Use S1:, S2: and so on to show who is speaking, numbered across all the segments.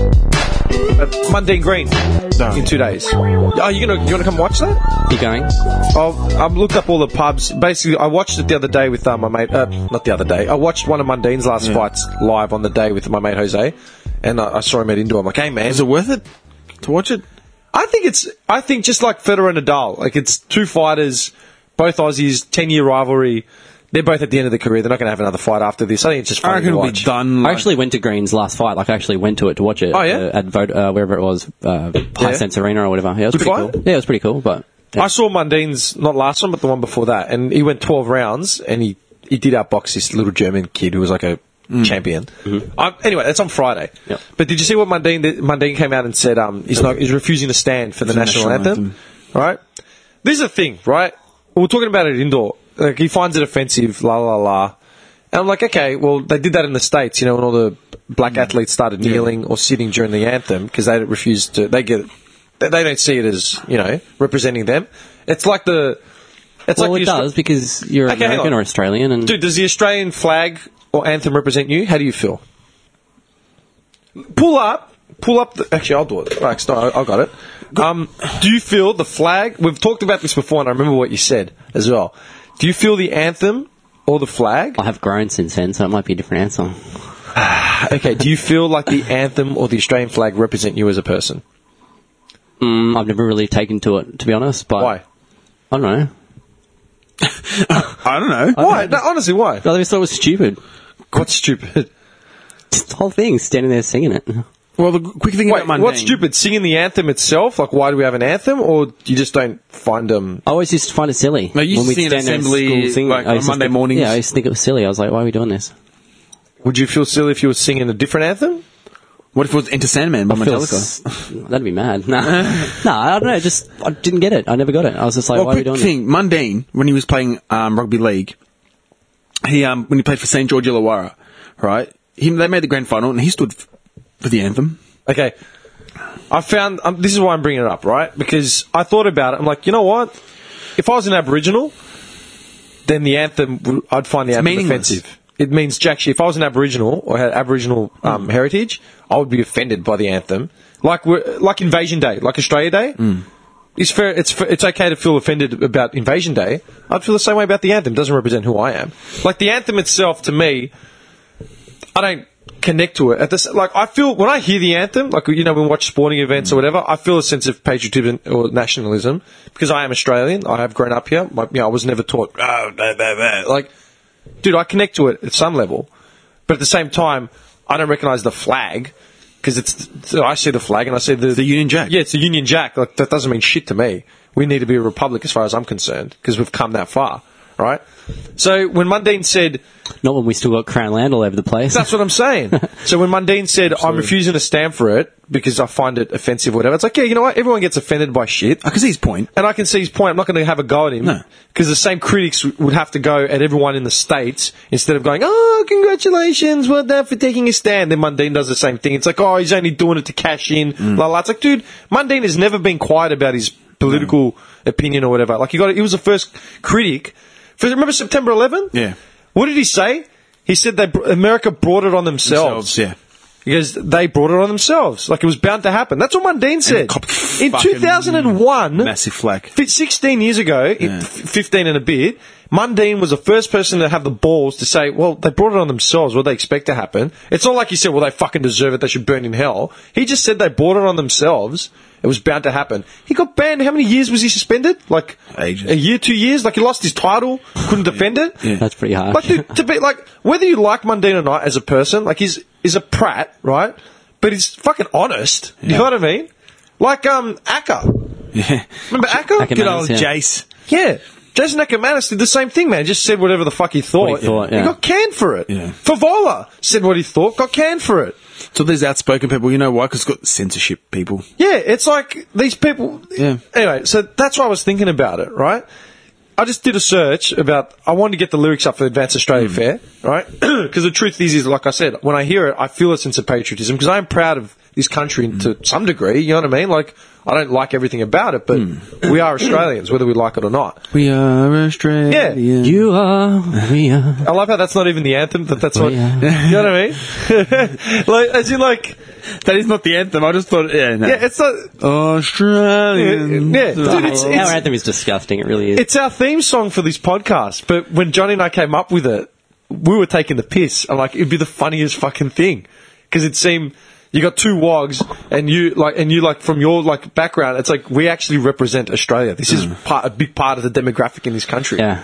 S1: Uh, Mundine Green
S2: No.
S1: in two days. Are Oh, you gonna you wanna come watch that?
S3: You going?
S1: I've, I've looked up all the pubs. Basically, I watched it the other day with uh, my mate. Uh, not the other day. I watched one of Mundine's last fights live on the day with my mate Jose, and I, I saw him at indoor. I'm like, hey man,
S2: Is it worth it to watch it?
S1: I think it's. I think just like Federer and Nadal, like it's two fighters, both Aussies, ten year rivalry. They're both at the end of their career. They're not going to have another fight after this. I think it's just
S2: I
S1: funny
S2: reckon
S1: to
S2: it'll be
S1: watch.
S2: done.
S3: I
S2: Like,
S3: actually went to Green's last fight. Like, I actually went to it to watch it.
S1: Oh, yeah?
S3: uh, at vote, uh, wherever it was, uh, High
S1: Yeah.
S3: Sense Arena or whatever. Yeah, it was
S1: Good
S3: pretty
S1: fight?
S3: cool. Yeah, it was pretty cool. But yeah.
S1: I saw Mundine's not last one, but the one before that, and he went twelve rounds, and he he did outbox this little German kid who was like a champion. Um, anyway, that's on Friday.
S3: Yep.
S1: But did you see what Mundine did? Mundine came out and said um, he's not he's refusing to stand for the national,
S2: national
S1: anthem.
S2: anthem.
S1: Right. This is the thing, right? We We're talking about it indoor. Like he finds it offensive. La la la. And I'm like, okay, well, they did that in the states, you know, when all the black
S3: Mm.
S1: athletes started kneeling or sitting during the anthem because they refused to. They get, they, they don't see it as you know representing them. It's like the, it's
S3: well,
S1: like
S3: it
S1: the Austra-
S3: does because you're
S1: Okay, hang
S3: American
S1: on.
S3: or Australian, and
S1: Dude, does the Australian flag or anthem represent you? How do you feel? Pull up. Pull up. The, actually, I'll do it. Right, no, I, I got it. Um, do you feel the flag? We've talked about this before, and I remember what you said as well. Do you feel the anthem or the flag?
S3: I have grown since then, so it might be a different answer.
S1: Okay, do you feel like the anthem or the Australian flag represent you as a person?
S3: Mm, I've never really taken to it, to be honest. But
S1: Why?
S3: I don't know.
S2: I don't know.
S1: Why? No, honestly, why?
S3: I always thought it was stupid.
S1: What's stupid?
S3: Just the whole thing, standing there singing it.
S2: Well, the quick thing
S1: Wait,
S2: about Mundane.
S1: what's stupid? Singing the anthem itself? Like, why do we have an anthem? Or you just don't find them?
S3: I always used to find it silly.
S2: No, you used to
S3: we'd
S2: sing at
S3: stand there in
S2: assembly,
S3: school singing.
S2: like,
S3: I used
S2: on
S3: to
S2: Monday
S3: think-
S2: mornings.
S3: Yeah, I used to think it was silly. I was like, why are we doing this?
S1: Would you feel silly if you were singing a different anthem?
S2: What if it was Enter Sandman by
S3: Feels-
S2: Metallica?
S3: That'd be mad. No, no, I don't know. Just I didn't get it. I never got it. I was just like, why are we
S2: quick
S3: doing this?
S2: thing, Mundane, when he was playing um, rugby league, he um, when he played for St George Illawarra, right? He, they made the grand final, and he stood f- for the anthem.
S1: Okay. I found um, this is why I'm bringing it up, right? Because I thought about it. I'm like, you know what? If I was an Aboriginal, then the anthem w- I'd find the anthem
S2: meaningless.
S1: offensive. It means jack shit. If I was an Aboriginal or had Aboriginal um, heritage, I would be offended by the anthem, like we're, like Invasion Day, like Australia Day. It's fair. It's fair, it's okay to feel offended about Invasion Day. I'd feel the same way about the anthem. Doesn't represent who I am. Like the anthem itself, to me, I don't connect to it at this. Like I feel when I hear the anthem, like you know, when we watch sporting events or
S2: Mm.
S1: whatever, I feel a sense of patriotism or nationalism because I am Australian. I have grown up here. My, you know, I was never taught. "Oh, blah, blah, blah." Like, dude, I connect to it at some level, but at the same time, I don't recognise the flag because it's. So I see the flag and I see the
S2: The Union Jack.
S1: Yeah, it's the Union Jack. Like that doesn't mean shit to me. We need to be a republic as far as I'm concerned because we've come that far, right? So when Mundine said.
S3: Not when we still got crown land all over the place.
S1: That's what I'm saying. so when Mundine said, I'm refusing to stand for it because I find it offensive or whatever, it's like, yeah, you know what? Everyone gets offended by shit.
S2: I can see his point.
S1: And I can see his point. I'm not going to have a go at him.
S2: No.
S1: Because the same critics w- would have to go at everyone in the States instead of going, oh, congratulations, well done for taking a stand. Then Mundine does the same thing. It's like, oh, he's only doing it to cash in.
S2: Mm.
S1: La, la. It's like, dude, Mundine has never been quiet about his political opinion or whatever. Like, he got it. He was the first critic. For, remember September 11?
S2: Yeah.
S1: What did he say? He said they, br- America brought it on themselves.
S2: Themselves, yeah.
S1: Because they brought it on themselves. Like it was bound to happen. That's what Mundine said.
S2: copped
S1: In
S2: fucking
S1: 2001,
S2: massive flack.
S1: fi- 16 years ago, i-
S2: Yeah.
S1: f- 15 and a bit, Mundine was the first person to have the balls to say, well, they brought it on themselves. What did they expect to happen? It's not like he said, well, they fucking deserve it. They should burn in hell. He just said they brought it on themselves. It was bound to happen. He got banned. How many years was he suspended? Like
S2: Ages.
S1: a year, two years? Like he lost his title, couldn't defend it.
S3: That's pretty hard.
S1: Like, dude, to be like, whether you like Mundine or not as a person, like he's is a prat, right? But he's fucking honest. You know what I mean? Like um Acker.
S2: Yeah.
S1: Remember Acker?
S3: Ackermans,
S2: Good old
S3: yeah.
S2: Jace.
S1: Yeah. Jason Ackermanis did the same thing, man. Just said whatever the fuck he thought.
S2: What he thought, yeah.
S1: got canned for it.
S2: Yeah.
S1: Favola said what he thought, got canned for it.
S2: So these outspoken people, you know why? Because it's got censorship people.
S1: Yeah, it's like these people.
S2: Yeah.
S1: Anyway, so that's what I was thinking about it, right? I just did a search about. I wanted to get the lyrics up for Advance Australia
S2: Hmm.
S1: Fair, right? Because the truth is, is like I said, when I hear it, I feel a sense of patriotism because I am proud of this country
S2: Hmm.
S1: to some degree. You know what I mean? Like I don't like everything about it, but
S2: Hmm.
S1: we are Australians, whether we like it or not.
S2: We are Australian.
S1: Yeah.
S3: You are, we are.
S1: I love how that's not even the anthem, but that's what.
S3: Oh, yeah.
S1: You know what I mean? like, as in, like,
S2: That is not the anthem. I just thought, yeah, no.
S1: yeah, it's not.
S2: Australian.
S1: Yeah, dude, it's-
S3: Oh, Our
S1: it's-
S3: anthem is disgusting. It really is.
S1: It's our theme song for this podcast, but when Johnny and I came up with it, we were taking the piss. I'm like, it'd be the funniest fucking thing. Because it seemed you got two wogs and you like and you like from your like background, it's like we actually represent Australia. This is part a big part of the demographic in this country.
S3: Mm. yeah.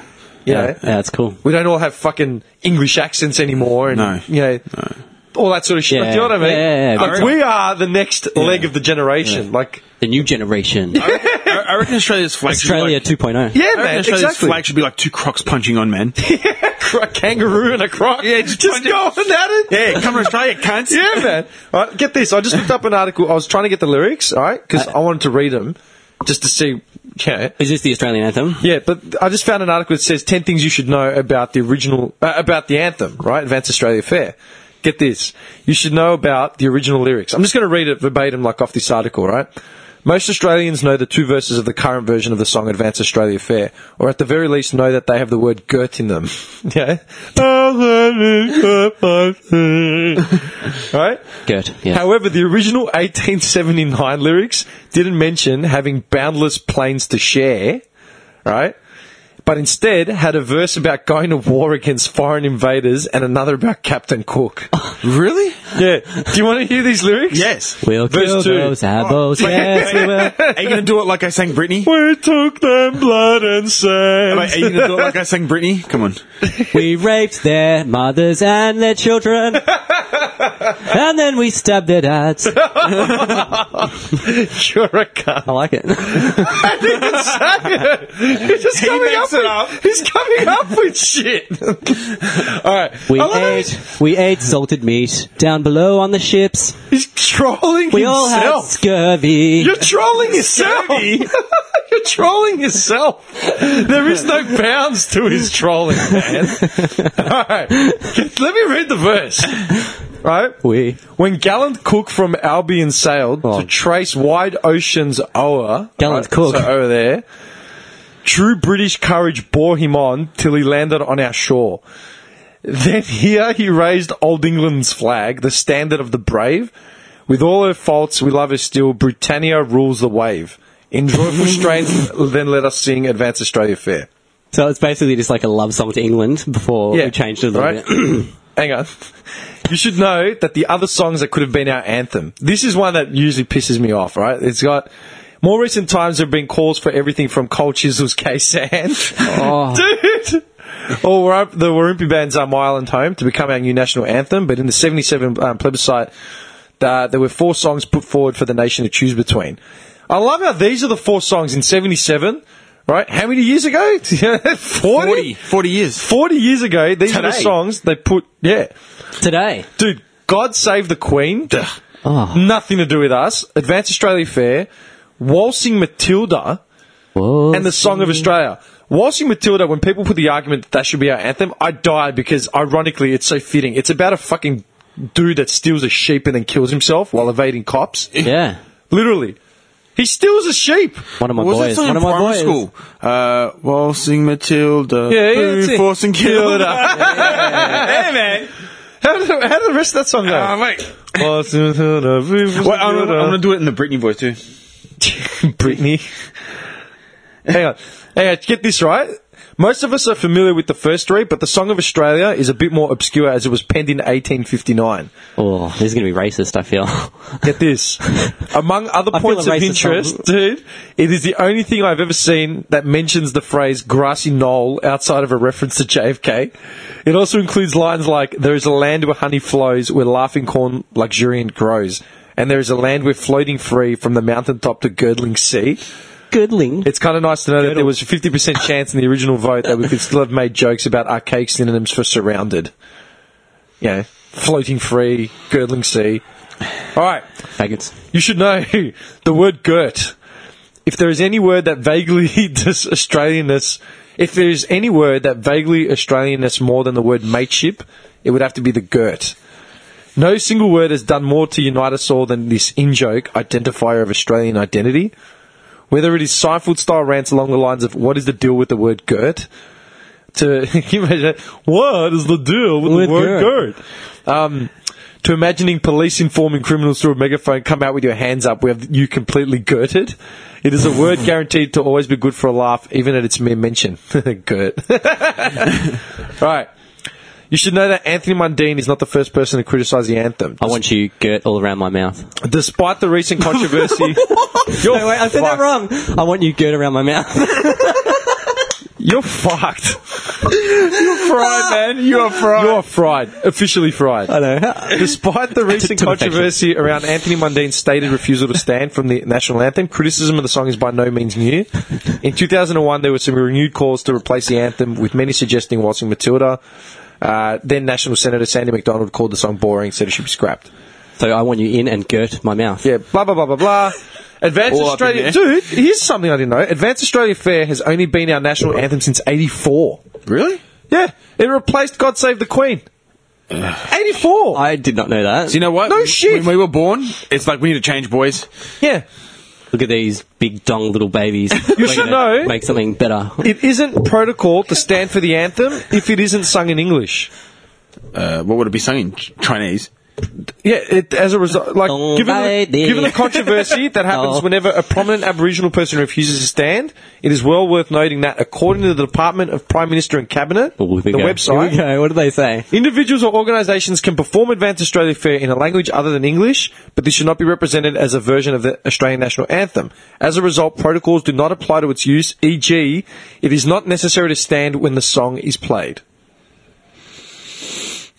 S1: You
S3: Yeah.
S1: know?
S3: Yeah, it's cool.
S1: We don't all have fucking English accents anymore and
S2: No.
S1: you know all that sort of shit.
S3: Yeah.
S1: Do you know what I mean?
S3: Yeah, yeah, yeah.
S1: Like, we are the next leg of the generation. Like
S3: The new generation.
S2: I I reckon Australia's flag
S3: Australia oh.
S2: should be like,
S3: 2.0.
S1: Yeah,
S2: I reckon
S1: man,
S2: Australia's
S1: exactly.
S2: flag should be like two crocs punching on, man.
S1: a kangaroo and a croc. Yeah, just, going at it.
S2: yeah, come to Australia, cunts.
S1: Yeah, man. All right, get this. I just looked up an article. I was trying to get the lyrics, all right, because I wanted to read them just to see. Yeah.
S3: Is this the Australian anthem?
S1: Yeah, but I just found an article that says 10 things you should know about the original, uh, about the anthem, right? Advance Australia Fair. Get this. You should know about the original lyrics. I'm just going to read it verbatim, like off this article, right? Most Australians know the two verses of the current version of the song Advance Australia Fair, or at the very least know that they have the word girt in them. yeah? right?
S3: Good. Yeah.
S1: However, the original 1879 lyrics didn't mention having boundless planes to share, right? But instead had a verse about going to war against foreign invaders and another about Captain Cook.
S2: Really?
S1: yeah. Do you want to hear these lyrics?
S2: Yes.
S3: we'll
S1: Verse
S3: kill
S1: two. Oh.
S3: those abos. yes, we will.
S2: Are you going to do it like I sang Britney?
S1: We took them blood and sand.
S2: Wait, are you going to do it like I sang Britney? Come on.
S3: We raped their mothers and their children. and then we stabbed their dads. I
S1: You're a cunt.
S3: like it.
S1: I didn't even say it. He's just
S2: He
S1: coming up,
S2: makes it
S1: with,
S2: up.
S1: He's coming up with shit. All right.
S3: We
S1: I love how
S3: ate,
S1: he's-
S3: we ate salted meat down below on the ships.
S1: He's trolling
S3: We all
S1: himself.
S3: had scurvy.
S1: You're trolling yourself. You're trolling yourself. There is no bounds to his trolling, man. All right. Let me read the verse. Right?
S3: We
S1: When gallant Cook from Albion sailed
S3: Oh.
S1: to trace wide oceans o'er,
S3: Gallant Cook.
S1: so over there, true British courage bore him on till he landed on our shore. Then here he raised old England's flag, the standard of the brave. With all her faults, we love her still. Britannia rules the wave. In joyful strains, then let us sing Advance Australia Fair.
S3: So it's basically just like a love song to England before we changed it a little
S1: right?
S3: bit.
S1: Hang on. You should know that the other songs that could have been our anthem. This is one that usually pisses me off, right? It's got. More recent times there have been calls for everything from Cold Chisel's K Sand.
S3: Oh.
S1: Dude! Or War- the Warumpi Band's um, Island Home to become our new national anthem, but in the 77 um, plebiscite, uh, there were four songs put forward for the nation to choose between. I love how these are the four songs in 77, right? How many years ago?
S2: 40, 40 years.
S1: 40 years ago, these are the
S2: Today.
S1: songs they put. Yeah.
S3: Today.
S1: Dude, God Save the Queen.
S3: Oh.
S1: Nothing to do with us. Advance Australia Fair. Waltzing Matilda.
S3: Whoa.
S1: And the Song of Australia. Waltzing Matilda, when people put the argument that that should be our anthem, I die because, ironically, it's so fitting. It's about a fucking dude that steals a sheep and then kills himself while evading cops.
S3: yeah.
S1: Literally. He steals a sheep.
S3: One of my
S2: What was that
S3: boys.
S2: song
S3: One
S2: in
S3: of my
S2: primary
S3: boys.
S2: school? Uh, Waltzing Matilda,
S1: Yeah, yeah,
S2: Blue
S1: that's it.
S2: Force and Kilda.
S1: hey, man. How did, how did the rest of that song go?
S2: Oh, mate.
S1: Um, Waltzing Matilda,
S2: Well, I'm, I'm
S1: Matilda.
S2: going to do it in the Britney voice too.
S1: Brittany. Hang on. Hang on. Get this right. Most of us are familiar with the first three, but the Song of Australia is a bit more obscure as it was penned in 1859.
S3: Oh, this is going to be racist, I feel.
S1: Get this. Among other
S3: I feel
S1: points
S3: a
S1: of
S3: racist
S1: interest,
S3: song.
S1: dude, it is the only thing I've ever seen that mentions the phrase grassy knoll outside of a reference to JFK. It also includes lines like, there is a land where honey flows, where laughing corn luxuriant grows, and there is a land where floating free from the mountaintop to girdling sea.
S4: girdling.
S1: It's kind of nice to know that there was a 50% chance in the original vote that we could still have made jokes about archaic synonyms for surrounded. You know, floating free, girdling sea. All right,
S4: Faggots.
S1: you should know the word girt. If there is any word that vaguely does Australianness, if there is any word that vaguely Australianness more than the word mateship, it would have to be the girt. No single word has done more to unite us all than this in joke identifier of Australian identity. Whether it is Seinfeld style rants along the lines of what is the deal with the word girt? To can you imagine, what is the deal with,
S4: With
S1: the word
S4: girt.
S1: girt? Um, to imagining police informing criminals through a megaphone, come out with your hands up, we have you completely girted. It is a word guaranteed to always be good for a laugh, even at its mere mention. girt. Alright. You should know that Anthony Mundine is not the first person to criticise the anthem.
S4: I want you girt all around my mouth.
S1: Despite the recent controversy, you're
S4: No, wait, I said that
S1: fucked.
S4: wrong. I want you girt around my mouth.
S1: You're fucked. You're fried, man. You're fried. You're fried. Officially fried.
S4: I know.
S1: Despite the recent
S4: To perfection.
S1: controversy around Anthony Mundine's stated refusal to stand from the national anthem, criticism of the song is by no means new. In 2001, there were some renewed calls to replace the anthem, with many suggesting Waltzing Matilda. Uh, then National Senator Sandy MacDonald called the song boring, said it should be scrapped.
S4: So I want you in and girt my mouth.
S1: Yeah, blah blah blah blah blah. Advance
S2: All up in
S1: Australia,
S2: there.
S1: dude. Here's something I didn't know. Advance Australia Fair has only been our national anthem since '84.
S2: Really?
S1: Yeah, it replaced "God Save the Queen." '84.
S4: I did not know that.
S2: Do you know what?
S1: No shit.
S2: When we were born, it's like we need to change, boys.
S1: Yeah,
S4: Look at these big dong little babies.
S1: You should know.
S4: Make something better. Oh,
S1: it isn't protocol to stand for the anthem if it isn't sung in English.
S2: Uh, what would it be sung in Ch- Chinese?
S1: Yeah, it, as a result, like
S4: Don't
S1: given the,
S4: write it.
S1: given the controversy that happens
S4: Oh.
S1: whenever a prominent Aboriginal person refuses to stand, it is well worth noting that according to the Department of Prime Minister and Cabinet,
S4: Oh,
S1: the
S4: here we go.
S1: website,
S4: Here we go. What do they say?
S1: Individuals or organisations can perform Advance Australia Fair in a language other than English, but this should not be represented as a version of the Australian national anthem. As a result, protocols do not apply to its use, e.g., it is not necessary to stand when the song is played.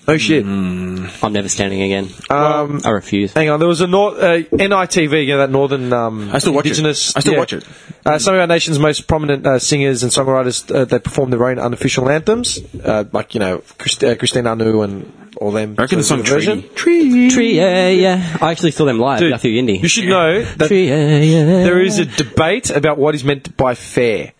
S1: Oh shit.
S2: Mm-hmm.
S4: I'm never standing again. Um, I refuse.
S1: Hang on, there was a nor- uh, NITV, you know, that northern um,
S2: I still watch it.
S1: indigenous.
S2: I still watch it.
S1: Uh, some of our nation's most prominent uh, singers and songwriters uh, they perform their own unofficial anthems, uh, like you know Christ- uh, Christine Anu and all them.
S2: I reckon the
S1: sort
S2: song
S1: of
S2: Treaty.
S4: Tree, yeah, yeah. I actually saw them live.
S1: Dude,
S4: Dude, Duffy Indy.
S1: You should know that
S4: Tree, yeah, yeah.
S1: there is a debate about what is meant by fair.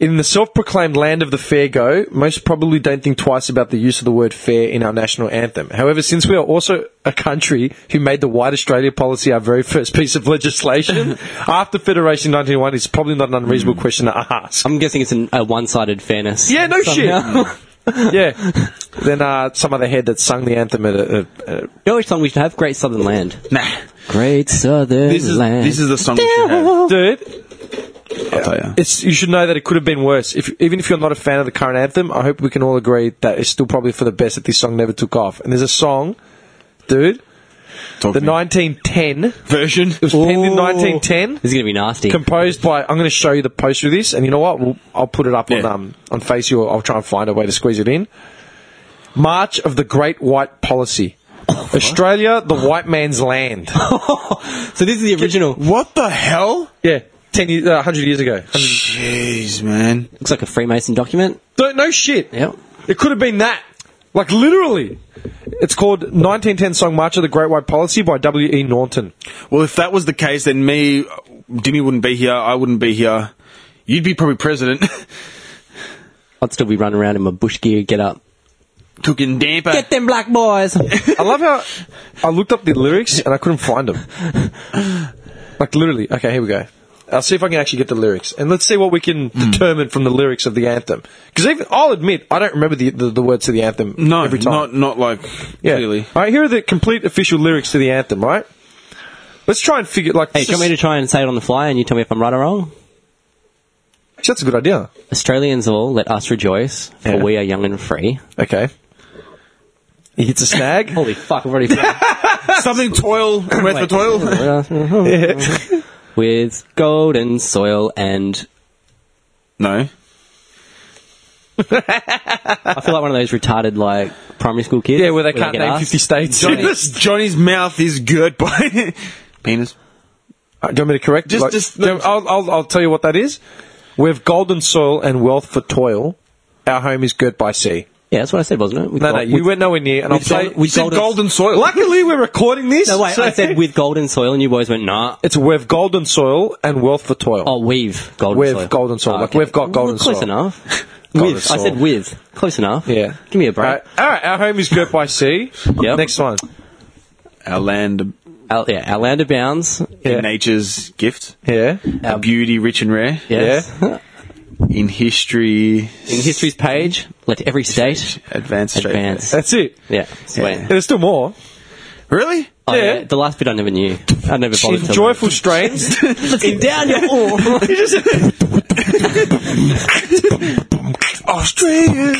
S1: In the self-proclaimed land of the fair go, most probably don't think twice about the use of the word fair in our national anthem. However, since we are also a country who made the White Australia policy our very first piece of legislation after Federation 1901, it's probably not an unreasonable question to ask.
S4: I'm guessing it's an, a one-sided fairness.
S1: Yeah, no
S4: somehow.
S1: shit. yeah. Then uh, some other head that sung the anthem at a, a, a
S4: You know which song we should have? Great Southern Land.
S2: Nah.
S4: Great Southern
S2: This is
S4: Land.
S2: this is the song we should have.
S1: dude.
S2: I'll tell you.
S1: It's, you should know that it could have been worse. If, even if you're not a fan of the current anthem, I hope we can all agree that it's still probably for the best that this song never took off. And there's a song, dude,
S2: Talk
S1: the
S2: to me.
S1: 1910. It
S2: version.
S1: was penned in
S4: Ooh.
S1: 1910,
S4: This is going to be nasty.
S1: composed by. I'm going to show you the poster of this, and you know what? We'll, I'll put it up on
S2: Yeah.
S1: um, on Face You. or I'll try and find a way to squeeze it in. March of the Great White Policy, Australia, the white man's land.
S4: so this is the original.
S2: What the hell?
S1: yeah, ten years, uh, hundred years ago.
S2: Jeez, man.
S4: Looks like a Freemason document.
S1: Don't, no shit.
S4: Yep.
S1: It could have been that. Like literally. It's called 1910 Song March of the Great White Policy by W.E. Norton.
S2: Well, if that was the case, then me, Dimmy wouldn't be here. I wouldn't be here. You'd be probably president.
S4: I'd still be running around in my bush gear. Get up.
S2: Cooking damper.
S4: Get them black boys.
S1: I love how I looked up the lyrics and I couldn't find them. Like literally. Okay, here we go. I'll see if I can actually get the lyrics. And let's see what we can determine from the lyrics of the anthem. Because even I'll admit, I don't remember the, the, the words to the anthem
S2: no,
S1: every time.
S2: not not like
S1: Yeah.
S2: clearly.
S1: All right, here are the complete official lyrics to the anthem, right? Let's try and figure like
S4: hey, do you want me to try and say it on the fly and you tell me if I'm right or wrong?
S1: Actually, that's a good idea.
S4: Australians all, let us rejoice, for
S1: Yeah.
S4: we are young and free.
S1: Okay. He hits a snag.
S4: Holy fuck, I've already
S2: Something toil worth the
S4: Wait.
S2: toil.
S1: Yeah.
S4: With golden soil and...
S2: No.
S4: I feel like one of those retarded, like, primary school kids.
S1: Yeah, where they can't
S4: get
S1: name
S4: asked.
S1: 50 states.
S2: Johnny's mouth is girt by penis.
S1: Uh, do you Uh, want me to correct?
S2: Just- just-
S1: do you- I'll, I'll, I'll tell you what that is. We've golden soil and wealth for toil. Our home is girt by sea.
S4: Yeah, that's what I said, wasn't it? With
S1: No,
S4: gold-
S1: no, you
S4: with-
S1: went nowhere near. And I'll
S4: with
S1: play.
S4: gold- with
S1: you said
S4: golden-
S1: soil. Luckily, we're recording this.
S4: No, wait,
S1: so-
S4: I said with golden soil, and you boys went, nah.
S1: it's we've golden soil and wealth for toil.
S4: Oh, we've golden
S1: We've
S4: soil. Ah,
S1: golden soil, like we've got golden
S4: close
S1: soil.
S4: enough.
S1: Golden
S4: with, I
S1: soil.
S4: said with. Close enough.
S1: Yeah.
S4: Give me a break.
S1: All right. All right, our home is girt by sea.
S4: Yep.
S1: Next one.
S2: Our land,
S4: Our, yeah, our land abounds.
S1: Yeah.
S2: nature's gift,
S1: Yeah.
S2: our beauty, rich and rare.
S4: Yes.
S2: In history,
S4: In history's page, let every state
S2: advanced. straight
S4: advance.
S1: That's it.
S4: Yeah. Sweet.
S2: Yeah.
S1: There's still more.
S2: away. Really?
S4: Oh,
S1: Yeah.
S4: The last bit I never knew. I never bothered
S1: In
S4: to
S1: joyful strains.
S4: learn. Let's get down your oar.
S1: You just-
S2: Australia.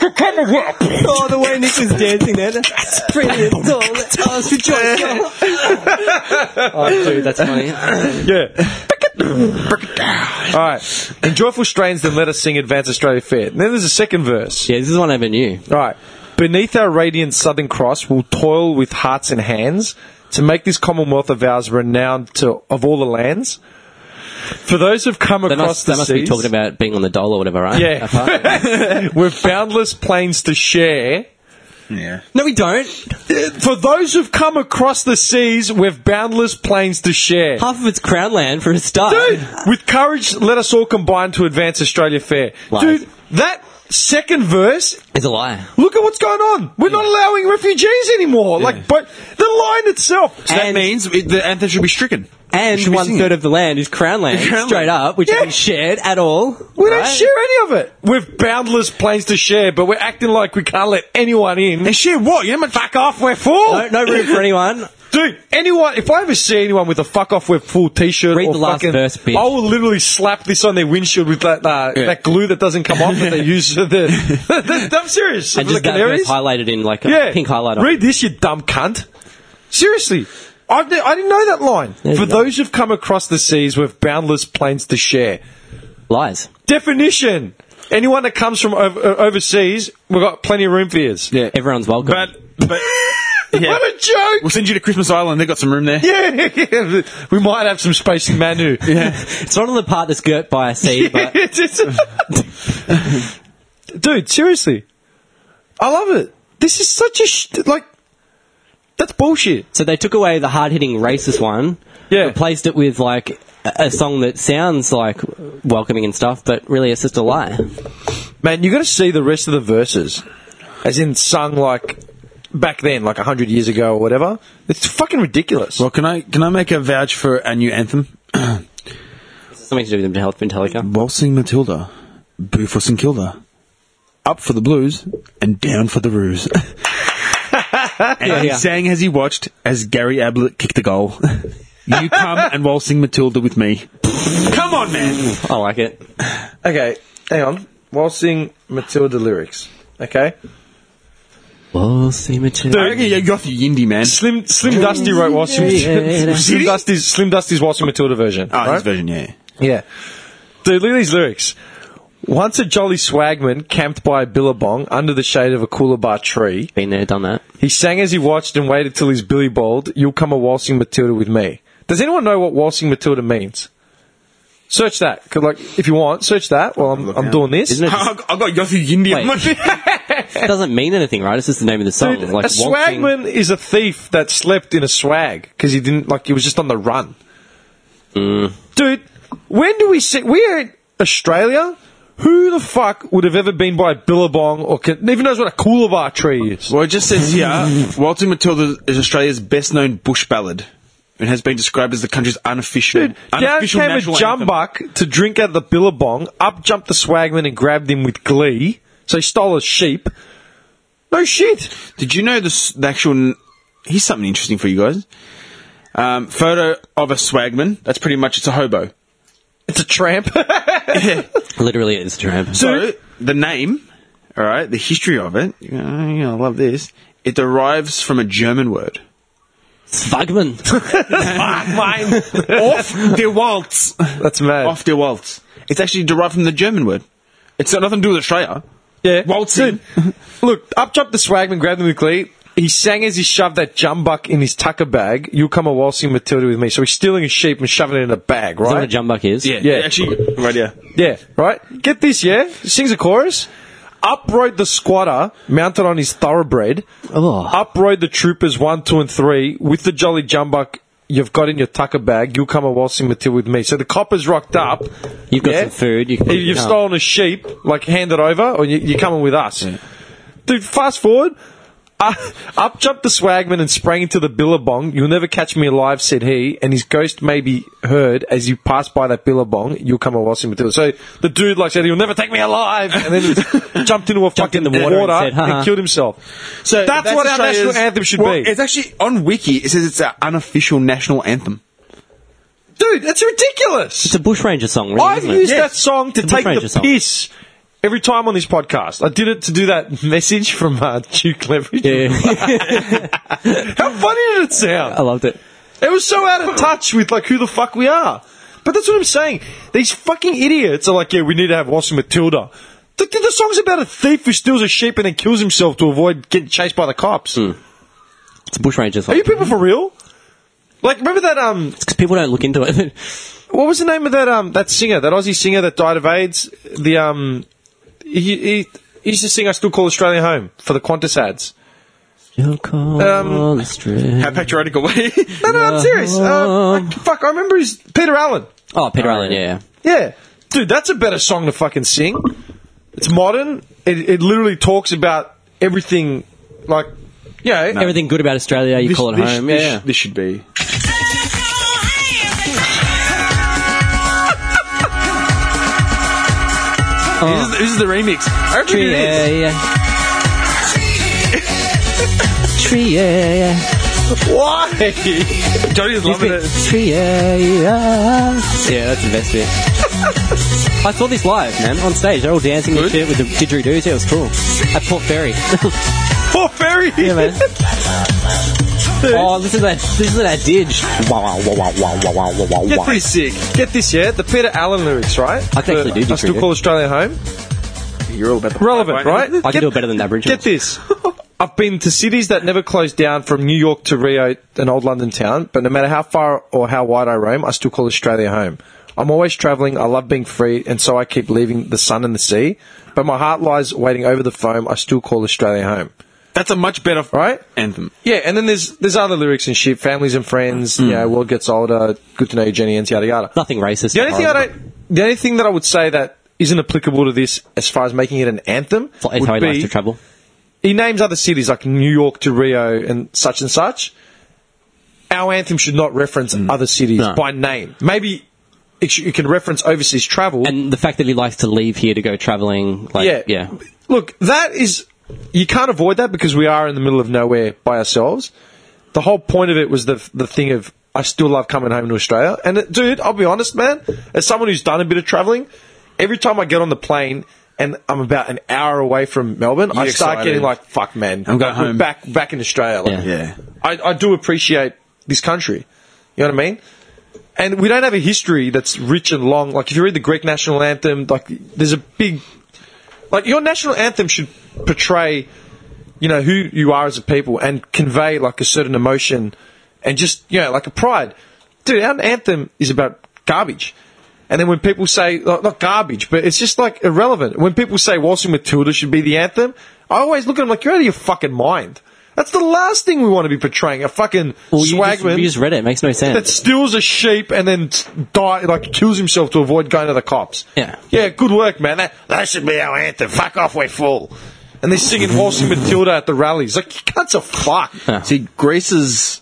S4: Oh, the way Nick was dancing there. That's brilliant. Oh, that's joyful. oh, dude, that's funny.
S1: Yeah. All right. In joyful strains, then let us sing Advance Australia Fair. And then there's a second verse.
S4: Yeah, this is one I never knew.
S1: All right. Beneath our radiant Southern Cross, we'll toil with hearts and hands to make this Commonwealth of ours renowned to of all the lands. For those who've come
S4: They
S1: across
S4: must, they
S1: the
S4: must
S1: seas,
S4: be talking about being on the dole or whatever, right? Okay.
S1: yeah, with boundless plains to share.
S2: Yeah.
S4: no, we don't.
S1: For those who've come across the seas, we've boundless plains to share.
S4: Half of it's crown land for a start.
S1: Dude, with courage, let us all combine to advance Australia fair.
S4: Lies.
S1: Dude, that second verse,
S4: It's a lie.
S1: look at what's going on. We're not allowing refugees anymore. Like, but the line itself.
S2: So
S4: And-
S2: that means it, the anthem should be stricken.
S4: And
S2: Should we
S4: one
S2: sing
S4: third
S2: it?
S4: of the land is crown land,
S2: Crown
S4: straight
S2: land.
S4: up, which
S1: Yeah.
S4: isn't shared at all.
S1: we don't
S4: right?
S1: share any of it. We've boundless plains to share, but we're acting like we can't let anyone in.
S2: And share what? You know,
S1: Fuck off, we're full.
S4: No, no room for anyone.
S1: Dude, anyone, if I ever see anyone with a fuck off with full t shirt
S4: Read
S1: or
S4: the last
S1: fucking,
S4: verse, bitch.
S1: I will literally slap this on their windshield with that uh,
S2: Yeah.
S1: that glue that doesn't come off that they use for the. I'm serious.
S4: And
S1: For
S4: just
S1: the
S4: that verse
S1: canaries.
S4: highlighted in like a
S1: yeah.
S4: pink highlighter.
S1: Read this, you dumb cunt. Seriously. I've ne- I didn't know that line.
S4: There's
S1: for
S4: no-
S1: those who've come across the seas with boundless plains to share.
S4: Lies.
S1: Definition. Anyone that comes from over- uh, overseas, we've got plenty of room for you.
S2: Yeah.
S4: Everyone's welcome.
S2: But, but, yeah.
S1: What a joke!
S2: We'll send you to Christmas Island. They've got some room there.
S1: Yeah, we might have some space in Manu.
S4: it's not on the part that's girt by a sea, but
S1: It's- it's- Dude, seriously, I love it. This is such a sh- like. That's bullshit.
S4: so they took away the hard hitting racist one,
S1: Yeah.
S4: replaced it with like a a song that sounds like welcoming and stuff, but really it's just a lie.
S1: Man, you got to see the rest of the verses, as in sung like back then, like hundred years ago or whatever. It's fucking ridiculous.
S2: Well, can I can I make a vouch for a new anthem?
S4: Something to do with the health Metallica.
S2: Waltzing Matilda, Boo for St Kilda, up for the blues and down for the ruse. and he
S4: Yeah.
S2: sang as he watched as Gary Ablett kicked the goal. you come and waltzing Matilda with me. come on, man.
S4: I like it.
S1: okay, hang on. Waltzing Matilda lyrics. Okay, Oh,
S4: Well, see Matilda.
S2: I reckon you got your yindi, man.
S1: Slim Slim Dusty wrote Waltzing Matilda. Slim Dusty's Slim Dusty's Waltzing Matilda version.
S2: Oh,
S1: right?
S2: his version, yeah.
S1: Yeah. Dude, look at these lyrics. Once a jolly swagman camped by a billabong under the shade of a coolabah tree,
S4: Been there, done that.
S1: he sang as he watched and waited till his billy balled, You'll come a waltzing Matilda with me. Does anyone know what waltzing Matilda means? Search that. 'cause, like, if you want, search that while I'm, I'm doing this.
S4: Isn't it
S2: I, I got Yossi Yindi on my
S4: Wait. It doesn't mean anything, right? It's just the name of the song.
S1: Dude,
S4: It's like
S1: a swagman is a thief that slept in a swag because he didn't like he was just on the run. Dude, when do we see we're in Australia? Who the fuck would have ever been by a billabong or can, even knows what a coolabah tree is?
S2: Well, it just says here, Waltzing Matilda is Australia's best known bush ballad and has been described as the country's unofficial,
S1: Dude, down
S2: unofficial
S1: came a
S2: national anthem.
S1: jumbuck to drink out of the billabong. Up jumped the swagman and grabbed him with glee. So he stole a sheep. No shit.
S2: Did you know this, the actual? n- Here's something interesting for you guys. Um, photo of a swagman. That's pretty much it's a hobo.
S1: It's a tramp.
S4: Literally, it is tramp.
S2: So the name, all right, the history of it. You know, you know, I love this. It derives from a German word.
S4: Swagman.
S1: Mine.
S2: Off der Waltz.
S1: That's mad.
S2: Off der Waltz. It's actually derived from the German word. It's got nothing to do with Australia.
S1: Yeah.
S2: Waltzing.
S1: Dude, Look, up jumped the swagman, grabbed him with glee. He sang as he shoved that jumbuck in his tucker bag. You'll come a waltzing Matilda with me. So he's stealing a sheep and shoving it in a bag,
S4: that what a
S1: right?
S4: jump buck is?
S2: Yeah,
S1: Yeah.
S2: Actually, right, yeah.
S1: yeah, right. Get this, yeah. Sings a chorus. Up rode the squatter, mounted on his thoroughbred.
S4: Oh.
S1: Up rode the troopers one, two, and three with the jolly jumbuck. You've got in your tucker bag. You'll come a waltzing Matilda with me. So the coppers rocked up.
S4: You've got
S1: yeah?
S4: some food. You can
S1: If You've stolen a sheep, like hand it over, or you, you're coming with us. Dude, fast forward. Uh, up jumped the swagman and sprang into the billabong. You'll never catch me alive, said he, and his ghost may be heard as you pass by that billabong. You'll come a waltzing Matilda. So the dude like said, "You'll never take me alive," and then just jumped into a fucking
S4: in the water
S1: water,
S4: and said, "Ha, ha."
S1: and killed himself.
S2: So
S1: That's what our
S2: Australia's-
S1: national anthem should
S2: Well,
S1: be.
S2: It's actually on Wiki. It says it's our unofficial national anthem.
S1: Dude, that's ridiculous.
S4: It's a bushranger song, really.
S1: I've
S4: isn't it?
S1: used that song to
S4: It's a
S1: take
S4: Bushranger
S1: the
S4: song.
S1: piss every time on this podcast. I did it to do that message from uh, Duke Leverage.
S4: Yeah,
S1: How funny did it sound?
S4: I loved it.
S1: It was so out of touch with like who the fuck we are. But that's what I'm saying. These fucking idiots are like, yeah, we need to have Watson Matilda. The, the song's about a thief who steals a sheep and then kills himself to avoid getting chased by the cops.
S4: It's a bushranger
S1: Are
S4: song.
S1: you people for real? Like, remember that um,
S4: Because people don't look into it.
S1: what was the name of that um, that singer, that Aussie singer that died of AIDS? The um, he, he, he used to sing "I Still Call Australia Home" for the Qantas ads.
S4: You'll call
S1: Um,
S4: the strip.
S2: How patriotic are we?
S1: No, no, I'm serious. Uh, I- fuck, I remember his Peter Allen.
S4: Oh, Peter Allen, yeah.
S1: Yeah. Dude, that's a better song to fucking sing. It's modern. It, it literally talks about everything, like, you know.
S4: Everything good about Australia, you call it
S2: this,
S4: home.
S2: This,
S4: yeah.
S2: this should be. This, is, this is the remix. I reckon
S4: Tree,
S2: it
S4: yeah,
S2: is.
S4: yeah. Tree, yeah, yeah.
S1: Why?
S2: Jody's loving it.
S4: Tree, yeah, yeah. Yeah, that's the best bit. I saw this live, man, on stage. They're all dancing and shit with the didgeridoos. Yeah, it was cool. At Port Ferry.
S1: Poor Ferry.
S4: yeah, man. Oh, listen to that. Listen to that didge. Wow, wow, wow, wow, wow, wow, wow, wow,
S1: Get
S4: wow.
S1: this, get this, yeah? The Peter Allen lyrics, right?
S4: I can actually do
S1: I
S4: this
S1: still
S4: really.
S1: call Australia home.
S2: You're all about the
S1: Relevant, right?
S4: I can do it better than the Aboriginals.
S1: Get this. I've been to cities that never closed down from New York to Rio, an old London town, but no matter how far or how wide I roam, I still call Australia home. I'm always travelling, I love being free, and so I keep leaving the sun and the sea. But my heart lies waiting over the foam, I still call Australia home.
S2: That's a much better
S1: Right?
S2: anthem.
S1: Yeah, and then there's there's other lyrics and shit, families and friends,
S4: Hmm.
S1: you know, world gets older, good to know you, Jenny, and yada yada.
S4: Nothing racist.
S1: The only thing I
S4: horrible.
S1: don't, the only thing that I would say that isn't applicable to this as far as making it an anthem
S4: It's like- it's
S1: would
S4: how he likes
S1: be-
S4: to travel.
S1: he names other cities like New York to Rio and such and such. Our anthem should not reference other cities
S4: Mm. No.
S1: by name. Maybe it, sh- it can reference overseas travel.
S4: And the fact that he likes to leave here to go travelling, like, yeah.
S1: Look, that is you can't avoid that because we are in the middle of nowhere by ourselves. The whole point of it was the the thing of I still love coming home to Australia. And it, dude, I'll be honest, man. As someone who's done a bit of traveling, every time I get on the plane and I'm about an hour away from Melbourne, I
S2: You're
S1: start
S2: excited.
S1: getting like, "Fuck, man,
S2: I'm going
S1: We're
S2: home.
S1: back back in Australia." Like,
S4: Yeah.
S2: Yeah.
S1: I, I do appreciate this country. You know what I mean? And we don't have a history that's rich and long. Like if you read the Greek national anthem, like there's a big, like your national anthem should portray, you know, who you are as a people and convey like a certain emotion and just you know like a pride. Dude, our anthem is about garbage. And then when people say like, not garbage, but it's just like irrelevant. When people say Waltzing Matilda should be the anthem, I always look at them like you're out of your fucking mind. That's the last thing we want to be portraying. A fucking
S4: Well, you just,
S1: swagman
S4: you just read it. It makes no sense.
S1: that steals a sheep and then die, like kills himself to avoid going to the cops.
S4: Yeah.
S1: yeah, good work, man. That that should be our anthem. Fuck off, we're full. And they're singing Waltzing Matilda at the rallies. Like, you cunts a fuck.
S2: See, Greece's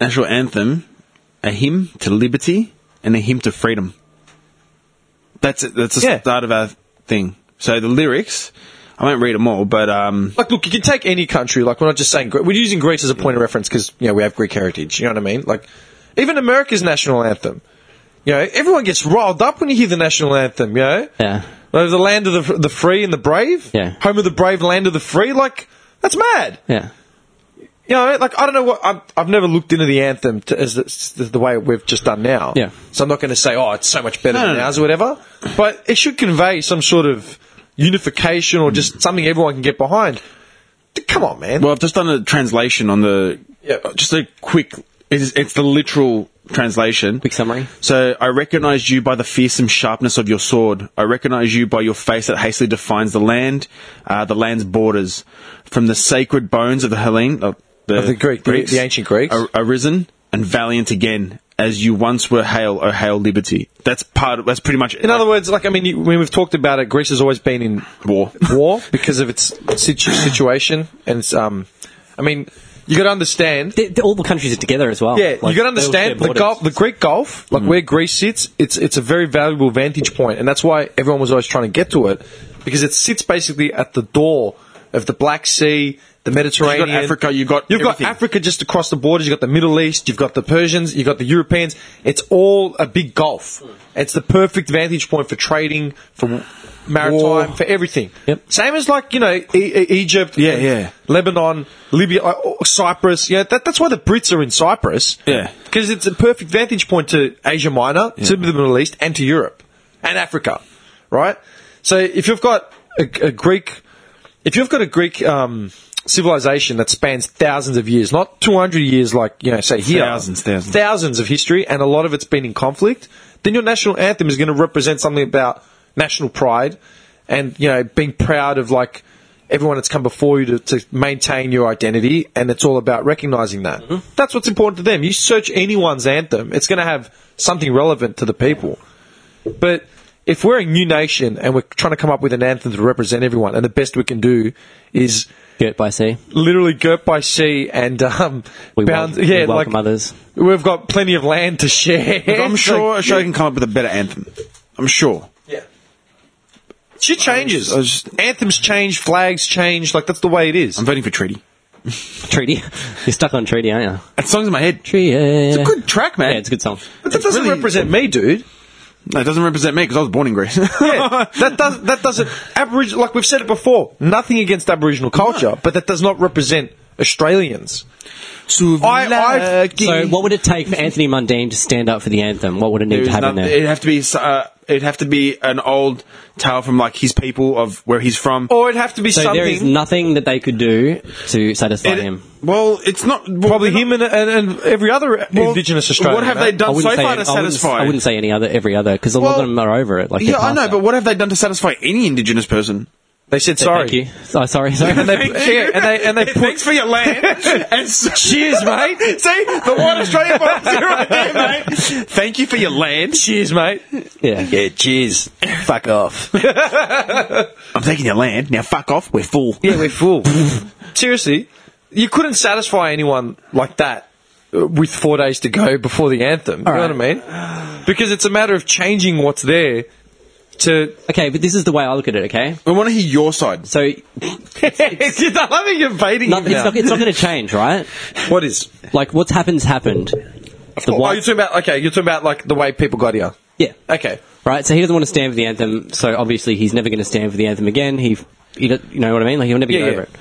S2: national anthem, a hymn to liberty and a hymn to freedom. That's it. That's the
S1: Yeah.
S2: start of our thing. So the lyrics, I won't read them all, but um,
S1: Like, look, you can take any country. Like, we're not just saying Gre- we're using Greece as a point of reference because you know we have Greek heritage. You know what I mean? Like, even America's national anthem. You know, everyone gets riled up when you hear the national anthem. You know,
S4: Yeah.
S1: like, the land of the the free and the brave.
S4: Yeah.
S1: home of the brave, land of the free. Like, that's mad.
S4: yeah.
S1: You know, like I don't know what I've, I've never looked into the anthem to, as the, the way we've just done now.
S4: Yeah.
S1: So I'm not going to say, oh, it's so much better
S2: No,
S1: than
S2: no, no.
S1: ours or whatever. But it should convey some sort of unification or just something everyone can get behind. Come on, man.
S2: Well, I've just done a translation on the.
S1: Yeah.
S2: Just a quick. It's, it's the literal translation.
S4: Quick summary.
S2: So, I recognized you by the fearsome sharpness of your sword. I recognize you by your face that hastily defines the land, uh, the land's borders. From the sacred bones of the Hellene. Of the,
S1: Of the Greek- the-
S2: Greeks,
S1: the ancient Greeks.
S2: ar- arisen and valiant again, as you once were hail, O hail liberty. That's part of, that's pretty much
S1: in other words, like I mean, you, when we've talked about it, Greece has always been in
S2: War.
S1: war because of its situ- situation, and it's, um, I mean, you got to understand.
S4: They- they- all the countries are together as well.
S1: Yeah,
S4: Like,
S1: you got to
S4: they all share
S1: understand the
S4: borders.
S1: Gulf, the Greek Gulf,
S2: Mm-hmm.
S1: like where Greece sits. It's it's a very valuable vantage point, and that's why everyone was always trying to get to it because it sits basically at the door of the Black Sea, the Mediterranean.
S2: Africa, you've got
S1: you've
S2: everything.
S1: got Africa just across the borders. You've got the Middle East. You've got the Persians. You've got the Europeans. It's all a big Gulf.
S2: Mm.
S1: It's the perfect vantage point for trading, for maritime,
S2: War.
S1: for everything.
S4: Yep.
S1: Same as like you know e- E- Egypt.
S2: Yeah, yeah.
S1: Lebanon, Libya, like, oh, Cyprus. Yeah, that, that's why the Brits are in Cyprus.
S2: Yeah.
S1: because it's a perfect vantage point to Asia Minor, to the Middle East, and to Europe and Africa, right? So if you've got a, a Greek, if you've got a Greek um, civilization that spans thousands of years, not two hundred years, like you know, say here,
S2: Thousands, thousands.
S1: thousands of history, and a lot of it's been in conflict, then your national anthem is going to represent something about national pride and, you know, being proud of like everyone that's come before you to, to maintain your identity. And it's all about recognizing that.
S2: Mm-hmm.
S1: That's what's important to them. You search anyone's anthem, it's going to have something relevant to the people. But if we're a new nation and we're trying to come up with an anthem to represent everyone, and the best we can do is
S4: Girt by sea.
S1: literally girt by sea and um,
S4: We
S1: bound.
S4: welcome- we
S1: yeah,
S4: welcome
S1: like
S4: others.
S1: We've got plenty of land to share.
S2: I'm sure Australia can come up with a better anthem. I'm sure.
S1: yeah. Shit changes.
S2: I was just-
S1: Anthems change, flags change. Like that's the way it is.
S2: I'm voting for Treaty.
S4: Treaty. You're stuck on treaty, aren't you?
S2: That song's in my head.
S4: Treaty. It's
S2: a good track, man.
S4: Yeah, it's a good song.
S1: but that doesn't
S2: really-
S1: represent me, dude.
S2: No, it doesn't represent me because I was born in Greece.
S1: Yeah, that does that doesn't Aboriginal. Like we've said it before, nothing against Aboriginal culture, but that does not represent Australians. I- I-
S4: So, what would it take for Anthony Mundine to stand up for the anthem? What would it need to happen there?
S2: it'd have to be uh, it'd have to be an old tale from like his people of where he's from.
S1: Or it'd have to be
S4: so
S1: something.
S4: there is nothing that they could do to satisfy
S2: It-
S4: him.
S2: Well, it's not well,
S1: Probably
S2: they're
S1: him
S2: not-
S1: and, and, and every other
S2: Well,
S1: Indigenous Australian. eh?
S2: What have
S1: mate.
S2: they done so
S4: say
S2: far to
S4: any- I wouldn't-
S2: satisfy?
S4: I wouldn't say any other every other because a lot
S2: Well,
S4: of them are over it. Like
S2: yeah,
S4: they're
S2: I
S4: past
S2: know,
S4: that.
S2: but what have they done to satisfy any Indigenous person?
S1: They said
S4: So
S1: sorry.
S4: Thank you. Oh, sorry, sorry.
S1: And they, yeah, and they and they put
S2: Thanks for your land. and s-
S1: Cheers, mate.
S2: See the one Australian policy right there, mate. Thank you for your land.
S1: Cheers, mate.
S4: yeah.
S1: Yeah, cheers. Fuck off.
S2: I'm taking your land now. Fuck off. We're full.
S1: yeah, we're full. Seriously, you couldn't satisfy anyone like that uh, with four days to go before the anthem. you know what I mean? Because it's a matter of changing what's there to.
S4: Okay, but this is the way I look at it. Okay,
S2: We want to hear your side.
S4: so
S1: I love it. Oh. You're baiting
S4: not,
S1: him
S4: it's
S1: now.
S4: not it's not going to change, right?
S1: What is?
S4: Like what's happened's happened. The
S1: oh,
S4: white-
S1: you're talking about okay. You're talking about like the way people got here.
S4: yeah.
S1: Okay.
S4: Right. So he doesn't want to stand for the anthem. So obviously he's never going to stand for the anthem again. He, he don't- you know what I mean? Like he'll never get
S1: Yeah,
S4: over
S1: yeah. Oh,
S4: it.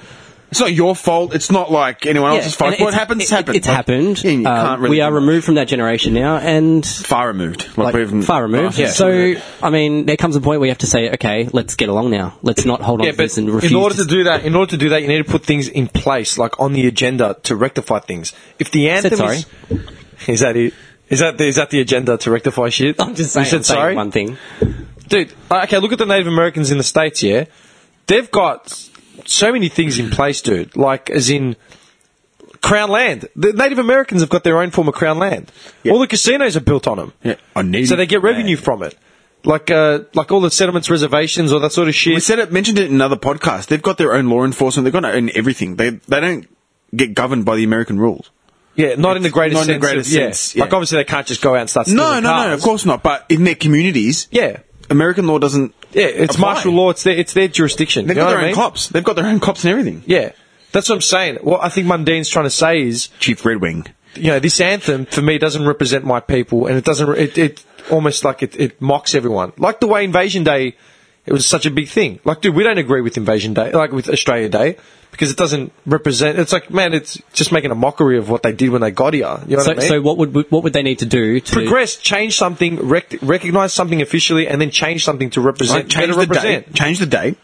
S2: It's not your fault. It's not like anyone
S4: Yeah,
S2: else's fault.
S4: and
S2: What
S4: it's-
S2: happens,
S4: it-
S2: happens.
S4: It's happened.
S2: Yeah, you
S4: Uh,
S2: can't really
S4: we
S2: do
S4: are
S2: much.
S4: removed from that generation now, and
S2: Far removed. Like,
S4: like,
S2: we've
S4: far
S1: oh,
S4: removed.
S2: Yeah.
S4: So I mean, there comes a point where you have to say, okay, let's get along now. Let's not hold on
S1: Yeah,
S4: to
S1: but
S4: this and refuse.
S1: in order to
S4: to
S1: do that, in order to do that, you need to put things in place, like on the agenda, to rectify things. If the anthem
S4: sorry.
S1: is, is that it? Is that the, is that the agenda to rectify shit?
S4: I'm just saying,
S1: You said
S4: I'm saying
S1: sorry,
S4: one thing.
S1: dude. uh, Okay, look at the Native Americans in the states. Yeah, they've got so many things in place, dude. Like as in crown land. The Native Americans have got their own form of crown land. All the casinos are built on them.
S2: Yeah, I need
S1: so they get
S2: that.
S1: revenue from it. Like, uh, like all the settlements, reservations, all that sort of shit.
S2: We said it, mentioned it in another podcast. They've got their own law enforcement. They've got their own everything. They they don't get governed by the American rules.
S1: Yeah, not in the greatest
S2: Not in
S1: sense.
S2: the
S1: of-
S2: greatest
S1: yeah.
S2: sense, yeah.
S1: Like, obviously, they can't just go out and start stealing
S2: No, no, no.
S1: cars.
S2: Of course not. But in their communities,
S1: Yeah.
S2: American law doesn't.
S1: Yeah, it's
S2: apply.
S1: martial law. It's their, it's their jurisdiction.
S2: They've
S1: you know what
S2: got their
S1: I
S2: own
S1: mean?
S2: cops. They've got their own cops and everything.
S1: Yeah. That's what I'm saying. What I think Mundine's trying to say is,
S2: Chief Red Wing.
S1: you know, this anthem for me doesn't represent my people and it doesn't, re- it, it almost like it, it mocks everyone. Like the way Invasion Day, it was such a big thing. Like, dude, we don't agree with Invasion Day, like with Australia Day, because it doesn't represent, it's like, man, it's just making a mockery of what they did when they got here. You know
S4: So,
S1: what I mean?
S4: so what would what would they need to do to
S1: progress, change something, rec- recognize something officially, and then change something to represent.
S2: Like, change
S1: better
S2: the
S1: represent.
S2: date. Change the date.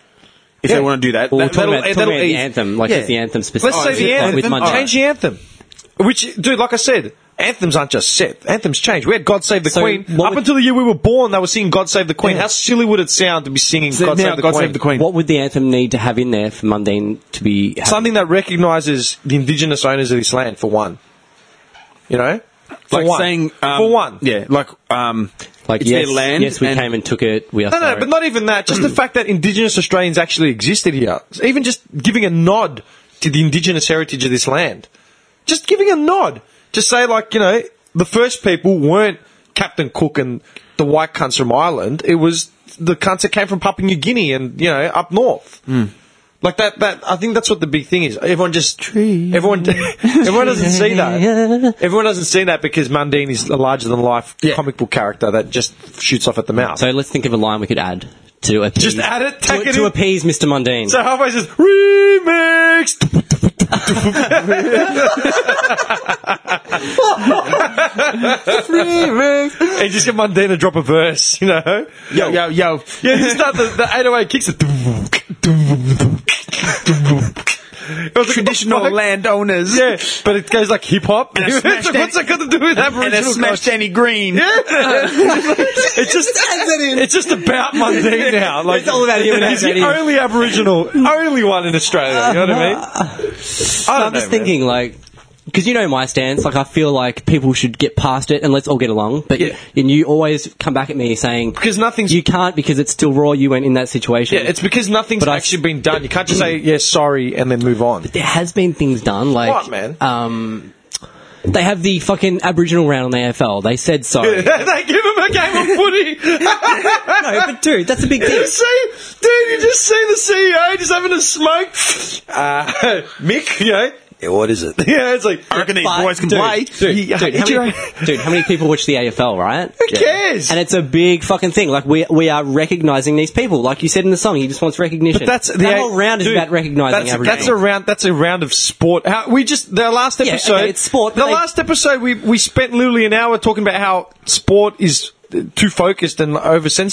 S2: if
S1: Yeah.
S2: they want to do that.
S4: Well, we're
S2: that
S4: talking
S2: that'll-
S4: about, talking
S2: that'll
S4: about the
S2: ease-
S4: anthem, like
S2: Yeah.
S4: it's the anthem specific.
S1: Let's say the
S4: like,
S1: anthem.
S4: With Monday.
S1: Change the anthem. Which, dude, like I said, anthems aren't just set. Anthems change. We had God Save the
S4: So
S1: Queen.
S4: what
S1: Up
S4: would-
S1: until the year we were born, they were singing God Save the Queen. How silly would it sound to be singing
S2: So
S1: God,
S2: now
S1: Save, the
S2: God
S1: Queen?
S2: Save the Queen.
S4: What would the anthem need to have in there for Mundane to be? happy?
S1: Something that recognises the indigenous owners of this land, for one. You know? For
S2: like
S1: one.
S2: saying um,
S1: for one.
S2: Yeah, like um,
S4: like
S2: it's
S4: yes,
S2: their land.
S4: yes, we
S2: and-
S4: came and took it. We are
S1: No, no,
S4: sorry.
S1: but not even that. Just the fact that Indigenous Australians actually existed here. Even just giving a nod to the Indigenous heritage of this land. Just giving a nod. Just say, like, you know, the first people weren't Captain Cook and the white cunts from Ireland. It was the cunts that came from Papua New Guinea and, you know, up north. Like that, that I think that's what the big thing is. Everyone just everyone, everyone doesn't see that. Everyone doesn't see that because Mundine is a larger than life comic book character that just shoots off at the mouth.
S4: So let's think of a line we could add to appease,
S1: Just add it, tack
S4: to,
S1: it
S4: to
S1: in.
S4: appease Mr. Mundane.
S1: So halfway says remixed. and just get Mundane to drop a verse, you know?
S2: Yo, yo, yo.
S1: Yeah, just start the, the 808 kicks. It was
S2: Traditional
S1: land.
S2: landowners.
S1: Yeah, but it goes like hip hop.
S2: And a
S1: What's
S2: smash that-
S1: that got to do with
S2: And
S1: Aboriginal
S2: it's smashed
S1: culture?
S2: Danny Green.
S1: It's just it's just about mundane now. Like
S4: It's all about him and
S1: He's the
S4: Aberdeen.
S1: only Aboriginal, only one in Australia. You know what I mean? I
S4: Uh-huh. I'm just thinking, like, because you know my stance. Like, I feel like people should get past it and let's all get along. But
S1: Yeah.
S4: and you always come back at me saying
S1: because nothing's.
S4: you can't because it's still raw. You went in that situation.
S1: yeah, it's because nothing's
S4: But I- Mm.
S1: actually been done. You can't just say yeah, sorry, and then move on.
S4: there has been things done like
S1: What, man?
S4: Um, they have the fucking Aboriginal round on the AFL. They said sorry.
S1: they give him a game of footy.
S4: no, but dude, that's a big
S1: You
S4: thing.
S1: see, dude, you just see the CEO just having a smoke. Uh, Mick, you know. Yeah, what is it? Yeah, it's like
S2: I reckon these
S4: But,
S2: boys can
S4: dude,
S2: play.
S4: Dude,
S1: Yeah,
S4: dude, how
S1: do you
S4: many,
S1: know-
S4: dude, how many people watch the AFL, right?
S1: who cares?
S4: And it's a big fucking thing. Like we we are recognizing these people. Like you said in the song, he just wants recognition.
S1: But that's the
S4: that whole round is
S1: dude,
S4: about recognizing
S1: that's,
S4: Aboriginal.
S1: That's a round. That's a round of sport. How, we just the last
S4: Yeah,
S1: episode.
S4: okay, it's sport, but
S1: The
S4: they-
S1: last episode we we spent literally an hour talking about how sport is uh, too focused and over and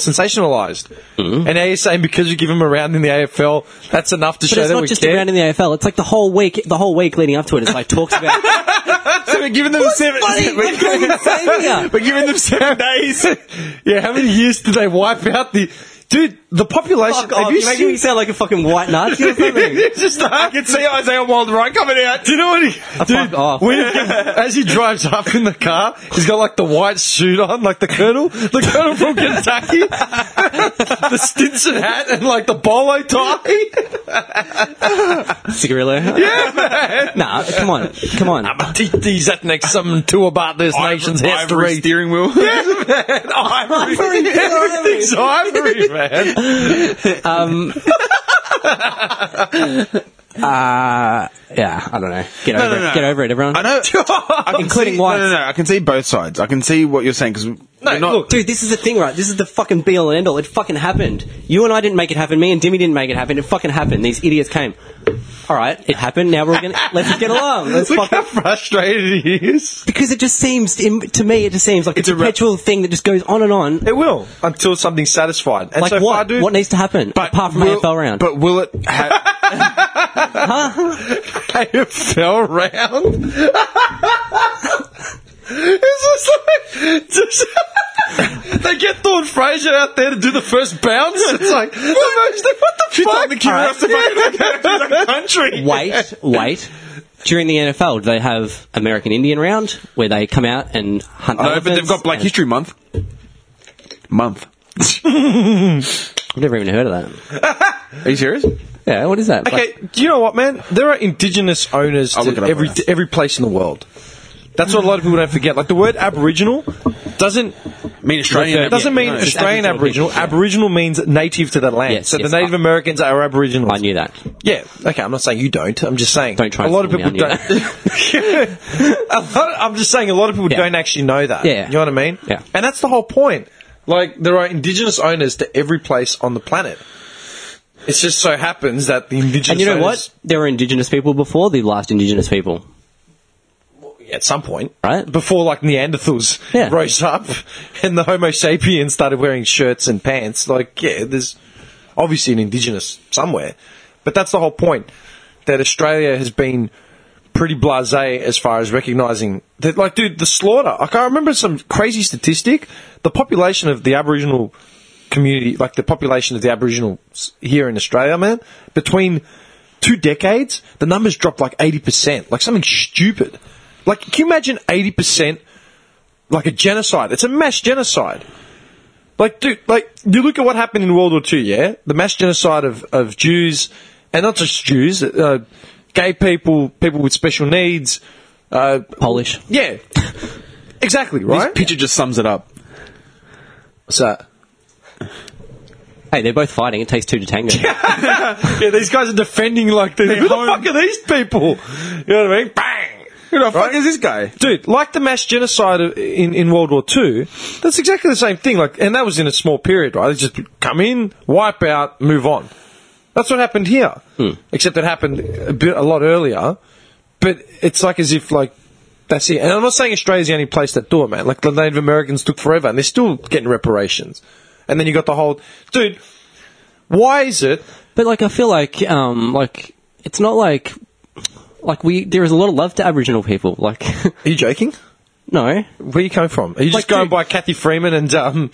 S1: sensationalized.
S4: Mm-hmm.
S1: And now you're saying because you give him a round in the AFL, that's enough to
S4: but
S1: show
S4: it's
S1: that
S4: not
S1: we
S4: just
S1: care.
S4: a round in the AFL. It's like the whole week, the whole week leading up to it. It's like talks about.
S1: so we're giving them seven.
S4: funny?
S1: we're,
S4: What's going insane here?
S1: we're giving them seven days. yeah, how many years did they wipe out the? Dude, the population.
S4: Fuck off!
S1: have you
S4: You're making
S1: seen?
S4: me sound like a fucking white Nazi or something.
S1: It's just I can see Isaiah Wildright coming out. Do you know what he?
S4: fuck off.
S1: when he gets- as he drives up in the car, he's got like the white suit on, like the colonel, the colonel from Kentucky, the Stinson hat, and like the bolo tie.
S4: Cigarillo.
S1: Yeah, man.
S4: Nah, come on, come on.
S1: I'ma teach these ethnics something too about this nation's
S2: Ivory
S1: history.
S2: steering wheel.
S1: Yeah, man. Ivory. Everything's ivory, man.
S4: Uh, Yeah, I don't know. Get over
S2: no,
S4: it.
S2: no.
S4: Get over it, everyone.
S2: I know. I can
S4: Including
S2: see,
S4: whites.
S2: No, no, no. I can see both sides. I can see what you're saying because
S1: No, look.
S4: Dude, this is the thing, right? This is the fucking be all and end all. It fucking happened. You and I didn't make it happen. Me and Dimmy didn't make it happen. It fucking happened. These idiots came. All right, it happened. Now we're all gonna let's just get along. Let's
S1: Look how
S4: fucking
S1: frustrated he is.
S4: because it just seems im- to me it just seems like it's,
S2: It's
S4: a
S2: a re-
S4: perpetual thing that just goes on and on.
S1: It will until something's satisfied. And
S4: Like
S1: so
S4: what?
S1: far, dude,
S4: what needs to happen apart from
S2: will,
S4: AFL round?
S2: But will it? Ha-
S1: AFL round. it's just like, just- they get Thorne Fraser out there to do the first bounce. It's like, the most, what the fuck?
S2: on the queue
S1: Alright.
S2: after fucking country.
S4: wait, wait. During the NFL, do they have American Indian round where they come out and hunt?
S2: no, but they've
S4: elephants
S2: got Black
S4: and-
S2: History Month. Month.
S4: I've never even heard of that.
S2: Are you serious?
S4: Yeah, what is that?
S1: Okay, do you know what, man? There are indigenous owners
S2: I'll look it
S1: to
S2: up
S1: every
S2: right now.
S1: to every place in the world. That's what a lot of people don't forget. Like the word Aboriginal doesn't
S2: I mean Australian.
S1: it doesn't
S2: yeah,
S1: mean
S2: no.
S1: Australian Aboriginal.
S4: Aboriginal people, yeah.
S1: Aboriginal means native to that land.
S4: Yes,
S1: so
S4: yes,
S1: the Native
S4: I-
S1: Americans are Aboriginal.
S4: I knew that.
S1: Yeah. Okay. I'm not saying you don't. I'm just saying
S4: Don't try
S1: A
S4: and
S1: lot of
S4: fool me,
S1: people
S4: I
S1: don't. a lot, I'm just saying a lot of people
S4: Yeah.
S1: don't actually know that.
S4: Yeah.
S1: You know what I mean?
S4: Yeah.
S1: And that's the whole point. Like there are indigenous owners to every place on the planet. It just so happens that the indigenous
S4: And you know
S1: owners-
S4: what? There were indigenous people before the last indigenous people.
S1: at some point,
S4: Right.
S1: Before like Neanderthals
S4: Yeah.
S1: rose up and the Homo sapiens started wearing shirts and pants. Like yeah, there's. obviously an indigenous somewhere. But that's the whole point that Australia has been pretty blasé as far as recognizing that. Like, dude, the slaughter. Like, I remember some crazy statistic. The population of the Aboriginal community, like the population of the Aboriginal s- here in Australia, man, between two decades, the numbers dropped like eighty percent. Like something stupid. Like, can you imagine eighty percent? Like a genocide. It's a mass genocide. Like, dude, like, you look at what happened in World War Two, yeah? The mass genocide of, of Jews, and not just Jews, uh, gay people, people with special needs, uh,
S4: Polish.
S1: yeah. Exactly,
S2: This
S1: right?
S2: picture just sums it up.
S1: What's that?
S4: Hey, they're both fighting. It takes two to tango.
S1: Yeah, these guys are defending, like, the, who the fuck are these people? You know what I mean? Bang!
S2: Who the fuck
S1: Right?
S2: is this guy?
S1: Dude, like the mass genocide of- in, in World War Two, that's exactly the same thing. Like, and that was in a small period, right? They just come in, wipe out, move on. That's what happened here.
S4: Hmm.
S1: Except it happened a bit a lot earlier. But it's like as if like that's it. And I'm not saying Australia's the only place that do it, man. Like the Native Americans took forever, and they're still getting reparations. And then you got the whole dude. Why is it?
S4: But like, I feel like, um, like it's not like, like we there is a lot of love to Aboriginal people. Like,
S1: Are you joking?
S4: no,
S1: Where you coming from? Are you just
S4: Like,
S1: going
S4: dude-
S1: by Kathy Freeman and um?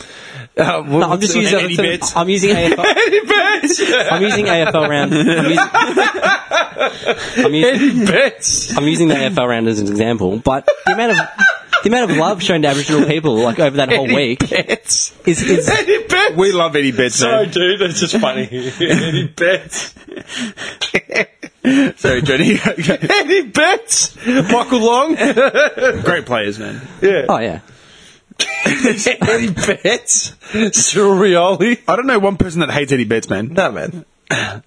S1: Uh,
S4: no, I'm just using
S1: Eddie Betts?
S4: I'm using AFL.
S1: Eddie Betts.
S4: I'm using AFL round. I'm using, I'm using,
S1: Eddie Betts.
S4: I'm using the AFL round as an example, but the amount of the amount of love shown to Aboriginal people like over that whole
S1: Eddie
S4: week
S1: Betts.
S4: is is
S1: Eddie Betts.
S2: We love Eddie Betts.
S1: Sorry,
S2: man.
S1: dude, that's just funny. Eddie Betts.
S2: Sorry, Jenny.
S1: Eddie Betts. Michael Long.
S2: Great players, man.
S4: oh yeah.
S1: Eddie Betts. Cyril Rioli.
S2: I don't know one person that hates Eddie Betts, man.
S1: No, man.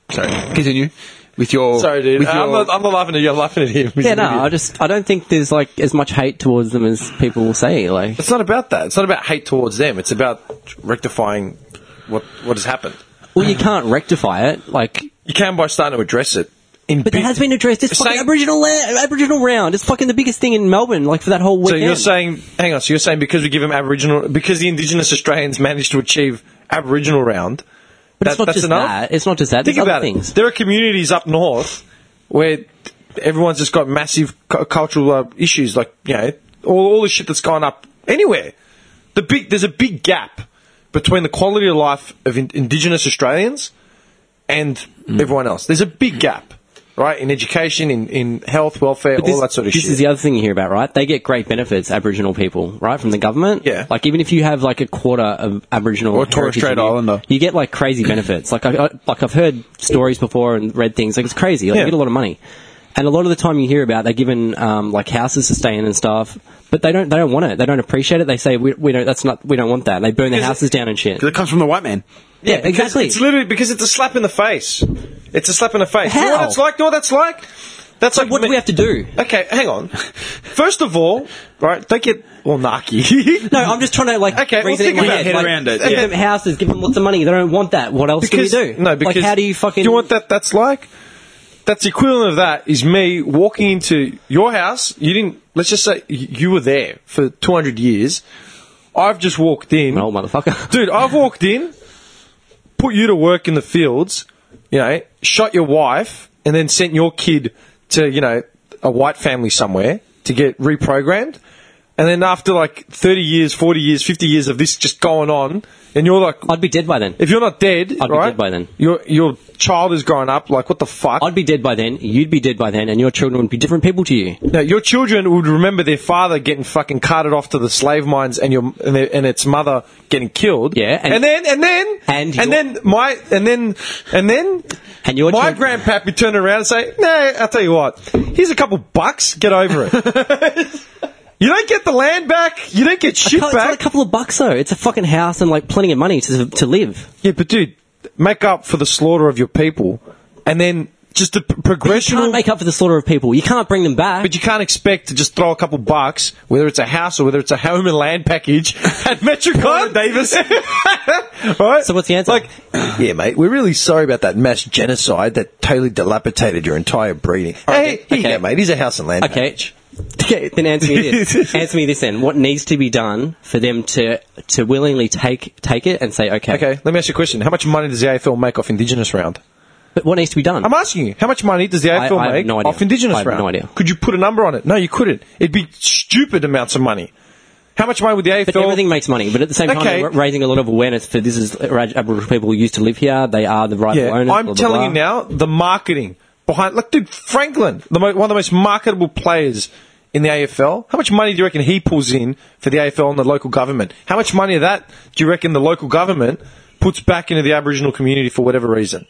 S2: Sorry, continue with your.
S1: Sorry, dude.
S2: With
S1: Uh, I'm,
S2: your-
S1: not, I'm not laughing at you. I'm laughing at him. He's
S4: Yeah,
S1: an
S4: no,
S1: idiot.
S4: I just I don't think there's like as much hate towards them as people will say. Like,
S1: It's not about that. It's not about hate towards them. It's about rectifying what what has happened.
S4: well, you can't rectify it. Like,
S1: You can by starting to address it. In
S4: but it
S1: big-
S4: has been addressed. It's fucking
S1: Saying-
S4: Aboriginal land, Aboriginal round. It's fucking the biggest thing in Melbourne. Like for that whole
S1: So
S4: weekend.
S1: you're saying, hang on. So you're saying because we give them Aboriginal, because the Indigenous Australians managed to achieve Aboriginal round,
S4: but
S1: that-
S4: it's not
S1: that's
S4: just
S1: enough?
S4: that. It's not just that.
S1: Think
S4: there's
S1: about
S4: other
S1: it.
S4: things.
S1: There are communities up north where everyone's just got massive cu- cultural uh, issues, like you know, all all the shit that's gone up anywhere. The big there's a big gap between the quality of life of in- Indigenous Australians and
S4: Mm.
S1: everyone else. There's a big gap, right, in education, in, in health, welfare,
S4: But
S1: all that sort of
S4: this
S1: shit.
S4: is the other thing you hear about, right? They get great benefits, Aboriginal people, right, from the government.
S1: Yeah.
S4: Like even if you have like a quarter of Aboriginal
S2: Or Torres
S4: heritage
S2: Strait
S4: in you,
S2: Islander.
S4: you get like crazy benefits. Like I, I like I've heard stories before and read things. Like it's crazy. Like
S1: Yeah.
S4: you get a lot of money, and a lot of the time you hear about they're given um, like houses to stay in and stuff. But they don't. They don't want it. They don't appreciate it. They say we, we don't. That's not. We don't want that. And they burn their
S1: Because-
S4: houses down and shit.
S2: It comes from the white man.
S4: Yeah,
S1: Because
S4: exactly.
S1: It's literally because it's a slap in the face. It's a slap in the face. You know
S4: How?
S1: what it's like? You know what that's like? That's like
S4: what do we have to do?
S1: Okay, hang on. First of all, right, they get well Naki.
S4: No, I'm just trying to like
S1: Okay, well,
S4: reason it in
S1: think
S4: my
S1: about
S4: head.
S2: it.
S4: like,
S2: Around it,
S4: Give
S2: yeah.
S4: them houses, give them lots of money. They don't want that. What else do we do?
S1: No, because
S4: like, how do you fucking?
S1: Do you want that? That's like that's the equivalent of that is me walking into your house. You didn't. Let's just say y- you were there for two hundred years. I've just walked in.
S4: No, motherfucker.
S1: Dude, I've walked in, put you to work in the fields, you know, shot your wife, and then sent your kid to, you know, a white family somewhere to get reprogrammed. And then after like 30 years, 40 years, 50 years of this just going on, and you're like,
S4: I'd be dead by then.
S1: if you're not dead,
S4: I'd be
S1: right,
S4: dead by then.
S1: Your, your child is growing up, like, what the fuck?
S4: I'd be dead by then. You'd be dead by then, and your children would be different people to you.
S1: No, your children would remember their father getting fucking carted off to the slave mines, and your and, their, and its mother getting killed.
S4: Yeah,
S1: and,
S4: and-
S1: then and then
S4: And
S1: and
S4: your-
S1: then my and then and then
S4: And your
S1: my
S4: children-
S1: grandpap would turn around and say, "No, I'll tell you what. Here's a couple bucks. Get over it. you don't get the land back. You don't get shit
S4: It's not a
S1: back.
S4: couple of bucks though. It's a fucking house and like plenty of money to to live.
S1: Yeah, but dude, make up for the slaughter of your people, and then just the p-
S4: You
S1: progression.
S4: can't make up for the slaughter of people. You can't bring them back.
S1: But you can't expect to just throw a couple bucks, whether it's a house or whether it's a home and land package, at Metricon Davis. right?
S4: So what's the answer?
S1: Like, yeah, mate, we're really sorry about that mass genocide that totally dilapidated your entire breeding. hey,
S4: Okay,
S1: here you
S4: okay.
S1: go, mate. Here's a house and land.
S4: okay.
S1: package.
S4: Okay, then answer me this. answer me this then. What needs to be done for them to to willingly take take it and say okay?
S1: Okay, let me ask you a question. How much money does the AFL make off Indigenous round?
S4: But what needs to be done?
S1: I'm asking you, how much money does the
S4: I-
S1: AFL
S4: I have
S1: make
S4: no idea.
S1: off Indigenous
S4: I have
S1: round?
S4: no idea.
S1: Could you put a number on it? No, you couldn't. It'd be stupid amounts of money. How much money would the AFL?
S4: but everything makes money. But at the same time,
S1: Okay.
S4: they're raising a lot of awareness for this is uh, Raj- Aboriginal people used to live here. They are the rightful
S1: yeah,
S4: owners.
S1: I'm
S4: blah, blah,
S1: telling you now,
S4: blah.
S1: the marketing behind. Look, dude, Franklin, the mo- one of the most marketable players in the AFL. How much money do you reckon he pulls in for the AFL and the local government? How much money of that do you reckon the local government puts back into the Aboriginal community for whatever reason?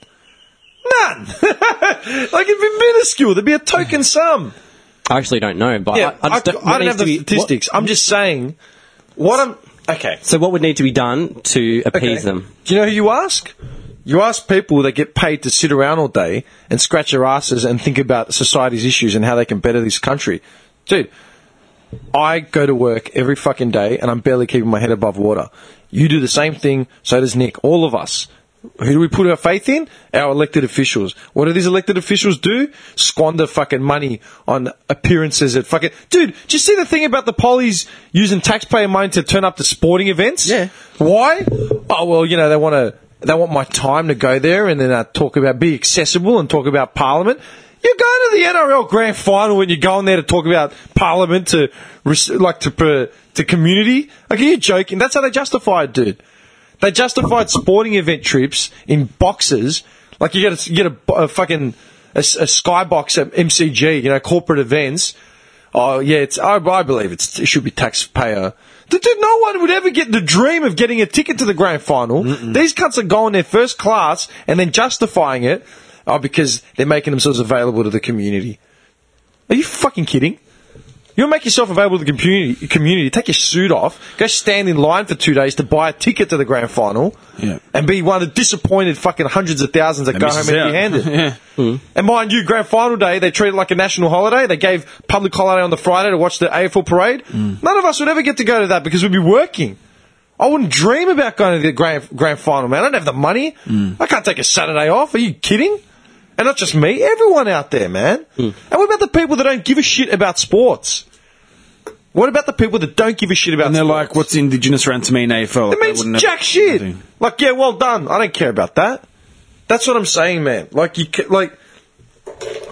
S1: None. like it'd be minuscule. There'd be a token sum.
S4: I actually don't know, but
S1: Yeah,
S4: I,
S1: I,
S4: I, just
S1: I, don't have the statistics. I'm just saying what I'm. Okay.
S4: so what would need to be done to
S1: Okay.
S4: appease them?
S1: Do you know who you ask? You ask people that get paid to sit around all day and scratch their asses and think about society's issues and how they can better this country. Dude, I go to work every fucking day and I'm barely keeping my head above water. You do the same thing, so does Nick. All of us. Who do we put our faith in? Our elected officials. What do these elected officials do? Squander fucking money on appearances at fucking. Dude, did you see the thing about the pollies using taxpayer money to turn up to sporting events?
S2: Yeah.
S1: Why? Oh well, you know they want to. They want my time to go there and then uh, talk about be accessible and talk about Parliament. You're going to the NRL Grand Final and you're going there to talk about Parliament to res- like to per- to community. Like, are you joking? That's how they justify it, dude. They justified sporting event trips in boxes. Like you get a, you get a, bo- a fucking a, s- a skybox at MCG, you know, corporate events. Oh yeah, it's I, I believe it's, it should be taxpayer. Dude, dude, no one would ever get the dream of getting a ticket to the grand final. These cunts are going their first class and then justifying it oh, because they're making themselves available to the community. Are you fucking kidding? You'll make yourself available to the community, community. Take your suit off. Go stand in line for two days to buy a ticket to the grand final.
S2: Yeah.
S1: And be one of the disappointed fucking hundreds of thousands that go home
S2: misses
S1: empty
S2: out.
S1: handed.
S2: Yeah.
S1: And mind you, grand final day, they treat it like a national holiday. They gave public holiday on the Friday to watch the AFL parade.
S2: Hmm.
S1: None of us would ever get to go to that because we'd be working. I wouldn't dream about going to the grand, grand final, man. I don't have the money.
S2: Hmm.
S1: I can't take a Saturday off. Are you kidding? And not just me, everyone out there, man.
S2: Hmm.
S1: And what about the people that don't give a shit about sports? What about the people that don't give a shit about
S2: And they're
S1: sports?
S2: like, what's indigenous around to me in AFL?
S1: It means jack shit. Like, yeah, well done. I don't care about that. That's what I'm saying, man. Like, you ca- like,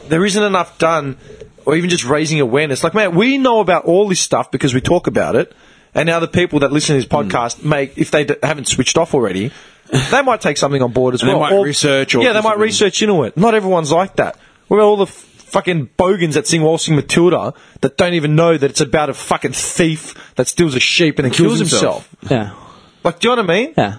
S1: there isn't enough done, or even just raising awareness. Like, man, we know about all this stuff because we talk about it. And now the people that listen to this
S2: Hmm.
S1: podcast make, if they d- haven't switched off already, they might take something on board as
S2: And they
S1: well.
S2: might research or
S1: yeah, they might
S2: something.
S1: research into it. Not everyone's like that. What about all the f- fucking bogans that sing Waltzing Matilda that don't even know that it's about a fucking thief that steals a sheep and then kills,
S2: Kills himself.
S1: himself?
S4: Yeah,
S1: Like, do you know what I mean?
S4: yeah.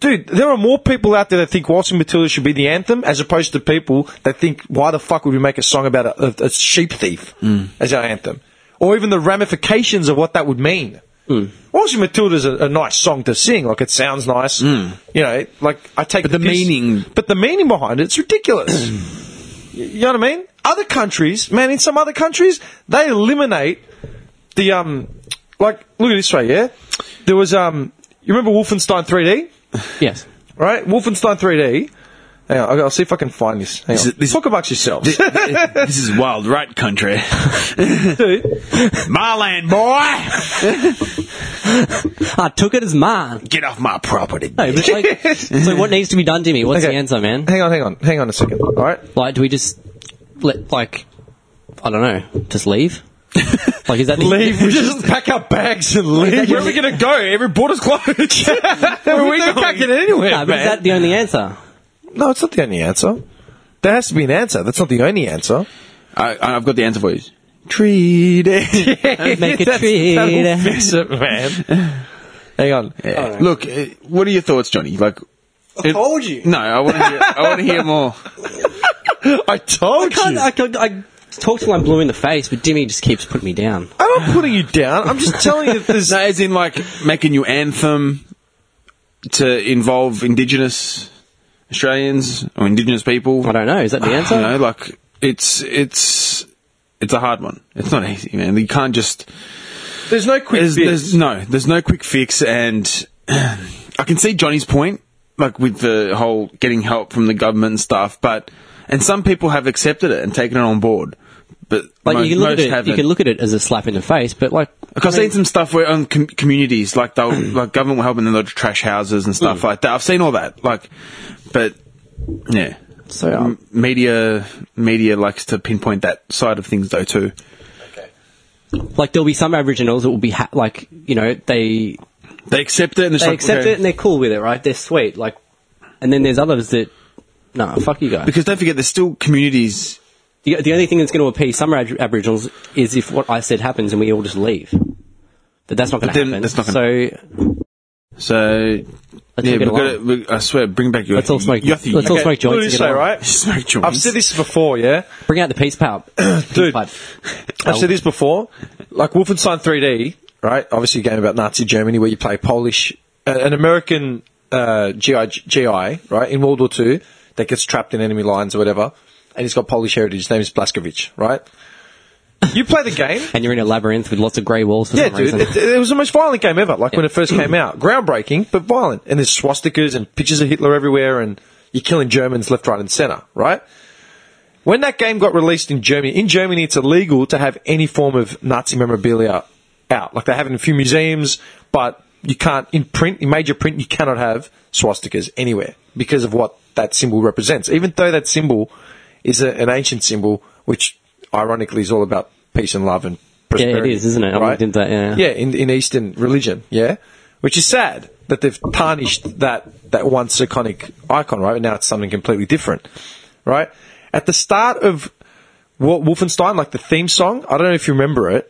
S1: Dude, there are more people out there that think Waltzing Matilda should be the anthem as opposed to people that think, why the fuck would we make a song about a, a, a sheep thief
S2: Mm.
S1: as our anthem? Or even the ramifications of what that would mean.
S2: Mm.
S1: Waltzing Matilda is a, a nice song to sing. Like, it sounds nice. You know, like, I take
S2: Mm. But the
S1: piss-
S2: meaning-
S1: But the meaning behind it's ridiculous. Y- you know what I mean? Other countries, man, in some other countries, they eliminate the um like look at it this way, yeah? There was um you remember Wolfenstein 3D?
S4: Yes.
S1: Right? Wolfenstein 3D. Hang on, I'll- I'll see if I can find this. Hang
S2: This
S1: on.
S2: is- this-
S1: Talk amongst yourselves.
S2: this is wild right country.
S1: Dude,
S2: my land, boy!
S4: I took it as mine.
S2: Get off my property.
S4: No, but like, so what needs to be done, Jimmy? What's
S1: Okay.
S4: the answer, man?
S1: hang on, hang on, hang on a second. All right,
S4: Like, do we just let like I don't know, just leave? like, is that the,
S1: leave. We just pack our bags and leave. Where are we going to go? Every border's closed. Where are we can't get anywhere,
S4: Nah, but is
S1: man.
S4: that the only answer?
S1: No, it's not the only answer. There has to be an answer. That's not the only answer.
S2: I, I've got the answer for you. Treat it.
S4: Make a
S1: That's- That'll
S4: trade.
S1: fix it, man. Hang on.
S2: Look, uh, what are your thoughts, Johnny? Like,
S3: I told you.
S2: no, I want to hear. I want to hear more.
S1: I told
S4: Can't-
S1: you.
S4: I, can't- I talk till I'm blue in the face, but Jimmy just keeps putting me down.
S1: I'm not putting you down. I'm just telling you that there's.
S2: No, as in like make a new anthem to involve Indigenous Australians or Indigenous people.
S4: I don't know. Is that the answer?
S2: You know, like it's it's it's a hard one. It's not easy, man. You can't just
S1: There's no quick
S2: there's,
S1: fix.
S2: there's no there's no quick fix, and I can see Johnny's point, like with the whole getting help from the government and stuff. But and some people have accepted it and taken it on board. but
S4: Like
S2: mo-
S4: you can look
S2: most
S4: at it,
S2: haven't.
S4: you can look at it as a slap in the face, but like
S2: Because I've seen some stuff where on com- communities, like they'll like government will help and then they'll trash houses and
S4: Mm.
S2: stuff like that. I've seen all that, like, but yeah.
S4: So, um,
S2: M- media media likes to pinpoint that side of things though too.
S4: like there'll be some Aboriginals that will be ha- like you know they
S2: They accept it and it's
S4: they
S2: like,
S4: accept
S2: okay.
S4: it and they're cool with it, right? They're sweet, like. And then there's others that, nah, fuck you guys.
S2: because don't forget, there's still communities.
S4: The, the only thing that's going to appease some Ab- Aboriginals is if what I said happens and we all just leave. But that's not going to
S2: then
S4: happen.
S2: that's not
S4: so
S2: So
S4: Let's
S2: yeah, we
S4: all get
S2: got
S4: along.
S2: to, I swear, bring back your.
S4: let's all smoke.
S2: Your thing.
S4: Let's all
S1: Okay,
S4: smoke
S1: what
S4: joints.
S1: did
S4: and
S1: you
S4: get
S1: say,
S4: along.
S1: right?
S2: Smoke joints.
S1: I've said this before, yeah?
S4: Bring out the peace pipe,
S1: Dude.
S4: Pipe.
S1: I've said this before. Like Wolfenstein 3D, right? Obviously, a game about Nazi Germany where you play Polish, uh, an American uh, GI, GI, right, in World War II that gets trapped in enemy lines or whatever, and he's got Polish heritage. His name is Blaskovich, right? You play the game.
S4: and you're in a labyrinth with lots of grey walls. For
S1: Yeah,
S4: some
S1: dude,
S4: reason.
S1: it, it was the most violent game ever. Like when it first came out, groundbreaking but violent. And there's swastikas and pictures of Hitler everywhere, and you're killing Germans left, right, and center. Right? When that game got released in Germany, in Germany it's illegal to have any form of Nazi memorabilia out. Like they have it in a few museums, but you can't in print, in major print, you cannot have swastikas anywhere because of what that symbol represents. Even though that symbol is a, an ancient symbol, which ironically is all about peace and love and
S4: it
S1: prosperity.
S4: is, isn't it? I looked into that, yeah.
S1: Yeah, in, in Eastern religion, yeah, which is sad that they've tarnished that that once iconic icon, right? Now it's something completely different, right? At the start of Wo- Wolfenstein, like the theme song, I don't know if you remember it.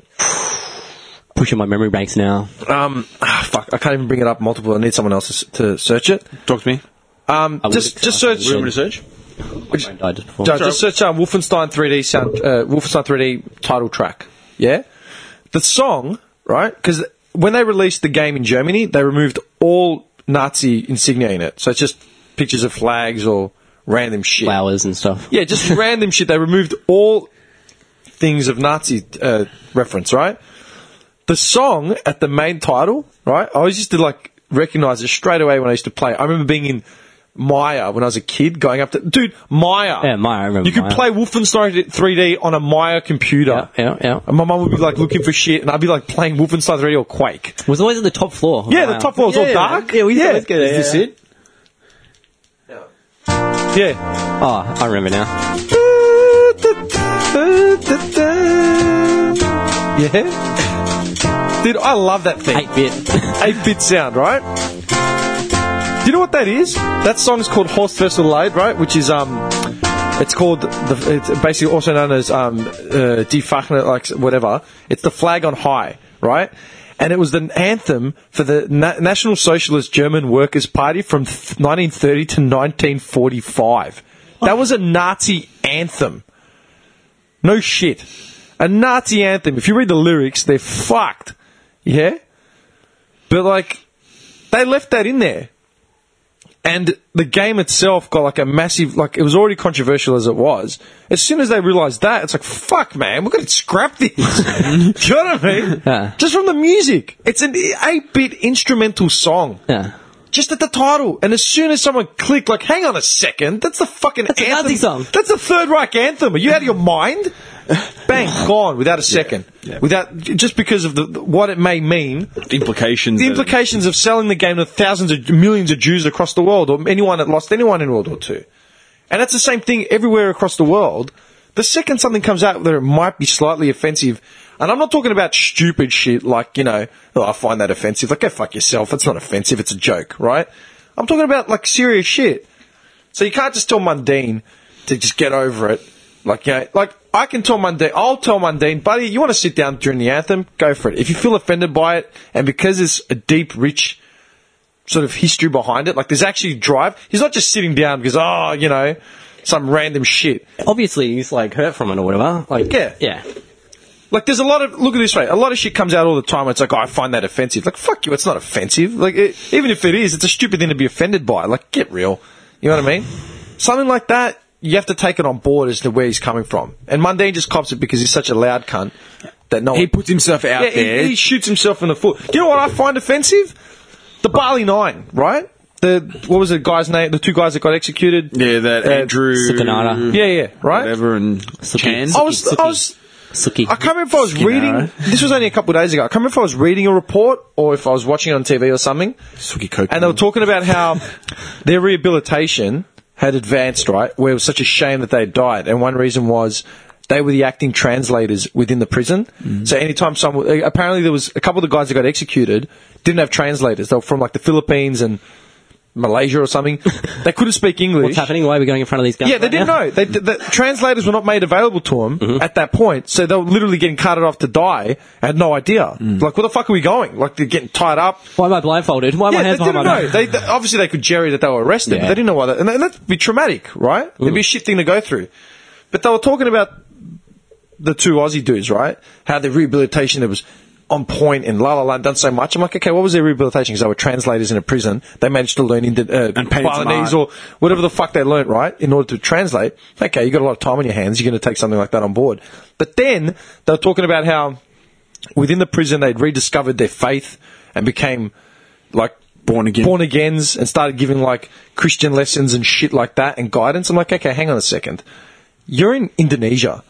S4: Pushing my memory banks now.
S1: Um, ah, fuck, I can't even bring it up multiple. I need someone else to, s- to search it.
S2: Talk to me.
S1: Um,
S4: I would
S1: just just
S4: accept
S1: search.
S4: it. Room
S2: research.
S4: Which, I died just before.
S1: No, just search um, Wolfenstein 3D sound, uh, Wolfenstein 3D title track. Yeah, the song, right? Because when they released the game in Germany, they removed all Nazi insignia in it, so it's just pictures of flags or random shit.
S4: flowers and stuff.
S1: Yeah, just random shit. They removed all things of Nazi uh, reference, right? The song at the main title, right? I always used to like recognize it straight away when I used to play. it. I remember being in Maya when I was a kid, going up to dude Maya.
S4: Yeah, Maya, I remember
S1: You could
S4: Maya.
S1: play Wolfenstein 3D on a Maya computer.
S4: Yeah, yeah, yeah.
S1: And my mum would be like looking for shit, and I'd be like playing Wolfenstein 3D or Quake.
S4: Was always at the top floor.
S1: Yeah,
S4: Wow.
S1: the top floor was all dark.
S4: Yeah, we used to always go there.
S2: Is this
S4: yeah.
S2: it?
S1: Yeah.
S4: Oh, I remember now.
S1: Yeah. Dude, I love that thing.
S4: 8 bit.
S1: 8 bit sound, right? Do you know what that is? That song's called Horse Vessel Laid, right? Which is, um, it's called, the, it's basically also known as, um, uh, Die Fahne, like, whatever. It's the flag on high, right? And it was the anthem for the Na- National Socialist German Workers' Party from th- 1930 to 1945. That was a Nazi anthem. No shit. A Nazi anthem. If you read the lyrics, they're fucked. Yeah? But like, they left that in there. And the game itself got like a massive, like it was already controversial as it was. As soon as they realized that, it's like, fuck man, we're gonna scrap this. Do you know what I mean?
S4: Yeah.
S1: Just from the music. It's an 8-bit instrumental song.
S4: Yeah.
S1: Just at the title. And as soon as someone clicked, like, hang on a second, that's the fucking
S4: a
S1: anthem.
S4: Nazi song.
S1: That's a Third Reich anthem. Are you out of your mind? Bang, gone without a second. Without, just because of the, what it may mean
S2: The implications.
S1: the
S2: that-
S1: implications of selling the game to thousands of millions of Jews across the world, or anyone that lost anyone in World War Two, and that's the same thing everywhere across the world. The second something comes out that it might be slightly offensive, and I'm not talking about stupid shit like you know, oh, I find that offensive. Like go fuck yourself. It's not offensive. It's a joke, right? I'm talking about like serious shit. So you can't just tell mundane to just get over it. Like, you know, like I can tell mundane, I'll tell mundane, buddy, you want to sit down during the anthem? Go for it. If you feel offended by it, and because there's a deep, rich sort of history behind it, like there's actually drive. He's not just sitting down because, oh, you know, some random shit.
S4: Obviously, he's like hurt from it or whatever. Like,
S1: Yeah.
S4: Yeah.
S1: Like, there's a lot of look at it this way. A lot of shit comes out all the time. It's like, oh, I find that offensive. Like, fuck you. It's not offensive. Like, it, even if it is, it's a stupid thing to be offended by. Like, get real. You know what I mean? Something like that, you have to take it on board as to where he's coming from. And Mundane just cops it because he's such a loud cunt that no
S2: He
S1: one
S2: puts himself out
S1: yeah, he-
S2: there.
S1: He, shoots himself in the foot. Do you know what I find offensive? The Barley Nine, right? The what was the guy's name? The two guys that got executed.
S2: yeah, that
S1: Uh,
S2: Andrew.
S4: Satanada.
S1: Yeah, yeah, right.
S2: Whatever and
S4: Suki-
S2: Chan.
S1: I was, I was,
S4: Suki.
S1: I can't remember if I was reading. This was only a couple of days ago. I can't remember if I was reading a report or if I was watching it on TV or something.
S2: Suki Coke.
S1: And they were talking about how their rehabilitation had advanced, right? Where it was such a shame that they died. And one reason was they were the acting translators within the prison. So anytime someone, apparently there was a couple of the guys that got executed didn't have translators. They were from like the Philippines and Malaysia or something. They couldn't speak English.
S4: What's happening? Why are we going in front of these guys?
S1: Yeah, they
S4: right
S1: didn't
S4: now?
S1: know. Mm-hmm. They, the, the translators were not made available to them at that point, so they were literally getting carted off to die. I had no idea. Like, where the fuck are we going? Like, they're getting tied up.
S4: Why am I blindfolded? Why are
S1: Yeah,
S4: my
S1: they
S4: hands behind my
S1: didn't know.
S4: back?
S1: They, they- obviously, they could jerry that they were arrested, but
S4: Yeah.
S1: they didn't know why. That, and that- that'd be traumatic, right? It'd be a shit thing to go through. But they were talking about the two Aussie dudes, right? How their rehabilitation that was on point and la la la and done so much. I'm like, okay, what was their rehabilitation? Because they were translators in a prison. They managed to learn into uh,
S2: And painted some
S1: Balinese
S2: art.
S1: or whatever the fuck they learnt, right? In order to translate. Okay, you got a lot of time on your hands. You're going to take something like that on board. But then they were talking about how within the prison they'd rediscovered their faith and became like
S2: Born again.
S1: born agains and started giving like Christian lessons and shit like that and guidance. I'm like, okay, hang on a second. You're in Indonesia,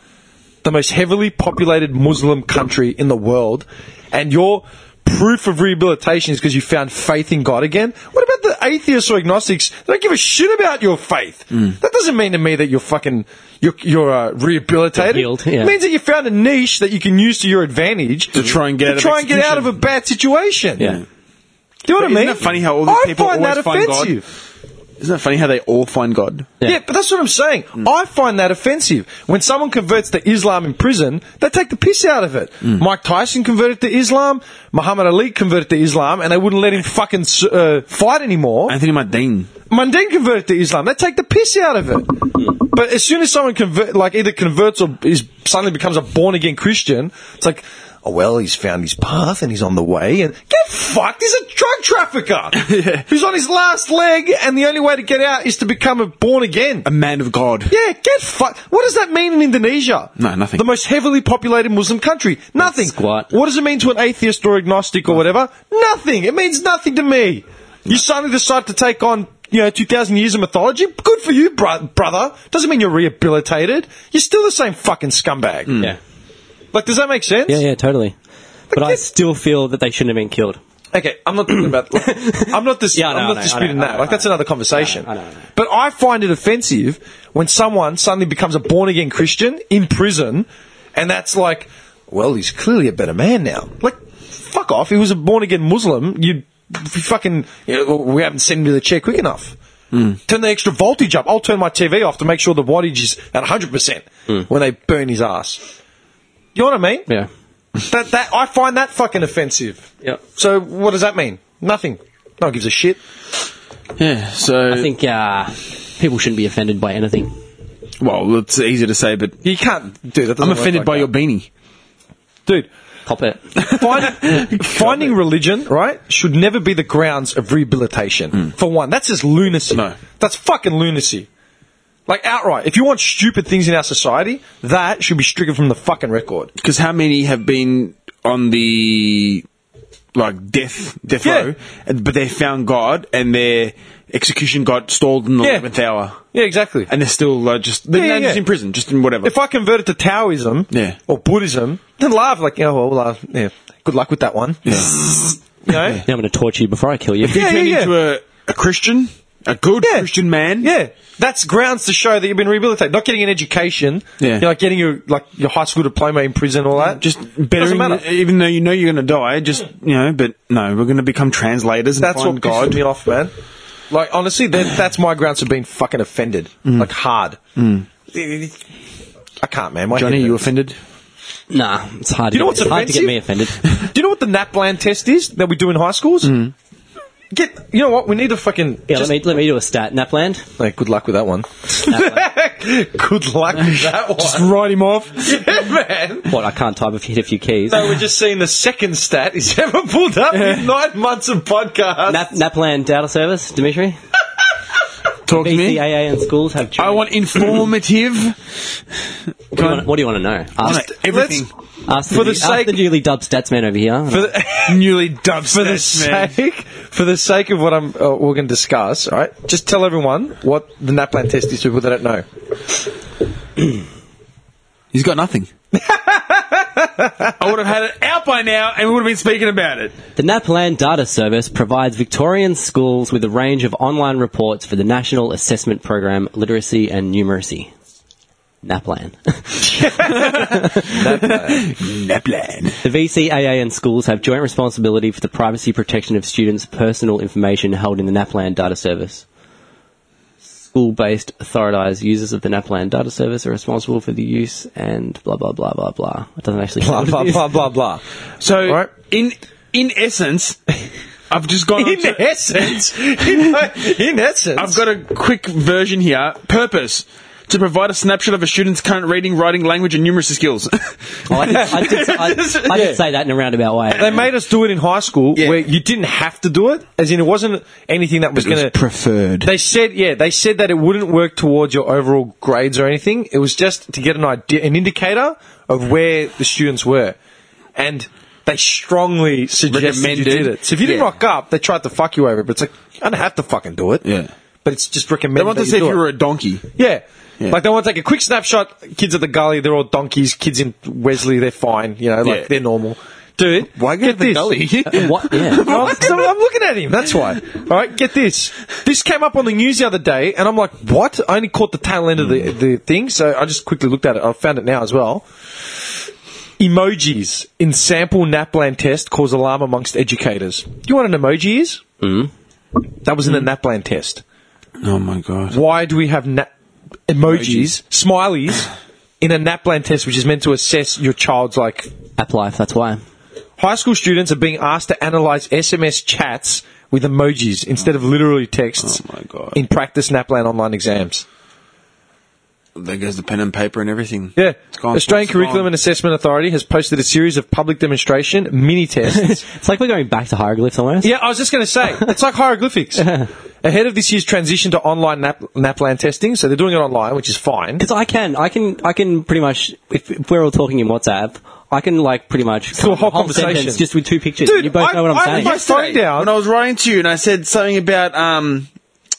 S1: the most heavily populated Muslim country in the world, and your proof of rehabilitation is because you found faith in God again. What about the atheists or agnostics? They don't give a shit about your faith.
S2: Mm.
S1: That doesn't mean to me that you're fucking you're, you're uh, rehabilitated.
S4: You're healed, yeah.
S1: It means that you found a niche that you can use to your advantage
S2: To try and get out of
S1: try and get out of
S2: execution.
S1: a bad situation.
S2: yeah.
S1: Do you know what
S2: But
S1: I mean?
S2: isn't it funny how all these
S1: I
S2: people
S1: find
S2: always
S1: that
S2: find God?
S1: offensive.
S2: Isn't it funny how they all find God?
S1: Yeah. but that's what I'm saying.
S2: Hmm.
S1: I find that offensive. When someone converts to Islam in prison, they take the piss out of it.
S2: Hmm.
S1: Mike Tyson converted to Islam. Muhammad Ali converted to Islam, and they wouldn't let him fucking uh, fight anymore.
S2: Anthony Mundine.
S1: Mundine converted to Islam. They take the piss out of it. But as soon as someone convert, like either converts or is suddenly becomes a born again Christian, it's like, oh well, he's found his path and he's on the way. And get fucked. He's a drug trafficker who's on his last leg, and the only way to get out is to become a born again.
S2: A man of God.
S1: Yeah, get fucked. What does that mean in Indonesia?
S2: No, nothing.
S1: The most heavily populated Muslim country. Nothing.
S4: squat.
S1: What does it mean to an atheist or agnostic or whatever? Nothing. It means nothing to me. You suddenly decide to take on, you know, 2,000 years of mythology? Good for you, bro- brother. Doesn't mean you're rehabilitated. You're still the same fucking scumbag.
S4: Yeah.
S1: Like, does that make sense?
S4: Mm. Yeah, yeah, totally. But I
S1: get-
S4: still feel that they shouldn't have been killed.
S1: Okay, I'm not talking about. like, I'm not dis-
S4: Yeah, I know,
S1: I'm
S4: I
S1: not
S4: know, I
S1: disputing
S4: know, I
S1: that.
S4: know,
S1: Like
S4: I
S1: that's
S4: know.
S1: another conversation.
S4: I know, I know.
S1: But I find it offensive when someone suddenly becomes a born again Christian in prison, and that's like, well, he's clearly a better man now. Like, fuck off. He was a born again Muslim. You fucking. You know, we haven't sent him to the chair quick enough.
S4: Hmm.
S1: Turn the extra voltage up. I'll turn my TV off to make sure the wattage is at 100% when they burn his ass. You know what I mean?
S4: Hmm. Yeah.
S1: That, that I find that fucking offensive.
S4: Yep.
S1: So what does that mean? Nothing. No one gives a shit.
S2: Yeah, so.
S4: I think uh, people shouldn't be offended by anything.
S2: well, it's easy to say, but
S1: You can't do that. doesn't
S2: I'm
S1: work
S2: offended
S1: like
S2: by
S1: that.
S2: your beanie.
S1: dude.
S4: Cop it.
S1: Find, finding religion right should never be the grounds of rehabilitation. For one, that's just lunacy.
S2: No.
S1: That's fucking lunacy. Like outright, if you want stupid things in our society, that should be stricken from the fucking record.
S2: Because how many have been on the like death death
S1: Yeah.
S2: row, and- but they found God and their execution got stalled in the
S1: Yeah.
S2: eleventh hour,
S1: Yeah, exactly.
S2: and they're still uh, just they're
S1: Yeah, yeah,
S2: just
S1: yeah.
S2: in prison, just in whatever.
S1: if I converted to Taoism
S2: Yeah.
S1: or Buddhism, then laugh like, yeah, well, well, uh, yeah, good luck with that one. You know?
S4: Now I'm going to torture you before I kill you.
S2: If you
S1: Yeah,
S2: turn
S1: yeah, yeah.
S2: into a, a Christian, a good
S1: Yeah.
S2: Christian man,
S1: Yeah, that's grounds to show that you've been rehabilitated. Not getting an education,
S2: Yeah.
S1: you know, like getting your like your high school diploma in prison, all that.
S2: just
S1: doesn't
S2: bettering,
S1: matter.
S2: even though you know you're going to die, just you know. But no, we're going to become translators and
S1: That's
S2: find
S1: what
S2: God.
S1: pisses me off, man. Like honestly, that, that's my grounds for being fucking offended, like hard. I can't, man. My
S2: Johnny,
S1: head
S2: you
S1: hurts.
S2: offended?
S4: Nah, it's hard.
S1: You know
S4: to get,
S1: what's
S4: it's hard to get me offended.
S1: offensive? Do you know what the NAPLAN test is that we do in high schools? Get you know what we need to fucking
S4: Yeah,
S1: just-
S4: let me let me do a stat. Napland.
S1: Like, good luck with that one. good luck with that one. Just write him off. Yeah, man.
S4: What I can't type if you hit a few keys.
S1: So we're just seeing the second stat he's ever pulled up in nine months of podcast.
S4: Nap, Napland data service, Dimitri.
S2: Talk to me.
S4: BCAA and schools have.
S2: I want informative.
S4: What do you want, what do you want to know? Ask,
S2: Just everything.
S1: Let's-
S4: ask
S1: for
S4: the,
S1: the
S4: ask
S1: sake-
S4: the newly dubbed statsman over here.
S1: for the,
S2: Newly dubbed
S1: for the
S2: stats, man.
S1: sake for the sake of what I'm uh, we're going to discuss, all right? Just tell everyone what the NAPLAN test is to people that don't know.
S2: He's got nothing. I would have had it out by now, and we would have been speaking about it.
S4: The NAPLAN Data Service provides Victorian schools with a range of online reports for the National Assessment Program Literacy and Numeracy. NAPLAN.
S2: Naplan.
S4: the VCAA and schools have joint responsibility for the privacy protection of students' personal information held in the NAPLAN Data Service. School based authorised users of the NAPLAN Data Service are responsible for the use and blah blah blah blah blah. It doesn't actually
S1: Blah, blah, blah, blah, blah.
S2: So
S1: All right.
S2: in in essence, I've just gone.
S1: In
S2: on to-
S1: essence, in, in essence,
S2: I've got a quick version here. Purpose. To provide a snapshot of a student's current reading, writing, language, and numeracy skills.
S4: Well, Oh, I, did, I, did, I, I
S1: Yeah.
S4: did say that in a roundabout way.
S1: They made us do it in high school
S2: Yeah.
S1: where you didn't have to do it, as in it wasn't anything that was going to.
S2: preferred.
S1: They said, yeah, they said that it wouldn't work towards your overall grades or anything. It was just to get an idea, an indicator of where the students were, and they strongly suggested you
S2: Recommended.
S1: did it. So if you didn't
S2: Yeah.
S1: rock up, they tried to fuck you over. But it's like I don't have to fucking do it.
S2: Yeah.
S1: but it's just
S2: They
S1: recommended.
S2: want
S1: that
S2: to see if
S1: do
S2: you
S1: it.
S2: were a donkey.
S1: Yeah.
S2: Yeah.
S1: Like they want to take a quick snapshot. Kids at the gully, they're all donkeys. Kids in Wesley, they're fine. You know, like
S2: Yeah.
S1: they're normal. Dude,
S2: Why go
S1: get
S2: to the
S1: this.
S2: gully?
S4: What? Yeah.
S1: Well, that's- I'm, looking at him. That's why. All right, get this. This came up on the news the other day, and I'm like, what? I only caught the tail end of the, the thing, so I just quickly looked at it. I found it now as well. Emojis in sample NAPLAN test cause alarm amongst educators. Do you want an emoji is? Mm. That was in the NAPLAN test.
S2: Oh my god.
S1: Why do we have na- emojis, smileys, in a NAPLAN test, which is meant to assess your child's like
S4: App life, that's why.
S1: High school students are being asked to analyze SMS chats with emojis instead of literally texts
S2: Oh my God.
S1: in practice NAPLAN online exams.
S2: There goes the pen and paper and everything.
S1: Yeah.
S2: It's gone.
S1: Australian
S2: It's
S1: Curriculum
S2: gone.
S1: and Assessment Authority has posted a series of public demonstration mini tests.
S4: It's like we're going back to hieroglyphs almost.
S1: yeah, I was just going to say, it's like hieroglyphics. Ahead of this year's transition to online NAP- NAPLAN testing, so they're doing it online, which is fine.
S4: Because I can, I can, I can pretty much. If, if we're all talking in WhatsApp, I can like pretty much do
S1: a whole conversation.
S4: just with two pictures.
S1: Dude,
S4: you both
S1: I-
S4: know what I'm
S1: I-
S4: saying.
S1: I-
S2: Yesterday,
S1: phone down.
S2: When I was writing to you and I said something about um,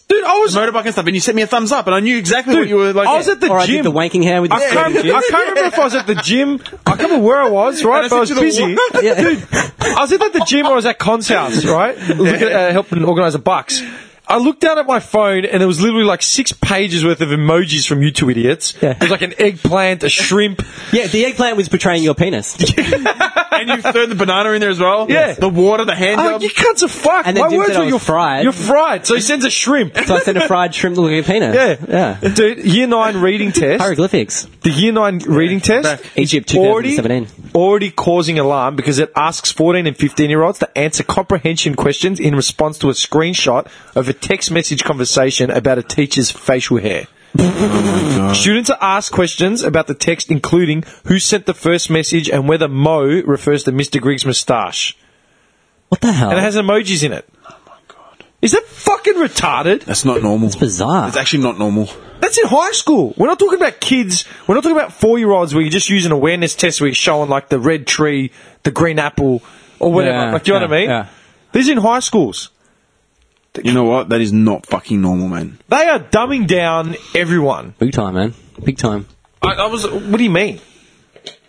S1: Dude, I was,
S2: motorbike and stuff, and you sent me a thumbs up, and I knew exactly what
S1: dude,
S2: you were like.
S1: I was at the
S4: or I
S1: gym.
S4: did the wanking hair with the
S1: I can't, I can't remember if I was at the gym. I can't remember where I was, right?
S2: I
S1: But I was
S2: said to the
S1: busy.
S2: wa-
S1: Dude, I was either at the gym or I was at Con's house, right? Look at, uh, helping organise a bucks. I looked down at my phone and there was literally like six pages worth of emojis from you two idiots.
S4: Yeah.
S1: It was like an eggplant, a shrimp.
S4: Yeah, the eggplant was betraying your penis,
S2: and you thrown the banana in there as well.
S1: Yeah.
S2: The water, the hand.
S1: I'm
S2: job.
S1: like, Oh, you cunts are fucked.
S4: And then
S1: my
S4: Jim
S1: words
S4: said I
S1: were
S4: was
S1: you're
S4: fried.
S1: You're fried. So he sends a shrimp.
S4: so I sent a fried shrimp looking at penis.
S1: yeah.
S4: yeah.
S1: Dude, year nine reading test.
S4: Hieroglyphics.
S1: The year nine reading
S2: back.
S1: test,
S4: Egypt,
S1: is already-
S4: 2017.
S1: already causing alarm because it asks 14 and 15 year olds to answer comprehension questions in response to a screenshot of a text message conversation about a teacher's facial hair. Students are asked questions about the text, including who sent the first message and whether Mo refers to Mr. Griggs' moustache.
S4: What the hell?
S1: And it has emojis in it. Is that fucking retarded?
S2: That's not normal.
S4: bizarre.
S2: It's actually not normal.
S1: That's in high school. We're not talking about kids. We're not talking about four year olds where you just use an awareness test where you're showing like the red tree, the green apple, or whatever.
S4: Yeah,
S1: like, do you know
S4: yeah,
S1: what I mean?
S4: yeah.
S1: These in high schools.
S2: You know what? That is not fucking normal, man.
S1: They are dumbing down everyone.
S4: Big time, man. Big time.
S1: I, I was. What do you mean?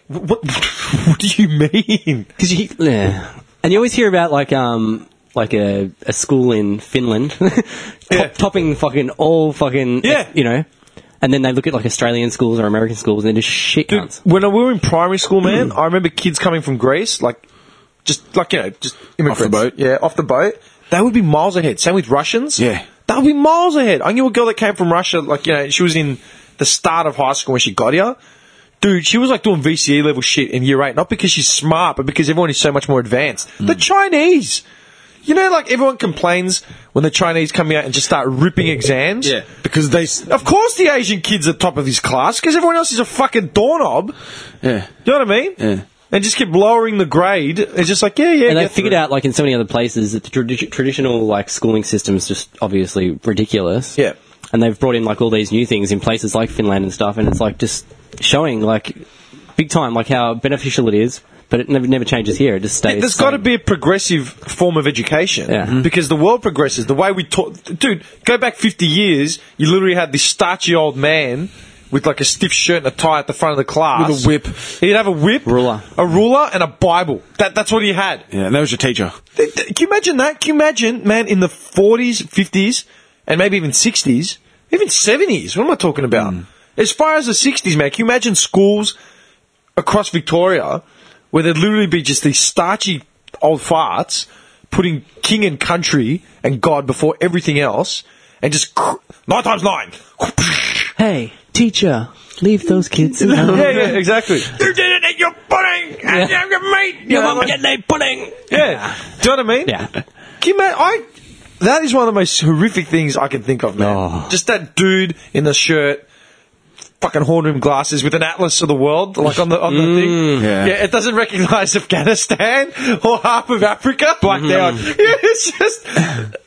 S1: Wh- What, what do you mean?
S4: Because you, yeah. and you always hear about like um like a, a school in Finland top,
S1: Yeah.
S4: topping fucking all fucking eh,
S1: Yeah.
S4: you know, and then they look at like Australian schools or American schools and they're just shit cunts.
S1: When we were in primary school, man, I remember kids coming from Greece, like, just like you know, just immigrants.
S2: boat.
S1: yeah, off the boat. They would be miles ahead. Same with Russians.
S2: Yeah.
S1: they would be miles ahead. I knew a girl that came from Russia, like you know, she was in the start of high school when she got here. Dude, she was like doing VCE level shit in year eight, not because she's smart, but because everyone is so much more advanced.
S4: Hmm.
S1: The Chinese. You know, like everyone complains when the Chinese come out and just start ripping exams.
S2: Because they. oh.
S1: Of course, the Asian kid's at the top of his class because everyone else is a fucking doorknob.
S2: Yeah.
S1: You know what I mean?
S2: Yeah.
S1: And just keep lowering the grade. It's just like, yeah, yeah.
S4: And they
S1: get
S4: figured
S1: through.
S4: out like in so many other places that the tradi- traditional like schooling system is just obviously ridiculous.
S1: Yeah.
S4: and they've brought in like all these new things in places like Finland and stuff, and it's like just showing like big time like how beneficial it is, but it never never changes here. It just stays.
S1: There's
S4: the
S1: got to
S4: same.
S1: be a progressive form of education
S4: Yeah.
S2: Mm-hmm.
S4: Mhm.
S1: because the world progresses. The way we talk, dude, go back 50 years, you literally had this starchy old man with like a stiff shirt and a tie at the front of the class.
S2: With a whip.
S1: He'd have a whip,
S4: Ruler.
S1: a ruler, and a Bible. That, that's what he had.
S2: Yeah, that was your teacher.
S1: Th- th- Can you imagine that? Can you imagine, man, in the 40s, 50s, and maybe even 60s, even 70s? What am I talking about? As far as the 60s, man, can you imagine schools across Victoria where there'd literally be just these starchy old farts putting king and country and God before everything else and just cr- nine times nine?
S4: Hey, teacher, leave those kids
S1: yeah,
S4: alone.
S1: yeah, exactly.
S2: You didn't eat your pudding!
S4: and Yeah.
S2: your meat!
S4: Your mum getting a pudding.
S1: Yeah. Do you know what I mean?
S4: Yeah.
S1: Can you ma- I, that is one of the most horrific things I can think of, man.
S4: Oh.
S1: Just that dude in the shirt, fucking horn rim glasses with an atlas of the world, like on the on the thing.
S2: yeah.
S1: it doesn't recognize Afghanistan or half of Africa. Blacked out. Yeah, it's just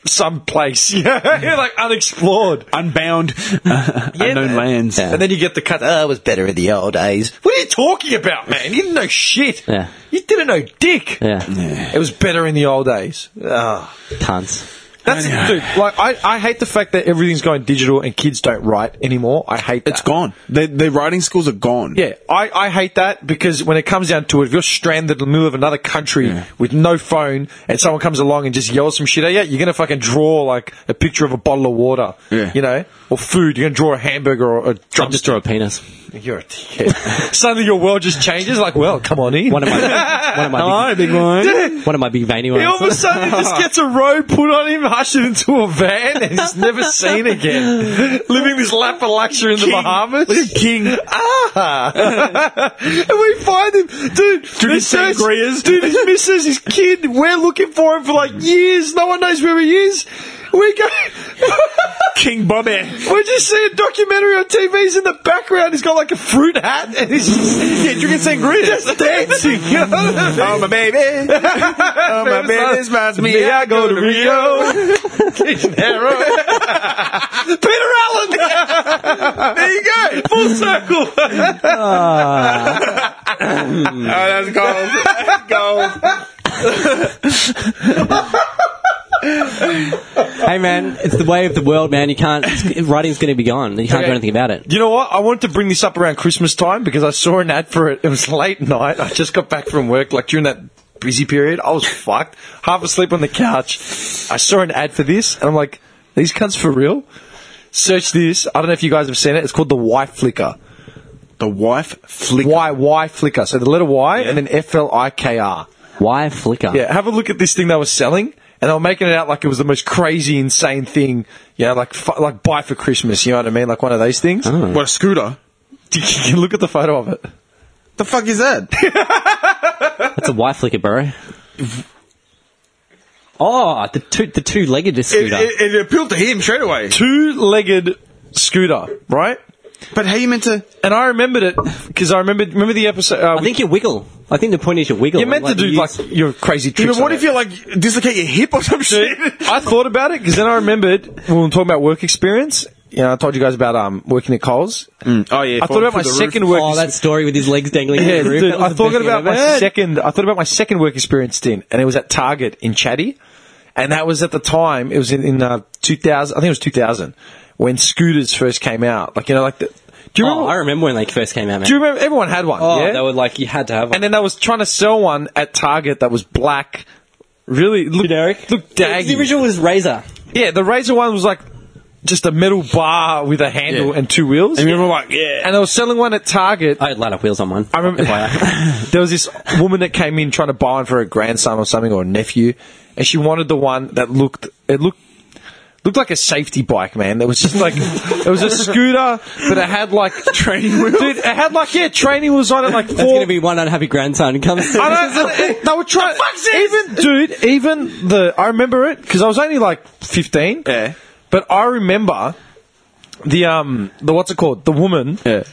S1: some place. Yeah, You're like unexplored.
S2: Unbound, unknown
S1: man.
S2: lands.
S1: And then you get the cut. Oh, it was better in the old days. What are you talking about, man? You didn't know shit.
S4: Yeah.
S1: You didn't know dick.
S4: Yeah.
S1: It was better in the old days. Ah.
S4: Tons.
S1: That's dude. Like I, I hate the fact that everything's going digital and kids don't write anymore. I hate that.
S2: It's gone. They, their writing skills are gone.
S1: Yeah, I, I hate that because when it comes down to it, if you're stranded in the middle of another country with no phone and someone comes along and just yells some shit at you, you're gonna fucking draw like a picture of a bottle of water,
S2: Yeah.
S1: you know, or food. You're gonna draw a hamburger or a
S4: I'll
S1: drum.
S4: just draw a penis.
S1: You're a dickhead. Suddenly your world just changes. Like, well, come on in.
S4: One of my, one of my
S1: Hello, big one.
S4: One of my big veiny
S1: He all of a
S4: ones.
S1: sudden just gets a robe put on him, ushered into a van, and he's never seen again. Living this life of luxury in the Bahamas. king. Ah! and we find him, dude. Drinking
S2: sangrias.
S1: Dude, his missus, his kid. We're looking for him for like years. No one knows where he is. We go.
S2: King Bobby.
S1: We just see a documentary on TV. He's in the background. He's got like a fruit hat, and he's yeah, drinking sangria, just dancing.
S2: Oh, my baby. Oh, my baby. This reminds me. I go to Rio.
S1: Peter Allen. there you go. Full circle.
S2: Oh, that's gold. That's gold.
S4: hey man, it's the way of the world, man. You can't. it's- Writing's going to be gone. You can't do
S1: Okay.
S4: anything about it.
S1: You know what? I wanted to bring this up around Christmas time because I saw an ad for it. It was late night. I just got back from work, like during that busy period. I was fucked, half asleep on the couch. I saw an ad for this, and I'm like, these cunts for real? Search this. I don't know if you guys have seen it. It's called the Y Flicker.
S2: The wife flicked.
S1: Y Y Flicker. So the letter Y and then F L I K R.
S4: Why flicker?
S1: Yeah, have a look at this thing they were selling, and they were making it out like it was the most crazy, insane thing. You know, like fu- like buy for Christmas. You know what I mean? Like one of those things.
S2: What, a scooter?
S1: You can look at the photo of it.
S2: The fuck is that?
S4: That's a why flicker, bro. Oh, the two the two legged scooter.
S2: appealed to him straight away.
S1: Two-legged scooter, right?
S2: But how you meant to?
S1: And I remembered it because I remembered remember the episode. Uh,
S4: I think you wiggle. I think the point is you wiggle.
S1: you're meant to
S4: Like,
S1: do
S4: you
S1: like
S4: use-
S1: your crazy tricks.
S2: but what
S1: on
S2: if
S1: it.
S2: you like dislocate your hip or some shit?
S1: I thought about it because then I remembered when we were talking about work experience. You know, I told you guys about um working at Coles.
S2: Oh yeah.
S1: I thought about my second work.
S4: Oh, that story with his legs dangling.
S1: Yeah,
S4: in the roof.
S1: dude,
S4: That was
S1: I
S4: the
S1: thought
S4: best thing
S1: about
S4: I've ever
S1: my
S4: heard.
S1: second. I thought about my second work experience stint, and it was at Target in Chatty, and that was at the time. It was in, in uh, 2000. I think it was 2000 when scooters first came out. Like you know, like the, do you
S4: Oh,
S1: remember?
S4: I remember when they first came out, man.
S1: do you remember? Everyone had one.
S4: Oh,
S1: yeah?
S4: they were like you had to have one.
S1: and then they was trying to sell one at Target that was black. Really, look,
S4: generic.
S1: Look, daggy.
S4: The original was Razor.
S1: Yeah, the Razor one was like just a metal bar with a handle
S2: Yeah.
S1: and two wheels.
S2: And we were like, yeah.
S1: and they were selling one at Target.
S4: I had light up wheels on mine.
S1: I remember there was this woman that came in trying to buy one for her grandson or something or a nephew, and she wanted the one that looked it looked looked like a safety bike, man. It was just like it was a scooter, but it had like training wheels. Dude, it had like yeah, training wheels on it, like
S4: That's
S1: four.
S4: going to be one unhappy grandson who comes to
S1: I don't. I don't- they were trying. even dude, even the I remember it because I was only like fifteen.
S2: Yeah.
S1: But I remember the um the what's it called the woman.
S2: Yeah.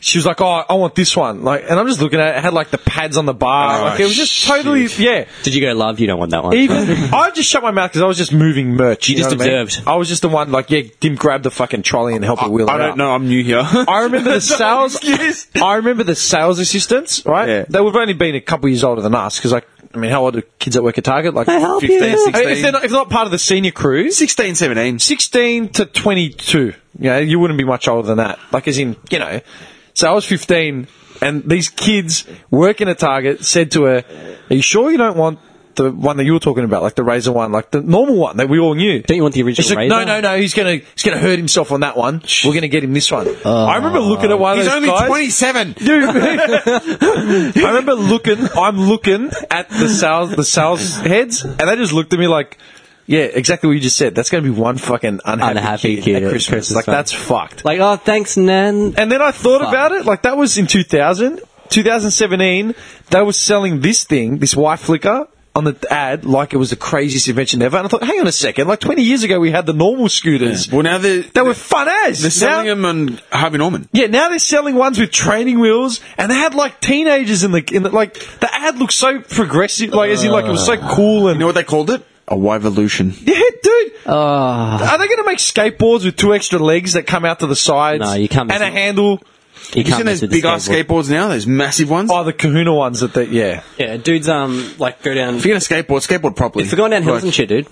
S1: She was like, "Oh, I want this one," like, and I'm just looking at it. It had like the pads on the bar.
S2: Oh,
S1: like, it was just totally, yeah.
S4: Did you go, love, you don't want that one?
S1: Even I just shut my mouth because I was just moving merch. You,
S4: You
S1: know
S4: just
S1: what I mean?
S4: observed.
S1: I was just the one, like, yeah, Dim, grab the fucking trolley and help her wheel
S2: I
S1: it out.
S2: don't know. I'm new here.
S1: I remember the sales.
S2: excuse.
S1: I remember the sales assistants, right?
S2: Yeah.
S1: They would have only been a couple years older than us because I I mean, how old are kids that work at Target? Like
S4: I help
S1: 15,
S4: you.
S1: 16?
S2: I mean,
S1: If they're not, if they're not part of the senior crew,
S2: 16, 17.
S1: 16 to 22. You know, you wouldn't be much older than that. Like, as in, you know. So I was 15, and these kids working at Target said to her, Are you sure you don't want the one that you were talking about, like the Razor one, like the normal one that we all knew?
S4: Don't you want the original
S1: She's like, no,
S4: razor?
S1: no, no. He's gonna, he's gonna hurt himself on that one. We're gonna get him this one.
S4: Oh.
S1: I remember looking at one
S2: He's
S1: of those
S2: only
S1: guys.
S2: 27.
S1: Dude, I remember looking. I'm looking at the sales, the sales heads, and they just looked at me like, "Yeah, exactly what you just said. That's going to be one fucking unhappy,
S4: Unhappy
S1: kid,
S4: kid
S1: at
S4: at
S1: Christmas.
S4: Christmas
S1: Like
S4: time.
S1: that's fucked."
S4: Like, oh, thanks, Nan.
S1: and then I thought
S4: Fuck.
S1: about it. Like that was in 2000, 2017. They were selling this thing, this Y flicker. On the ad, like it was the craziest invention ever, and I thought, hang on a second, like twenty years ago we had the normal scooters.
S2: Well, now they're,
S1: They were fun as.
S2: they're selling
S1: now,
S2: them on Harvey Norman.
S1: Yeah, now they're selling ones with training wheels, and they had like teenagers in the in the, like the ad looked so progressive, like as in like it was so cool and
S4: Uh.
S2: You know what they called it? A Wivolution.
S1: yeah, dude.
S4: Oh,
S1: Are they going to make skateboards with two extra legs that come out to the sides?
S4: No, you can't mess
S1: And a
S4: with-
S1: handle.
S4: you
S2: You
S4: can't
S2: seen
S4: mess
S2: those
S4: with the
S2: big ass
S4: skateboard.
S2: skateboards now? Those massive ones?
S1: Oh, the Kahuna ones that they yeah.
S4: Yeah, dudes, um, like go down.
S2: If you're going to skateboard, skateboard properly.
S4: If we're going down hills
S2: Like-
S4: and shit, dude.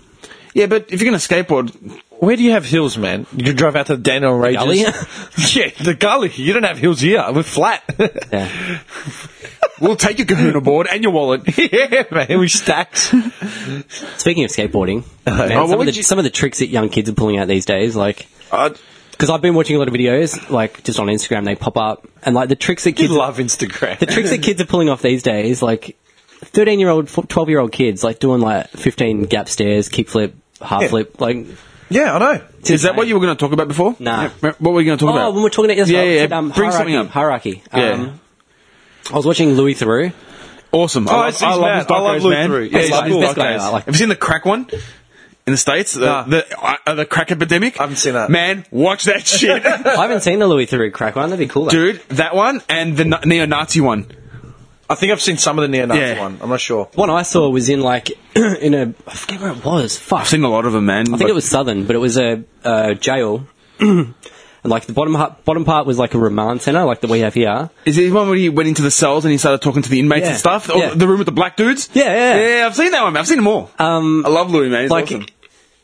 S2: Yeah, but if you're going to skateboard,
S1: Where do you have hills, man? You can drive out to the Daniel Rages.
S4: gully?
S1: yeah, the gully. You don't have hills here. We're flat.
S4: Yeah.
S2: we'll take your kahuna board and your wallet.
S1: yeah, man. We stacks.
S4: Speaking of skateboarding, man,
S2: Oh, what
S4: some, of
S2: would
S4: the,
S2: you-
S4: some of the tricks that young kids are pulling out these days, like,
S2: Uh,
S4: because I've been watching a lot of videos, like just on Instagram, they pop up, and like the tricks that
S1: You
S4: kids
S1: love Instagram.
S4: the tricks that kids are pulling off these days, like 13 year old, 12 year old kids, like doing like 15 gap stairs, kickflip, half
S1: Yeah.
S4: flip. Like,
S1: yeah, I know.
S2: is that what you were going to talk about before?
S4: Nah.
S2: Yeah, What were you going to talk
S4: oh,
S2: about?
S4: when we're talking about yesterday,
S2: Yeah,
S4: I
S2: yeah,
S4: said, um,
S2: bring
S4: hierarchy,
S2: something up.
S4: Hierarchy.
S2: Yeah.
S4: Um, I was watching Louis Theroux.
S2: Awesome.
S1: Oh, it's- he's mad. I love
S2: docos,
S1: Luke Drew. Yeah,
S2: I
S1: he's
S2: love his
S1: cool.
S2: docos.
S4: Okay, I like-
S2: Have you seen the crack one? In the States, the,
S1: Nah.
S2: the, uh, uh, the crack epidemic?
S1: I haven't seen that.
S2: Man, watch that shit.
S4: I haven't seen the Louis Theroux crack one. That'd be cool. though.
S2: Dude, that one and the na- neo-Nazi one.
S1: I think I've seen some of the near Nazi
S2: Yeah.
S1: one. I'm not sure.
S4: One I saw was in like, in a, I forget where it was. Fuck.
S2: I've seen a lot of them, man.
S4: I think it was Southern, but it was a, a jail. and like the bottom, ha- bottom part was like a remand center, like that we have here.
S2: Is it the one where he went into the cells and he started talking to the inmates
S4: Yeah.
S2: and stuff? Or
S4: Yeah.
S2: The room with the black dudes?
S4: Yeah, yeah, yeah.
S2: Yeah, I've seen that one, man. I've seen them all.
S4: Um,
S2: I love Louis, man. He's
S4: like
S2: awesome.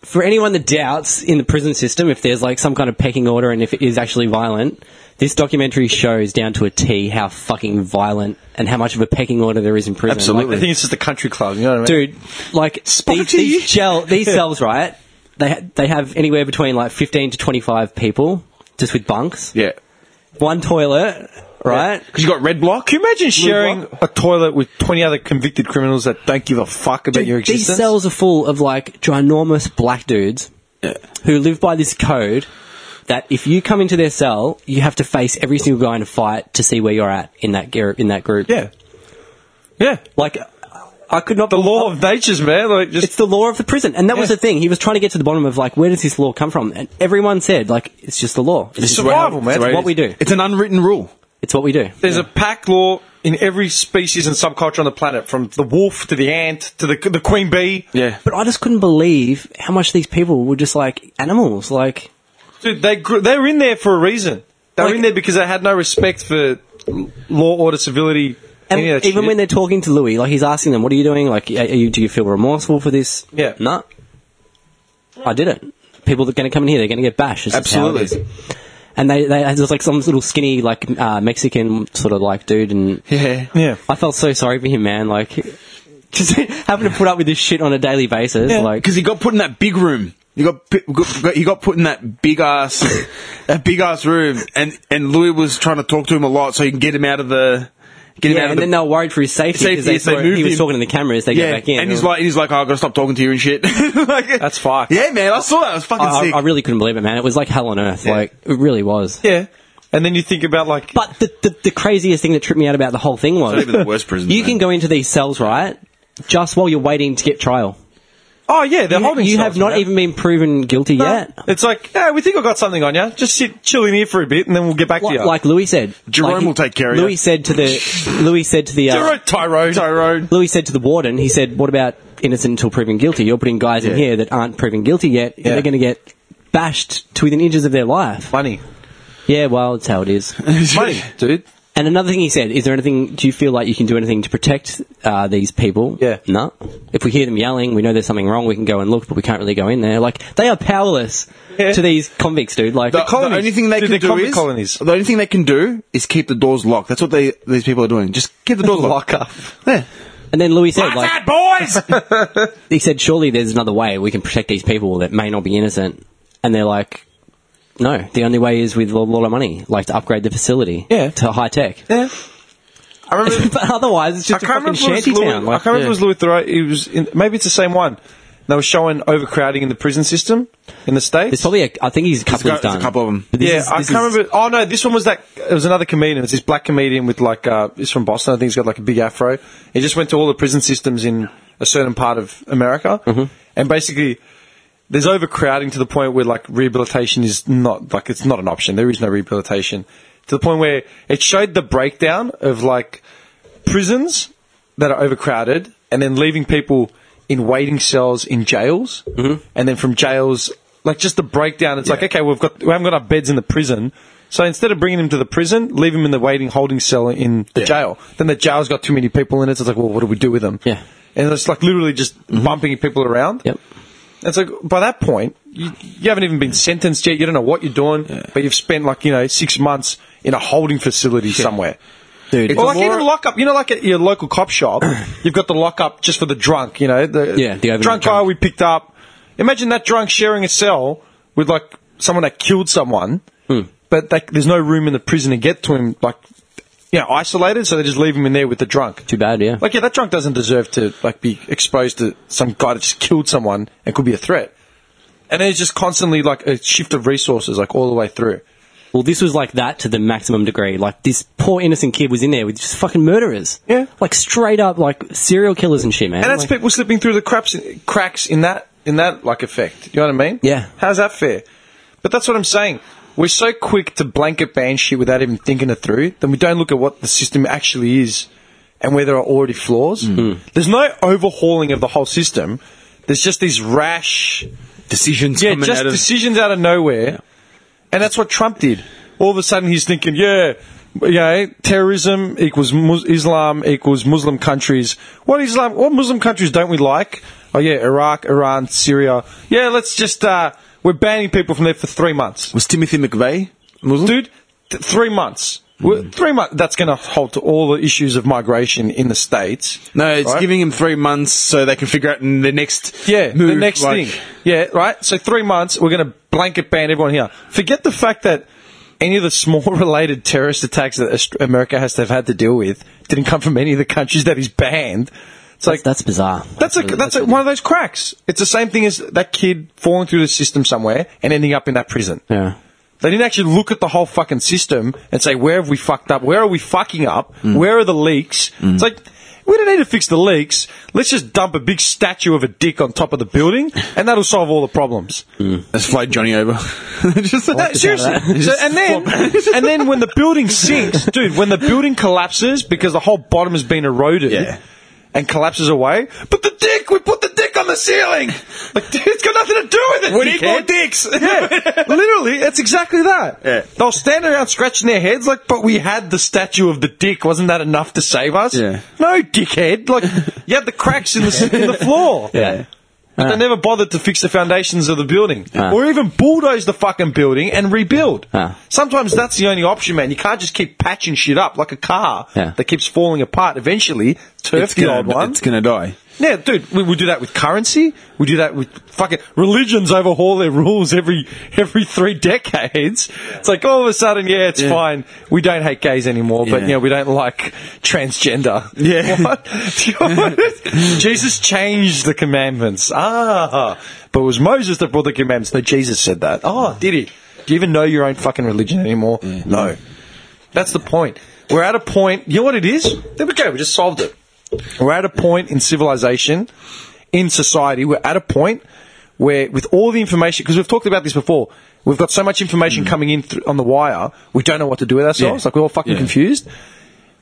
S4: for anyone that doubts in the prison system if there's like some kind of pecking order and if it is actually violent this documentary shows down to a t how fucking violent and how much of a pecking order there is in prison
S1: I
S2: Absolutely.
S1: think it's just a country club. You know what I mean?
S4: Like, dude like
S2: Spotty.
S4: these, these, gel, these cells right they, ha- they have anywhere between like 15 to 25 people just with bunks
S2: yeah.
S4: one toilet right
S2: Because you got red block.
S1: Can you imagine sharing a toilet with 20 other convicted criminals that don't give a fuck about your existence?
S4: These cells are full of like ginormous black dudes who live by this code that if you come into their cell, you have to face every single guy in a fight to see where you're at in that gar- in that group.
S1: yeah. Yeah.
S4: like I could not.
S1: The law of natures, man. Like, just.
S4: It's the law of the prison, and that was
S1: Yeah.
S4: the thing. He was trying to get to the bottom of like where does this law come from, and everyone said like it's just the law. It's, just
S1: survival, man.
S4: It's
S1: It's
S4: what we do.
S2: It's an unwritten rule.
S4: It's what we do.
S1: there's a pack law in every species and subculture on the planet, from the wolf to the ant to the, the queen bee.
S2: Yeah.
S4: But I just couldn't believe how much these people were just like animals. Like
S1: Dude, they, gr- they were in there for a reason. They were
S4: Like-
S1: in there because they had no respect for l- law, order, civility.
S4: And
S1: any of that
S4: even
S1: shit.
S4: when they're talking to Louis, like he's asking them, "What are you doing? Like, are you, do you feel remorseful for this?"
S1: Yeah.
S4: no, I did it. People that are going to come in here, they're going to get bashed. It's just how it
S2: Absolutely.
S4: is. And they, they there's like some little skinny like uh, Mexican sort of like dude, and
S2: Yeah.
S1: Yeah.
S4: I felt so sorry for him, man. Like, just having to put up with this shit on a daily basis, like.
S2: Because he got put in that big room. He got, pi- got got- he got put in that big ass that big ass room, and and Louis was trying to talk to him a lot so he can get him out of the get him
S4: Yeah,
S2: out of
S4: and
S2: the
S4: then they were worried for his safety
S2: Safety,
S4: because they
S2: yes, they
S4: saw it-
S2: moved
S4: he was
S2: him.
S4: talking to the camera as they
S2: yeah.
S4: go back in.
S2: And he's like he's like, oh, I gotta stop talking to you and shit. like,
S1: That's fucked.
S2: Yeah, man, I saw that. It was fucking
S4: I,
S2: sick.
S4: I really couldn't believe it, man. It was like hell on earth.
S2: Yeah.
S4: Like, it really was.
S1: Yeah. And then you think about, like,
S4: But the, the, the craziest thing that tripped me out about the whole thing was
S2: It's not even the worst prison,
S4: You
S2: man.
S4: can go into these cells, right? Just while you're waiting to get trial.
S1: oh, yeah, they're
S4: You,
S1: holding
S4: you have
S1: cells,
S4: not
S1: man.
S4: even been proven guilty
S1: No.
S4: yet.
S1: It's like, yeah, we think I've got something on you. Just sit, chill in here for a bit, and then we'll get back
S4: Like,
S1: to you.
S4: like Louis said,
S2: Jerome
S4: like he-
S2: will take care of
S4: Louis
S2: you.
S4: said to the Louis said to the uh,
S1: Tyrone, Tyrone, Tyrone.
S4: Louis said to the warden. He said, "What about innocent until proven guilty? You're putting guys in
S2: Yeah.
S4: here that aren't proven guilty yet, and
S1: Yeah.
S4: they're going to get bashed to within inches of their life."
S1: Money,
S4: Yeah, well, that's how it is.
S1: money, dude.
S4: And another thing he said, is there anything, do you feel like you can do anything to protect uh, these people?
S1: Yeah.
S4: No. If we hear them yelling, we know there's something wrong, we can go and look, but we can't really go in there. Like, they are powerless
S1: Yeah.
S4: to these convicts, dude. Like,
S2: The,
S1: colonies.
S2: the only thing they
S1: Dude,
S2: can
S1: they're
S2: do
S1: convict
S2: is
S1: colonies.
S2: the only thing they can do is keep the doors locked. That's what they these people are doing. Just keep the doors locked.
S1: Lock up.
S2: Yeah.
S4: and then Louis said, like,
S2: boys.
S4: he said, surely there's another way we can protect these people that may not be innocent. And they're like, no, the only way is with a lot of money, like to upgrade the facility
S1: Yeah.
S4: to high tech.
S1: Yeah. I remember
S4: but otherwise, it's
S1: I
S4: just a
S1: can't remember
S4: fucking
S1: if it was
S4: shanty
S1: Louis,
S4: town.
S1: I
S4: Like,
S1: can't remember if it was Louis Thoreau. It was in, maybe it's the same one. They were showing overcrowding in the prison system in the states.
S4: there's probably a, I think he's a couple
S2: got-
S4: he's done.
S2: there's a couple of 'em.
S4: But this
S1: yeah,
S4: is-
S1: I
S4: this
S1: can't
S4: is-
S1: remember. Oh no, this one was that. It was another comedian. It was this black comedian with like uh, he's from Boston. I think he's got like a big afro. He just went to all the prison systems in a certain part of America,
S4: Mm-hmm.
S1: and basically. There's overcrowding to the point where like rehabilitation is not like it's not an option. There is no rehabilitation to the point where it showed the breakdown of like prisons that are overcrowded and then leaving people in waiting cells in jails
S4: Mm-hmm.
S1: and then from jails like just the breakdown it's like okay we've got we haven't got our beds in the prison so instead of bringing him to the prison leave him in the waiting holding cell in the jail then the jail's got too many people in it so it's like well what do we do with them
S4: Yeah. Mm-hmm.
S1: and it's like literally just bumping people around
S4: Yep.
S1: it's like by that point you, you haven't even been sentenced yet you don't know what you're doing but you've spent like you know six months in a holding facility somewhere
S4: Dude,
S1: or like
S2: more-
S1: even a lockup, you know, like at your local cop shop, you've got the lockup just for the drunk. You know, the
S4: Yeah, the overnight
S1: drunk guy
S4: drunk.
S1: we picked up. Imagine that drunk sharing a cell with like someone that killed someone,
S4: Hmm.
S1: but like there's no room in the prison to get to him, like you know, isolated. So they just leave him in there with the drunk.
S4: too bad, yeah.
S1: Like yeah, that drunk doesn't deserve to like be exposed to some guy that just killed someone and could be a threat. And then it's just constantly like a shift of resources, like all the way through.
S4: Well, this was like that to the maximum degree. Like this poor innocent kid was in there with just fucking murderers.
S1: Yeah.
S4: Like straight up like serial killers and shit, man.
S1: And that's
S4: Like,
S1: people slipping through the craps, cracks in that in that like effect. You know what I mean?
S4: Yeah.
S1: How's that fair? But that's what I'm saying. We're so quick to blanket ban shit without even thinking it through, then we don't look at what the system actually is and where there are already flaws.
S4: Mm-hmm.
S1: There's no overhauling of the whole system. There's just these rash,
S2: Decisions
S1: yeah,
S2: coming
S1: just
S2: out of
S1: decisions out of nowhere, and that's what Trump did. All of a sudden, he's thinking, yeah, yeah, terrorism equals Mus- Islam equals Muslim countries. What Islam? What Muslim countries don't we like? Oh yeah, Iraq, Iran, Syria. Yeah, let's just uh, we're banning people from there for three months,
S2: was Timothy McVeigh Muslim?
S1: dude. Th- three months. We're- Three months. That's going to hold to all the issues of migration in the states.
S2: No, it's
S1: right?
S2: giving him three months so they can figure out the next
S1: Yeah,
S2: move,
S1: the next
S2: like-
S1: thing. Yeah, right. So three months, we're going to blanket ban everyone here. Forget the fact that any of the small related terrorist attacks that Aust- America has to have had to deal with didn't come from any of the countries that he's banned. It's like
S4: that's bizarre.
S1: that's a, that's a, one of those cracks. It's the same thing as that kid falling through the system somewhere and ending up in that prison.
S4: Yeah.
S1: They didn't actually look at the whole fucking system and say, where have we fucked up? Where are we fucking up? Where are the leaks? It's like, we don't need to fix the leaks. Let's just dump a big statue of a dick on top of the building and that'll solve all the problems.
S2: Let's fly Johnny over. Just like
S1: No,
S2: that.
S1: seriously. So- and then, and then when the building sinks, dude, when the building collapses because the whole bottom has been eroded
S2: Yeah.
S1: and collapses away, but the dick, we put the dick on the ceiling. Like, dude, it's got nothing to do with it.
S2: We need more
S1: dickhead.
S2: dicks.
S1: Yeah, literally, it's exactly that.
S2: Yeah.
S1: They'll stand around scratching their heads like, but we had the statue of the dick. Wasn't that enough to save us?
S2: Yeah.
S1: No, dickhead. Like, you had the cracks in the, in the floor.
S4: Yeah.
S1: But
S2: Ah.
S1: they never bothered to fix the foundations of the building or even bulldoze the fucking building and rebuild.
S4: Ah.
S1: Sometimes that's the only option, man. You can't just keep patching shit up like a car
S4: Yeah.
S1: that keeps falling apart. Eventually, turf
S2: It's
S1: the
S2: gonna,
S1: old one.
S2: It's gonna die.
S1: Yeah, dude, we, we do that with currency. We do that with fucking religions overhaul their rules every every three decades. It's like all of a sudden, yeah, it's
S2: Yeah.
S1: fine. We don't hate gays anymore, but
S2: Yeah.
S1: you know, we don't like transgender.
S2: Yeah.
S1: What? Jesus changed the commandments. Ah, but it was Moses that brought the commandments. No, Jesus said that. Oh, did he? Do you even know your own fucking religion anymore?
S2: Mm-hmm.
S1: No. That's the point. We're at a point. You know what it is? There we go. We just solved it. We're at a point in civilization, in society. We're at a point where, with all the information, because we've talked about this before, we've got so much information coming in thr on the wire, we don't know what to do with ourselves.
S2: Mm. Yeah.
S1: Like we're all fucking
S2: Yeah.
S1: confused.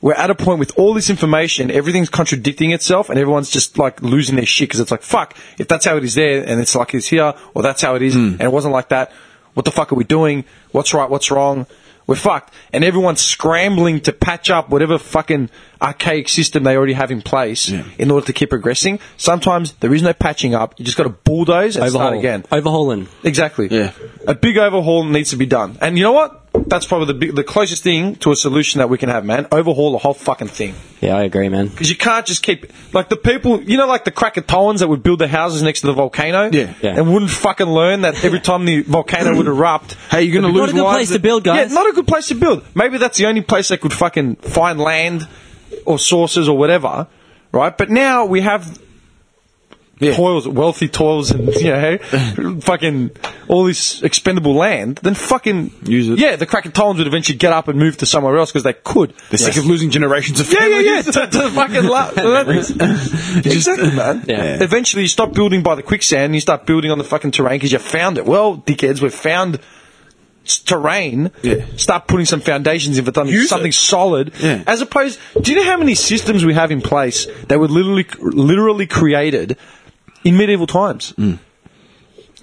S1: We're at a point with all this information, everything's contradicting itself, and everyone's just like losing their shit because it's like, fuck, if that's how it is there, and it's like it's here, or that's how it is, and it wasn't like that, what the fuck are we doing? What's right? What's wrong? We're fucked. And everyone's scrambling to patch up whatever fucking archaic system they already have in place in order to keep progressing. Sometimes there is no patching up. You just got to bulldoze and start
S4: Overhaul.
S1: again.
S4: Overhauling.
S1: Exactly.
S2: Yeah.
S1: A big overhaul needs to be done. And you know what? That's probably the big, the closest thing to a solution that we can have, man. Overhaul the whole fucking thing.
S4: Yeah, I agree, man.
S1: Because you can't just keep like the people, you know, like the Krakatoans that would build their houses next to the volcano,
S2: Yeah.
S4: Yeah.
S1: and wouldn't fucking learn that every time the volcano would erupt.
S2: Hey, you're gonna
S1: there'd be
S2: lose
S4: Not a good
S2: lives
S4: place
S2: that-
S4: to build, guys.
S1: Yeah, not a good place to build. Maybe that's the only place they could fucking find land or sources or whatever, right? But now we have
S2: Yeah.
S1: toils, wealthy toils, and you know, fucking all this expendable land. Then fucking
S2: Use it.
S1: Yeah, the Krakatoans would eventually get up and move to somewhere else because they could.
S2: They're sick of losing generations of
S1: Yeah, yeah, yeah.
S2: families.
S1: to, to fucking la- exactly, man.
S4: Yeah.
S1: Eventually, you stop building by the quicksand and you start building on the fucking terrain because you found it. Well, dickheads, we've found s- terrain.
S2: Yeah.
S1: Start putting some foundations in for something,
S2: Use it.
S1: something solid.
S2: Yeah.
S1: As opposed, do you know how many systems we have in place that were literally, literally created in medieval times?
S2: Hmm.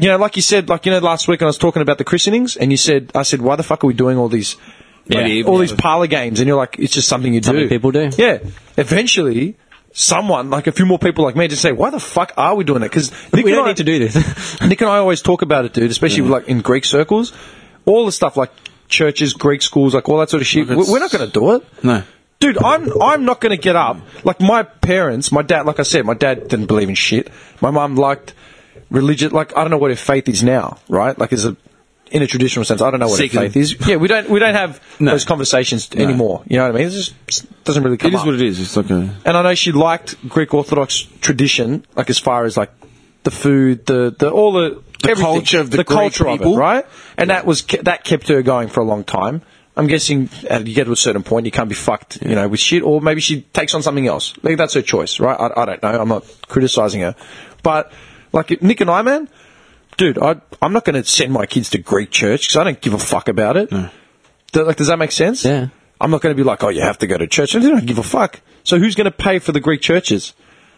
S1: You know, like you said, like you know, last week when I was talking about the christenings, and you said, I said, why the fuck are we doing all these?
S4: Yeah.
S1: all these parlor games, and you're like, it's just something you
S4: Something
S1: do.
S4: people do.
S1: Yeah. Eventually, someone, like a few more people like me, just say, why the fuck are we doing it? Because Nick, and
S4: We don't
S1: I-
S4: need to do this.
S1: Nick and I always talk about it, dude, especially like in Greek circles. All the stuff like churches, Greek schools, like all that sort of shit.
S2: it's-
S1: we- We're not going to do it.
S2: No.
S1: Dude, I'm I'm not going to get up. Like my parents, my dad, like I said, my dad didn't believe in shit. My mum liked religion. Like I don't know what her faith is now, right? Like is a in a traditional sense, I don't know what her
S2: Seeking.
S1: faith is. Yeah, we don't we don't have
S2: No.
S1: those conversations anymore. You know what I mean? It just it doesn't really come
S2: It is
S1: up.
S2: what it is. It's like a.
S1: And I know she liked Greek Orthodox tradition, like as far as like the food, the the all the,
S2: The
S1: everything.
S2: culture of the
S1: the
S2: Greek
S1: culture
S2: people.
S1: of it, right? And that was ke- that kept her going for a long time. I'm guessing uh, you get to a certain point, you can't be fucked, you know, with shit, or maybe she takes on something else. Maybe that's her choice, right? I, I don't know. I'm not criticizing her, but like Nick and I, man, dude, I I'm not going to send my kids to Greek church because I don't give a fuck about it. Th- like, does that make sense?
S4: Yeah.
S1: I'm not going to be like, oh, you have to go to church. I don't give a fuck. So who's going to pay for the Greek churches?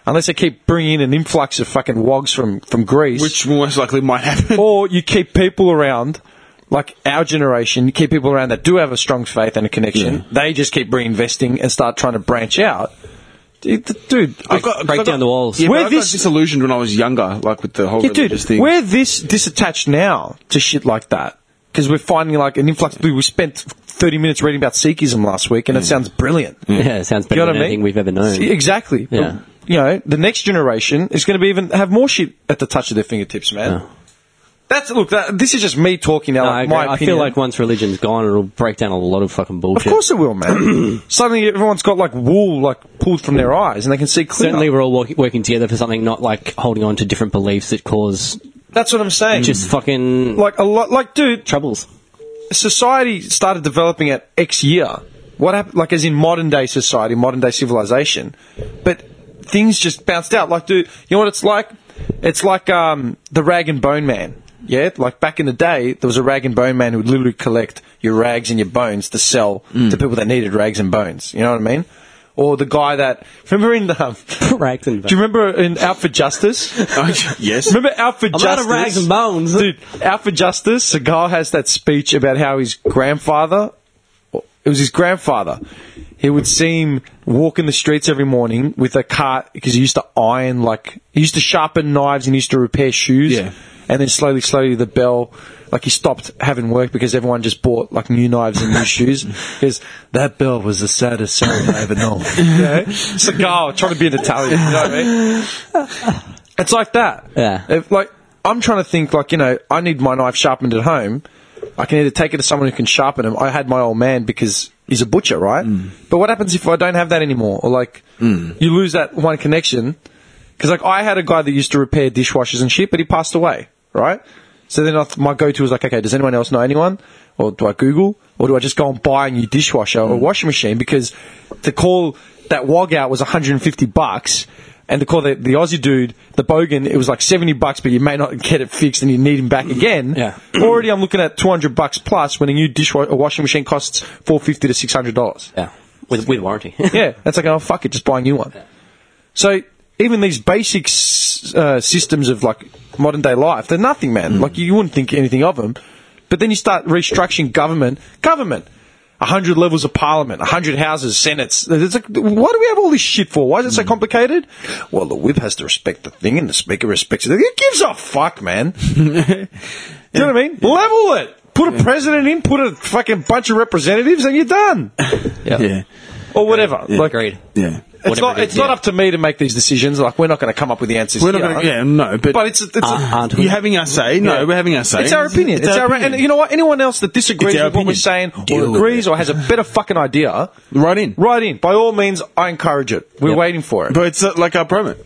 S1: Unless they keep bringing in an influx of fucking wogs from, from Greece.
S2: Which most likely might happen.
S1: or you keep people around, like our generation, you keep people around that do have a strong faith and a connection. They just keep reinvesting and start trying to branch out. Dude, th- dude,
S2: I've got-
S4: break
S2: I've got-
S4: down the walls.
S2: Yeah,
S1: Where
S2: but I got
S1: this-
S2: disillusioned when I was younger, like with the whole
S1: Yeah,
S2: religious
S1: dude,
S2: thing.
S1: we're this disattached now to shit like that because we're finding like an influx. Dude, we spent thirty minutes reading about Sikhism last week, and
S2: Mm.
S1: it sounds brilliant.
S4: yeah, it sounds
S1: You
S4: better
S1: know what
S4: than
S1: I mean?
S4: anything we've ever known.
S1: See, Exactly.
S4: Yeah.
S1: You know, the next generation is going to be even have more shit at the touch of their fingertips, man.
S4: Yeah.
S1: That's look. That, this is just me talking now.
S4: No, I,
S1: like,
S4: agree.
S1: my
S4: I
S1: opinion.
S4: feel like once religion's gone, it'll break down a lot of fucking
S1: Of
S4: bullshit.
S1: course it will, man. Suddenly everyone's got like wool like pulled from their eyes, and they can see clearly.
S4: Certainly, we're all work- working together for something, not like holding on to different beliefs that cause
S1: That's what I'm saying.
S4: just fucking
S1: Mm. like a lot. Like, dude,
S4: troubles.
S1: society started developing at X year. What happened? Like, as in modern day society, modern day civilization, but things just bounced out. Like, dude, you know what it's like? It's like um, the rag and bone man. Yeah, like back in the day, there was a rag and bone man who would literally collect your rags and your bones to sell to people that needed rags and bones. You know what I mean? Or the guy that remember in um,
S4: Rags and
S1: do you remember in Out for Justice?
S2: yes.
S1: Remember Alfred
S4: I'm out
S1: Justice?
S4: of rags and bones.
S1: Dude, Alfred Justice, Seagal has that speech about how his grandfather, it was his grandfather, he would see him walk in the streets every morning with a cart because he used to iron, like, he used to sharpen knives and he used to repair shoes.
S2: Yeah.
S1: And then slowly, slowly, the bell, like he stopped having work because everyone just bought like new knives and new shoes. Because that bell was the saddest sound I ever know. Yeah, Seagal trying to be an Italian. You know what I mean? It's like that.
S4: Yeah.
S1: If, like, I'm trying to think, like, you know, I need my knife sharpened at home. I can either take it to someone who can sharpen them. I had my old man because he's a butcher, right? But what happens if I don't have that anymore? Or, like, you lose that one connection? Because, like, I had a guy that used to repair dishwashers and shit, but he passed away, right? So then I th- my go to was like, okay, does anyone else know anyone? Or do I Google? Or do I just go and buy a new dishwasher or washing machine? Because to call that wog out was 150 bucks. And to call the, the Aussie dude, the Bogan, it was like 70 bucks, but you may not get it fixed and you need him back again.
S4: Yeah.
S1: Already I'm looking at 200 bucks plus when a new dishwasher, washing machine costs 450 to 600 dollars.
S4: Yeah, with with warranty.
S1: Yeah, that's like, oh, fuck it, just buy a new one. So even these basic
S2: Hmm.
S1: s- uh, systems of like modern day life, they're nothing, man. Like you wouldn't think anything of them. But then you start restructuring government. Government. 100 levels of parliament, 100 houses, senates. It's like, why do we have all this shit for? Why is it
S2: Hmm.
S1: so complicated? Well, the whip has to respect the thing and the speaker respects it. Who gives a fuck, man? Do you know what I mean? Level it. Put a president in, put a fucking bunch of representatives, and you're done.
S2: Yeah.
S1: Or whatever. Like,
S4: Agreed.
S2: Yeah.
S1: It's, not, it's not up to me to make these decisions. Like, we're not going to come up with the answers.
S2: We're not
S1: here.
S2: going to, yeah, Ah, no, but,
S1: But it's, it's,
S4: aren't we?
S2: you're having our say. No, we're having ah, our say.
S1: it's our opinion. It's, our,
S2: opinion.
S1: and you know what? Anyone else that disagrees
S2: It's
S1: with
S2: our
S1: what we're
S2: opinion.
S1: saying or
S2: Deal with Mm.
S1: agrees or has a better fucking idea,
S2: right in.
S1: write in. By all means, I encourage it. We're waiting for it.
S2: But it's uh, like our promo.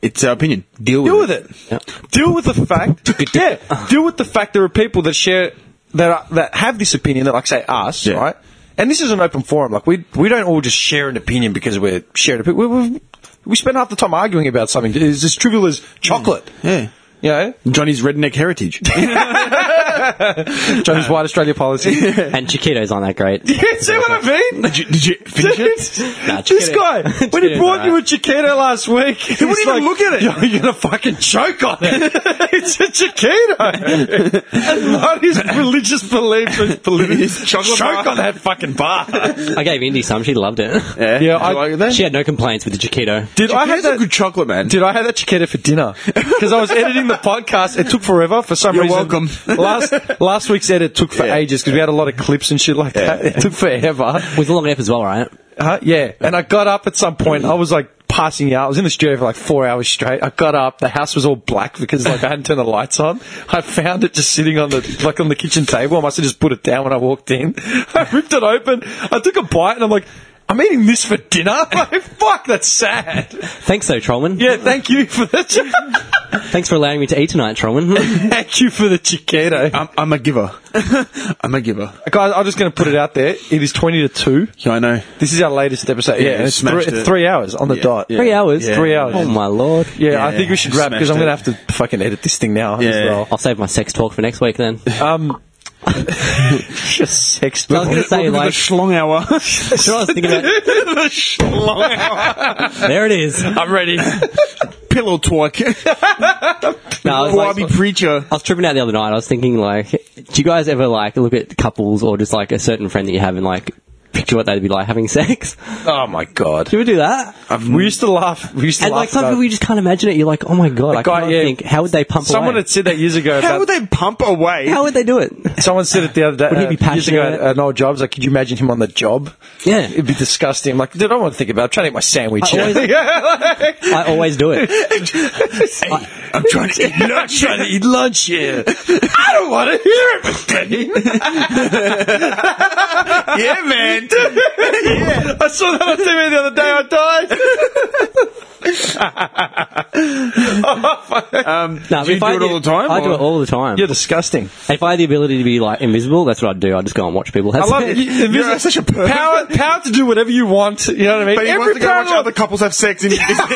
S2: It's our opinion. Deal with
S1: deal
S2: it.
S1: with it. Deal with the fact. yeah, deal with the fact there are people that share that are, that have this opinion that, like, say us,
S2: Yeah.
S1: right? And this is an open forum. Like we we don't all just share an opinion because we're sharing. opi- We, we, we spend half the time arguing about something. It's as trivial as chocolate.
S2: Yeah.
S1: You know,
S2: Johnny's redneck heritage.
S1: Johnny's white Australia policy. yeah,
S4: And Chiquitos aren't that great.
S1: see what I mean?
S2: did, you, did you finish it?
S4: Nah,
S1: this
S4: Chiquito-
S1: guy, when he
S4: Chiquito's
S1: brought you a
S4: alright.
S1: chiquito last week, he
S2: wouldn't even look at it.
S1: You're gonna fucking choke on it. it's a chiquito, and not his religious beliefs and politics.
S2: chocolate
S1: choke
S2: bar.
S1: on that fucking bar.
S4: I gave Indy some. She loved it.
S2: Yeah.
S1: Yeah,
S2: Did you
S1: I-
S2: like it then?
S4: She had no complaints with the Chiquito.
S1: Did I have
S2: Here's a
S1: that?
S2: good chocolate, man.
S1: Dude, I had that chiquito for dinner because I was editing the podcast. It took forever for some
S2: You're
S1: reason.
S2: welcome.
S1: Last last week's edit took for
S2: Yeah.
S1: ages because we had a lot of clips and shit like that. It took forever.
S4: It was a long ep as well, right?
S1: Huh? Yeah. And I got up at some point. I was like passing out. I was in the studio for like four hours straight. I got up. The house was all black because like I hadn't turned the lights on. I found it just sitting on the like on the kitchen table. I must have just put it down when I walked in. I ripped it open. I took a bite and I'm like. I'm eating this for dinner? Like, fuck, that's sad.
S4: Thanks, though, Trollman.
S1: Yeah, thank you for the,
S4: Thanks for allowing me to eat tonight, Trollman.
S1: thank you for the chiquito. Uh,
S2: I'm, I'm a giver. I'm a giver.
S1: Guys, I'm just going to put it out there. It is 20 to 2.
S2: Yeah, I know.
S1: This is our latest episode. Yeah,
S2: Yeah,
S1: and it's three,
S2: smashed
S1: it's
S2: it.
S1: three hours on the
S2: Yeah,
S1: dot.
S2: yeah.
S4: Three hours.
S2: Yeah.
S1: Three hours.
S4: Oh my lord.
S1: Yeah,
S2: Yeah,
S1: I think we should
S2: yeah,
S1: wrap because I'm
S2: smashed
S1: going to
S2: it.
S1: have to fucking edit this thing now as
S2: Yeah.
S1: well.
S4: I'll save my sex talk for next week then.
S1: Um, just sex.
S4: I was going to say,
S2: Welcome to the
S4: like,
S2: schlong hour.
S4: that's what I was thinking about. there it is. No,
S1: I'm ready.
S2: Pillow talk.
S4: I was like-
S2: Wabi preacher.
S4: I was tripping out the other night. I was thinking, like, do you guys ever like look at couples or just like a certain friend that you have and like picture what they'd be like having sex?
S1: oh my god.
S4: Do you ever do that?
S1: we used to laugh. We used to
S4: and
S1: laugh.
S4: like some
S1: about-
S4: people, you just can't imagine it. You're like, oh my god, I
S1: guy-
S4: can't
S1: yeah.
S4: think. How would they pump?
S1: someone
S4: away?
S1: had said that years ago.
S2: How
S1: About,
S2: would they pump away?
S4: How would they do it?
S1: someone said it the other day.
S4: Would he be
S1: uh, years ago
S4: passionate?
S1: at an old jobs. Like, could you imagine him on the job?
S4: Yeah.
S1: it'd be disgusting. I'm like, dude, I don't want to think about. it. I'm trying to eat my sandwich.
S4: I always-
S1: Yeah, like-
S4: I always do it.
S2: I'm trying to eat
S1: I'm
S2: lunch.
S1: trying to eat lunch here. I don't want to hear it, Mr. Dean.
S2: yeah, man.
S1: I saw that on TV the other day. I died.
S2: Um,
S4: No,
S2: do you
S4: if
S2: do
S4: I
S2: it all the time?
S4: I do
S2: or-
S4: it all the time.
S1: You're disgusting.
S4: If I had the ability to be like invisible, that's what I'd do. I'd just go and watch people. That's
S1: I love it.
S4: it.
S1: You-
S2: You're
S1: invisi-
S2: such a pervert.
S1: power, power to do whatever you want. You know what I mean?
S2: But he wants to go watch
S1: parallel-
S2: other couples have sex in
S4: to me, that's,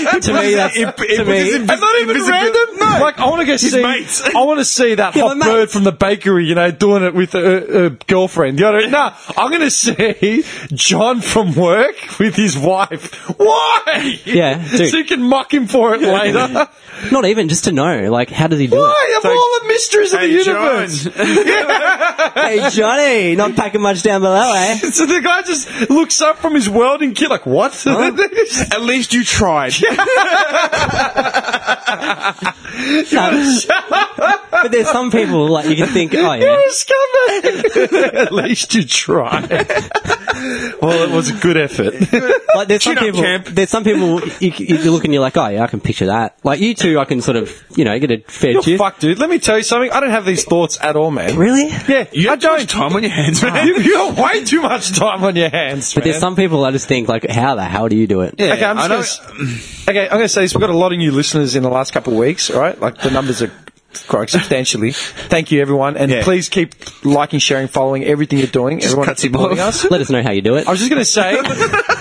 S2: it- it
S4: to
S2: was
S4: me,
S2: invi-
S1: and not even
S2: invisibil-
S1: random.
S2: No.
S1: Like I want to go see.
S2: mates.
S1: I want to see that
S4: Yeah,
S1: hot
S4: my
S1: bird
S4: mates.
S1: from the bakery. You know, doing it with a, a girlfriend. You know, what I mean? nah. I'm going to see John from work with his wife. Why?
S4: Yeah, dude.
S1: so you can mock him for it later.
S4: not even just to know. Like, how does he do
S1: Why? Of
S2: So-
S1: all the mysteries of the
S2: Hey, John.
S1: universe.
S4: it? Hey, Johnny, not packing much down below, eh?
S1: So the guy just looks up from his welding kit, like, what?
S2: At least you tried.
S4: No. but there's some people like you can think, oh yeah,
S1: scumbag. At least you try. well, it was a good effort.
S4: like there's some
S2: Chin up,
S4: people.
S2: champ.
S4: There's some people you, you you look and you're like, oh yeah, I can picture that. Like you two, I can sort of you know get a fair
S1: You're
S4: chew.
S1: fucked, dude. Let me tell you something. I don't have these thoughts at all, man.
S4: Really?
S1: Yeah,
S2: You
S1: I
S2: have too much
S1: don't.
S2: time on your hands, man.
S1: you, you have way too much time on your hands,
S4: But there's
S1: man.
S4: some people I just think like, how the hell do you do it?
S2: Yeah,
S1: Okay, I'm
S2: I
S1: just gonna, s- okay, I'm going to say this. We've got a lot of new listeners in the last couple of weeks, all right? Like, the numbers are growing substantially. Thank you, everyone. And
S2: Yeah.
S1: please keep liking, sharing, following everything you're doing. everyone
S2: cuts him
S1: supporting
S2: off.
S1: us.
S4: Let us know how you do it.
S1: I was just going to say,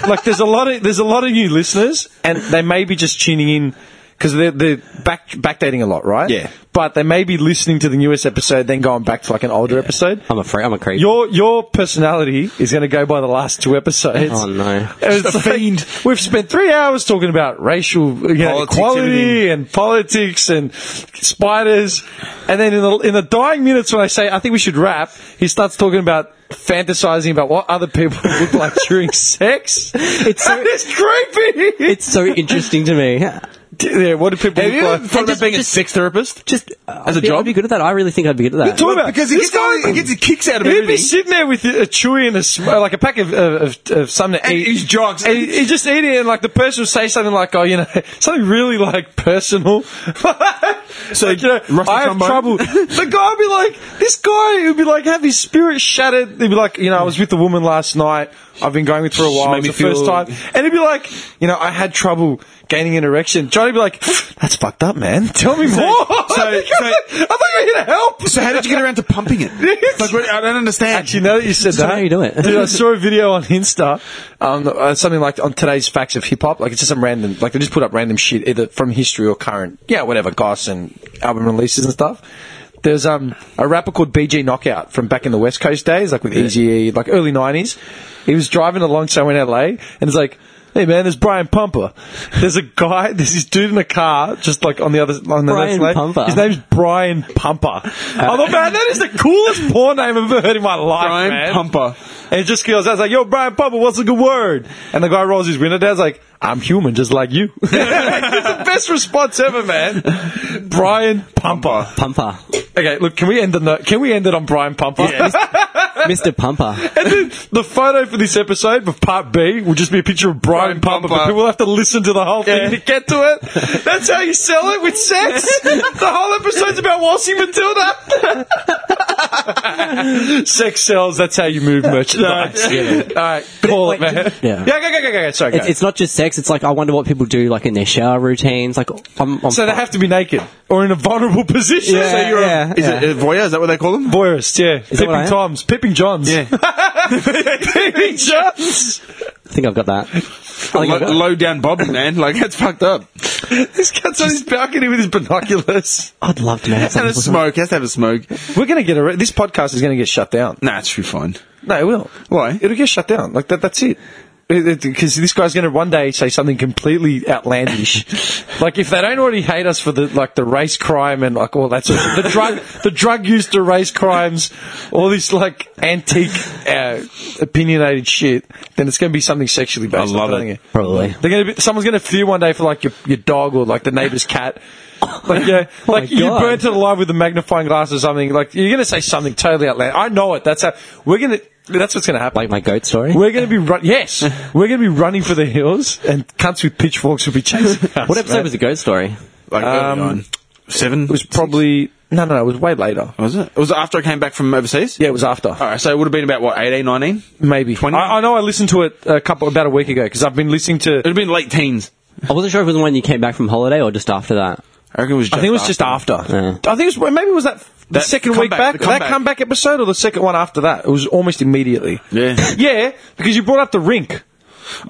S1: like, there's a lot of there's a lot of new listeners, and they may be just tuning in because they're, they're back, backdating a lot, right?
S2: Yeah.
S1: But they may be listening to the newest episode, then going back to like an older episode.
S4: I'm a freak. I'm a creep.
S1: Your your personality is going to go by the last two episodes.
S4: Oh, no.
S1: It's
S2: Just a
S1: like,
S2: fiend.
S1: We've spent three hours talking about racial you know,
S2: Politics,
S1: equality
S2: everything.
S1: and politics and spiders, and then in the in the dying minutes when I say I think we should wrap, he starts talking about fantasizing about what other people look like during sex. It's
S4: so-
S1: it's creepy.
S4: it's so interesting to me.
S1: yeah, what do people
S2: Have you
S1: look
S2: ever
S1: like?
S2: thought
S4: just-
S2: about being
S4: just-
S2: a sex therapist?
S4: Just uh, as
S2: a job?
S4: I'd be good at that. I really think I'd be good at that.
S1: Talk about
S2: Because he
S1: this
S2: gets, all-
S1: guy-
S2: he gets his kicks out of
S1: He'd be
S2: everything.
S1: sitting there with a chewy and a sm- uh, like a pack of of, of, of something to
S2: And
S1: eat.
S2: his jocks.
S1: And he- he'd just eat it, and like the person would say something like, "Oh, you know, something really like personal." so you know,
S2: Rusty
S1: I have
S2: Trumbo.
S1: trouble. The guy would be like, "This guy would be like, have his spirit shattered." He'd be like, "You know, I was with a woman last night. I've been going with for a
S2: She
S1: while.
S2: made
S1: It's
S2: me
S1: the first
S2: feel-
S1: time." And he'd be like, "You know, I had trouble." Gaining an erection, Johnny'd be like, "That's fucked up, man. Tell me more."
S2: so- so-
S1: I thought you were here to help.
S2: So how did you get around to pumping it? like, what- I don't understand.
S1: Actually, now that you said
S4: So
S1: that,
S4: how you do it?
S1: dude, I saw a video on Insta, um, uh, something like on today's facts of hip hop. Like it's just some random, like they just put up random shit either from history or current, yeah, whatever, goss and album releases and stuff. There's um a rapper called BG Knockout from back in the West Coast days, like with Eazy-E, like early '90s. He was driving along somewhere in LA, and it's like. Hey man, there's Brian Pumper. There's a guy, there's this dude in a car, just like on the other, on the
S4: Brian
S1: next lane.
S4: Pumper.
S1: His name's Brian Pumper.
S2: Uh,
S1: I thought, man, that is the coolest porn name I've ever heard in my life,
S2: Brian
S1: man.
S2: Pumper.
S1: And it just goes, I was like, yo, Brian Pumper, what's a good word? And the guy rolls his window down, it's like, I'm human, just like you. It's the best response ever, man. Brian Pumper.
S4: Pumper,
S1: Okay, look, can we end the note? Can we end it on Brian Pumper?
S4: Mr. Pumper.
S1: And then the photo for this episode, for part B, will just be a picture of Brian,
S2: Brian
S1: Pumper.
S2: Pumper.
S1: But people will have to listen to the whole thing
S2: Yeah.
S1: to get to it. That's how you sell it with sex. the whole episode's about Waltzing Matilda. sex sells. That's how you move merchandise. All right, call it, man.
S4: Yeah.
S1: yeah, go, go, go, go, go. Sorry, go.
S4: It's, it's not just sex. It's like I wonder what people do, like in their shower routines. Like I'm, I'm
S1: so they have to be naked or in a vulnerable position.
S4: Yeah,
S1: so you're a
S4: yeah.
S2: Is it a voyeur? Is that what they call them?
S1: voyeurist, yeah.
S4: that what I
S1: Pipping
S4: am?
S1: Toms, Pipping Johns.
S2: Yeah.
S1: Pipping Johns.
S4: I think I've got that. I think
S2: Low,
S4: I've got-
S2: low down Bob, man. Like, that's fucked up.
S1: This cat's on his balcony with his binoculars.
S4: I'd love to know. how some
S2: Have a
S4: people-
S2: smoke. Has to have a smoke.
S1: We're going to get a. This podcast is going to get shut down.
S2: Nah, it should be fine.
S1: No, it will.
S2: Why?
S1: It'll get shut down. Like that. That's it. Because this guy's going to one day say something completely outlandish, like if they don't already hate us for the like the race crime and like all that sort of the drug the drug used to race crimes, all this like antique uh, opinionated shit, then it's going to be something sexually based.
S2: I love
S1: I'm telling
S2: it.
S1: you.
S4: Probably.
S1: They're gonna be, someone's gonna fear one day for like your, your dog or like the neighbour's cat. Like yeah, like you
S4: God.
S1: burnt it alive with a magnifying glass or something. Like you're gonna say something totally outlandish. I know it. That's how we're gonna. That's what's gonna happen.
S4: Like my goat story.
S1: we're gonna be run- yes, we're gonna be running for the hills and cunts with pitchforks will be chasing us.
S4: What episode
S1: man.
S4: was the goat story?
S2: Like,
S1: Um,
S2: early on. Seven?
S1: It was probably no, no, no. It was way later.
S2: Was it? It was after I came back from overseas?
S1: Yeah, it was after.
S2: All right, so it would have been about, what, 18, 19? It
S1: Maybe.
S2: 20?
S1: I, I know. I listened to it a couple about a week ago because I've been listening to.
S2: would have been late teens.
S4: I wasn't sure if it was the one you came back from holiday or just after that.
S2: I reckon it was just
S1: I think it was just after.
S4: Yeah.
S1: I think it was maybe it was that the
S2: That
S1: second week
S2: comeback,
S1: back,
S2: the
S1: that
S2: comeback.
S1: comeback episode or the second one after that. It was almost immediately.
S2: Yeah.
S1: yeah, because you brought up the rink.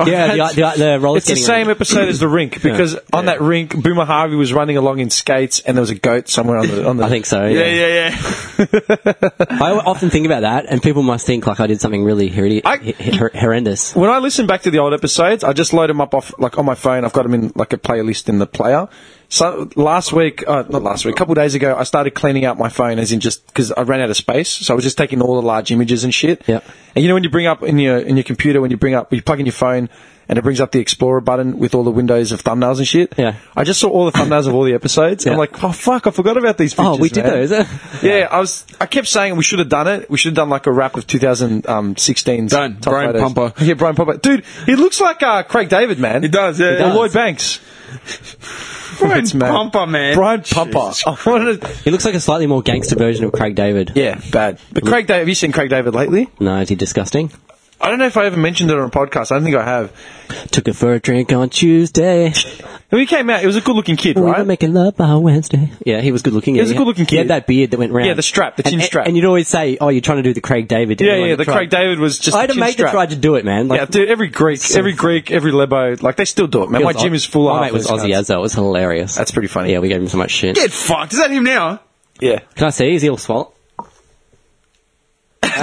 S4: Yeah, the, the, the roller
S1: It's the
S4: skating
S1: same
S4: rink.
S1: episode as the rink because on that rink, Boomer Harvey was running along in skates and there was a goat somewhere on the on the.
S4: I think so.
S2: Yeah, yeah, yeah.
S4: I often think about that, and people must think like I did something really horri-
S1: I-
S4: h- h- horrendous.
S1: when I listen back to the old episodes, I just load them up off like on my phone. I've got them in like a playlist in the player. So last week, uh, not last week, a couple of days ago, I started cleaning out my phone as in just because I ran out of space, so I was just taking all the large images and shit.
S4: Yep.
S1: And you know when you bring up in your in your computer when you bring up you plug in your phone and it brings up the Explorer button with all the windows of thumbnails and shit.
S4: Yeah.
S1: I just saw all the thumbnails of all the episodes. And I'm
S4: Yeah.
S1: like, oh fuck, I forgot about these. Pictures,
S4: Oh, we did
S1: man."
S4: those. eh?
S1: Yeah, I was. I kept saying we should have done it. We should have done like a wrap of um, 2016.
S2: Done. Brian Pumper.
S1: Yeah, Brian Pumper. Dude, he looks like uh, Craig David, man. He
S2: does, yeah,
S1: Or
S2: he does.
S1: Lloyd Banks. Brian
S2: Pumper, man.
S1: Brian Pumper.
S2: Jesus
S1: I wanted to,
S4: He looks like a slightly more gangster version of Craig David.
S1: yeah, bad. But Craig David, have you seen Craig David lately?
S4: No, is he disgusting?
S1: I don't know if I ever mentioned it on a podcast. I don't think I have.
S4: Took her for a drink on Tuesday.
S1: When he came out, he was a good-looking kid,
S4: We
S1: right?
S4: were making love by Wednesday. Yeah, he was good looking. He
S1: was a good-looking kid.
S4: He had that beard that went round.
S1: Yeah, the strap, the chin
S4: and,
S1: strap.
S4: And you'd always say, "Oh, you're trying to do the Craig David."
S1: yeah, yeah. The Craig David was just.
S4: I had
S1: the
S4: a
S1: chin
S4: mate that
S1: strap.
S4: tried to do it, man. Like,
S1: Yeah, dude. Every Greek, every Greek, every Lebo, like they still do it, man.
S4: it
S1: My
S4: was
S1: gym
S4: Au-
S1: is full of.
S4: My
S1: half
S4: mate was
S1: those
S4: Aussie
S1: cunts.
S4: as though. It was hilarious.
S1: That's pretty funny.
S4: yeah, we gave him so much shit.
S2: Get fucked. Is that him now?
S1: yeah.
S4: Can I see? Is he all swollen?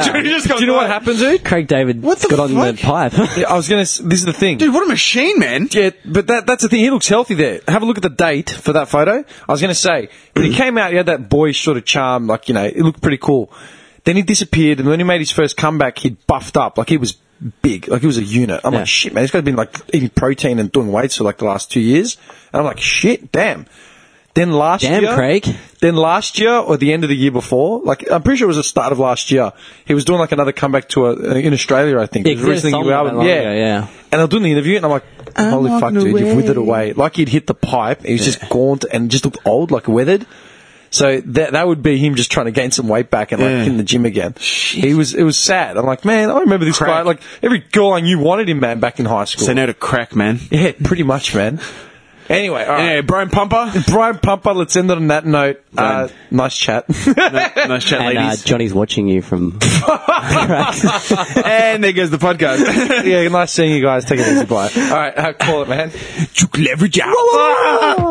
S2: Dude, he just
S1: Do you know what happened, dude?
S4: Craig David
S2: What the
S4: got on the
S2: fuck?
S4: pipe.
S1: Yeah, I was gonna. s- This is the thing.
S2: Dude, what a machine, man.
S1: Yeah, but that, that's the thing. He looks healthy there. Have a look at the date for that photo. I was going to say, when he came out, he had that boyish sort of charm, like, you know, it looked pretty cool. Then he disappeared, and when he made his first comeback, he'd buffed up. Like, he was big. Like, he was a unit. I'm
S4: Yeah.
S1: like, shit, man. He's got to been, like, eating protein and doing weights for, like, the last two years. And I'm like, shit, damn. Then last
S4: Damn,
S1: year.
S4: Craig.
S1: Then last year or the end of the year before, like I'm pretty sure it was the start of last year. He was doing like another comeback tour uh, in Australia, I think.
S4: Yeah,
S1: He was
S4: 'cause he had
S1: releasing a
S4: a song
S1: new
S4: not that
S1: album.
S4: long
S1: yeah,
S4: ago, yeah.
S1: And I was doing the interview, and I'm like, "Holy fuck, dude, you've withered away!" Like he'd hit the pipe. He was just gaunt and just looked old, like withered. So that that would be him just trying to gain some weight back and like
S2: Yeah.
S1: in the gym again. He was it was sad. I'm like, man, I remember this guy.
S2: Crack.
S1: Like every girl I knew wanted him, man, back in high school.
S2: Say no to crack, man.
S1: yeah, pretty much, man. Anyway, all right.
S2: Anyway, Brian Pumper.
S1: Brian Pumper, let's end it on that note. Uh,
S2: Done.
S1: nice chat.
S2: nice chat,
S4: and uh,
S2: ladies.
S4: Johnny's watching you from.
S2: and there goes the podcast.
S1: yeah, nice seeing you guys. Take it easy, bye. All right, uh, call it, man.
S2: Leverage out.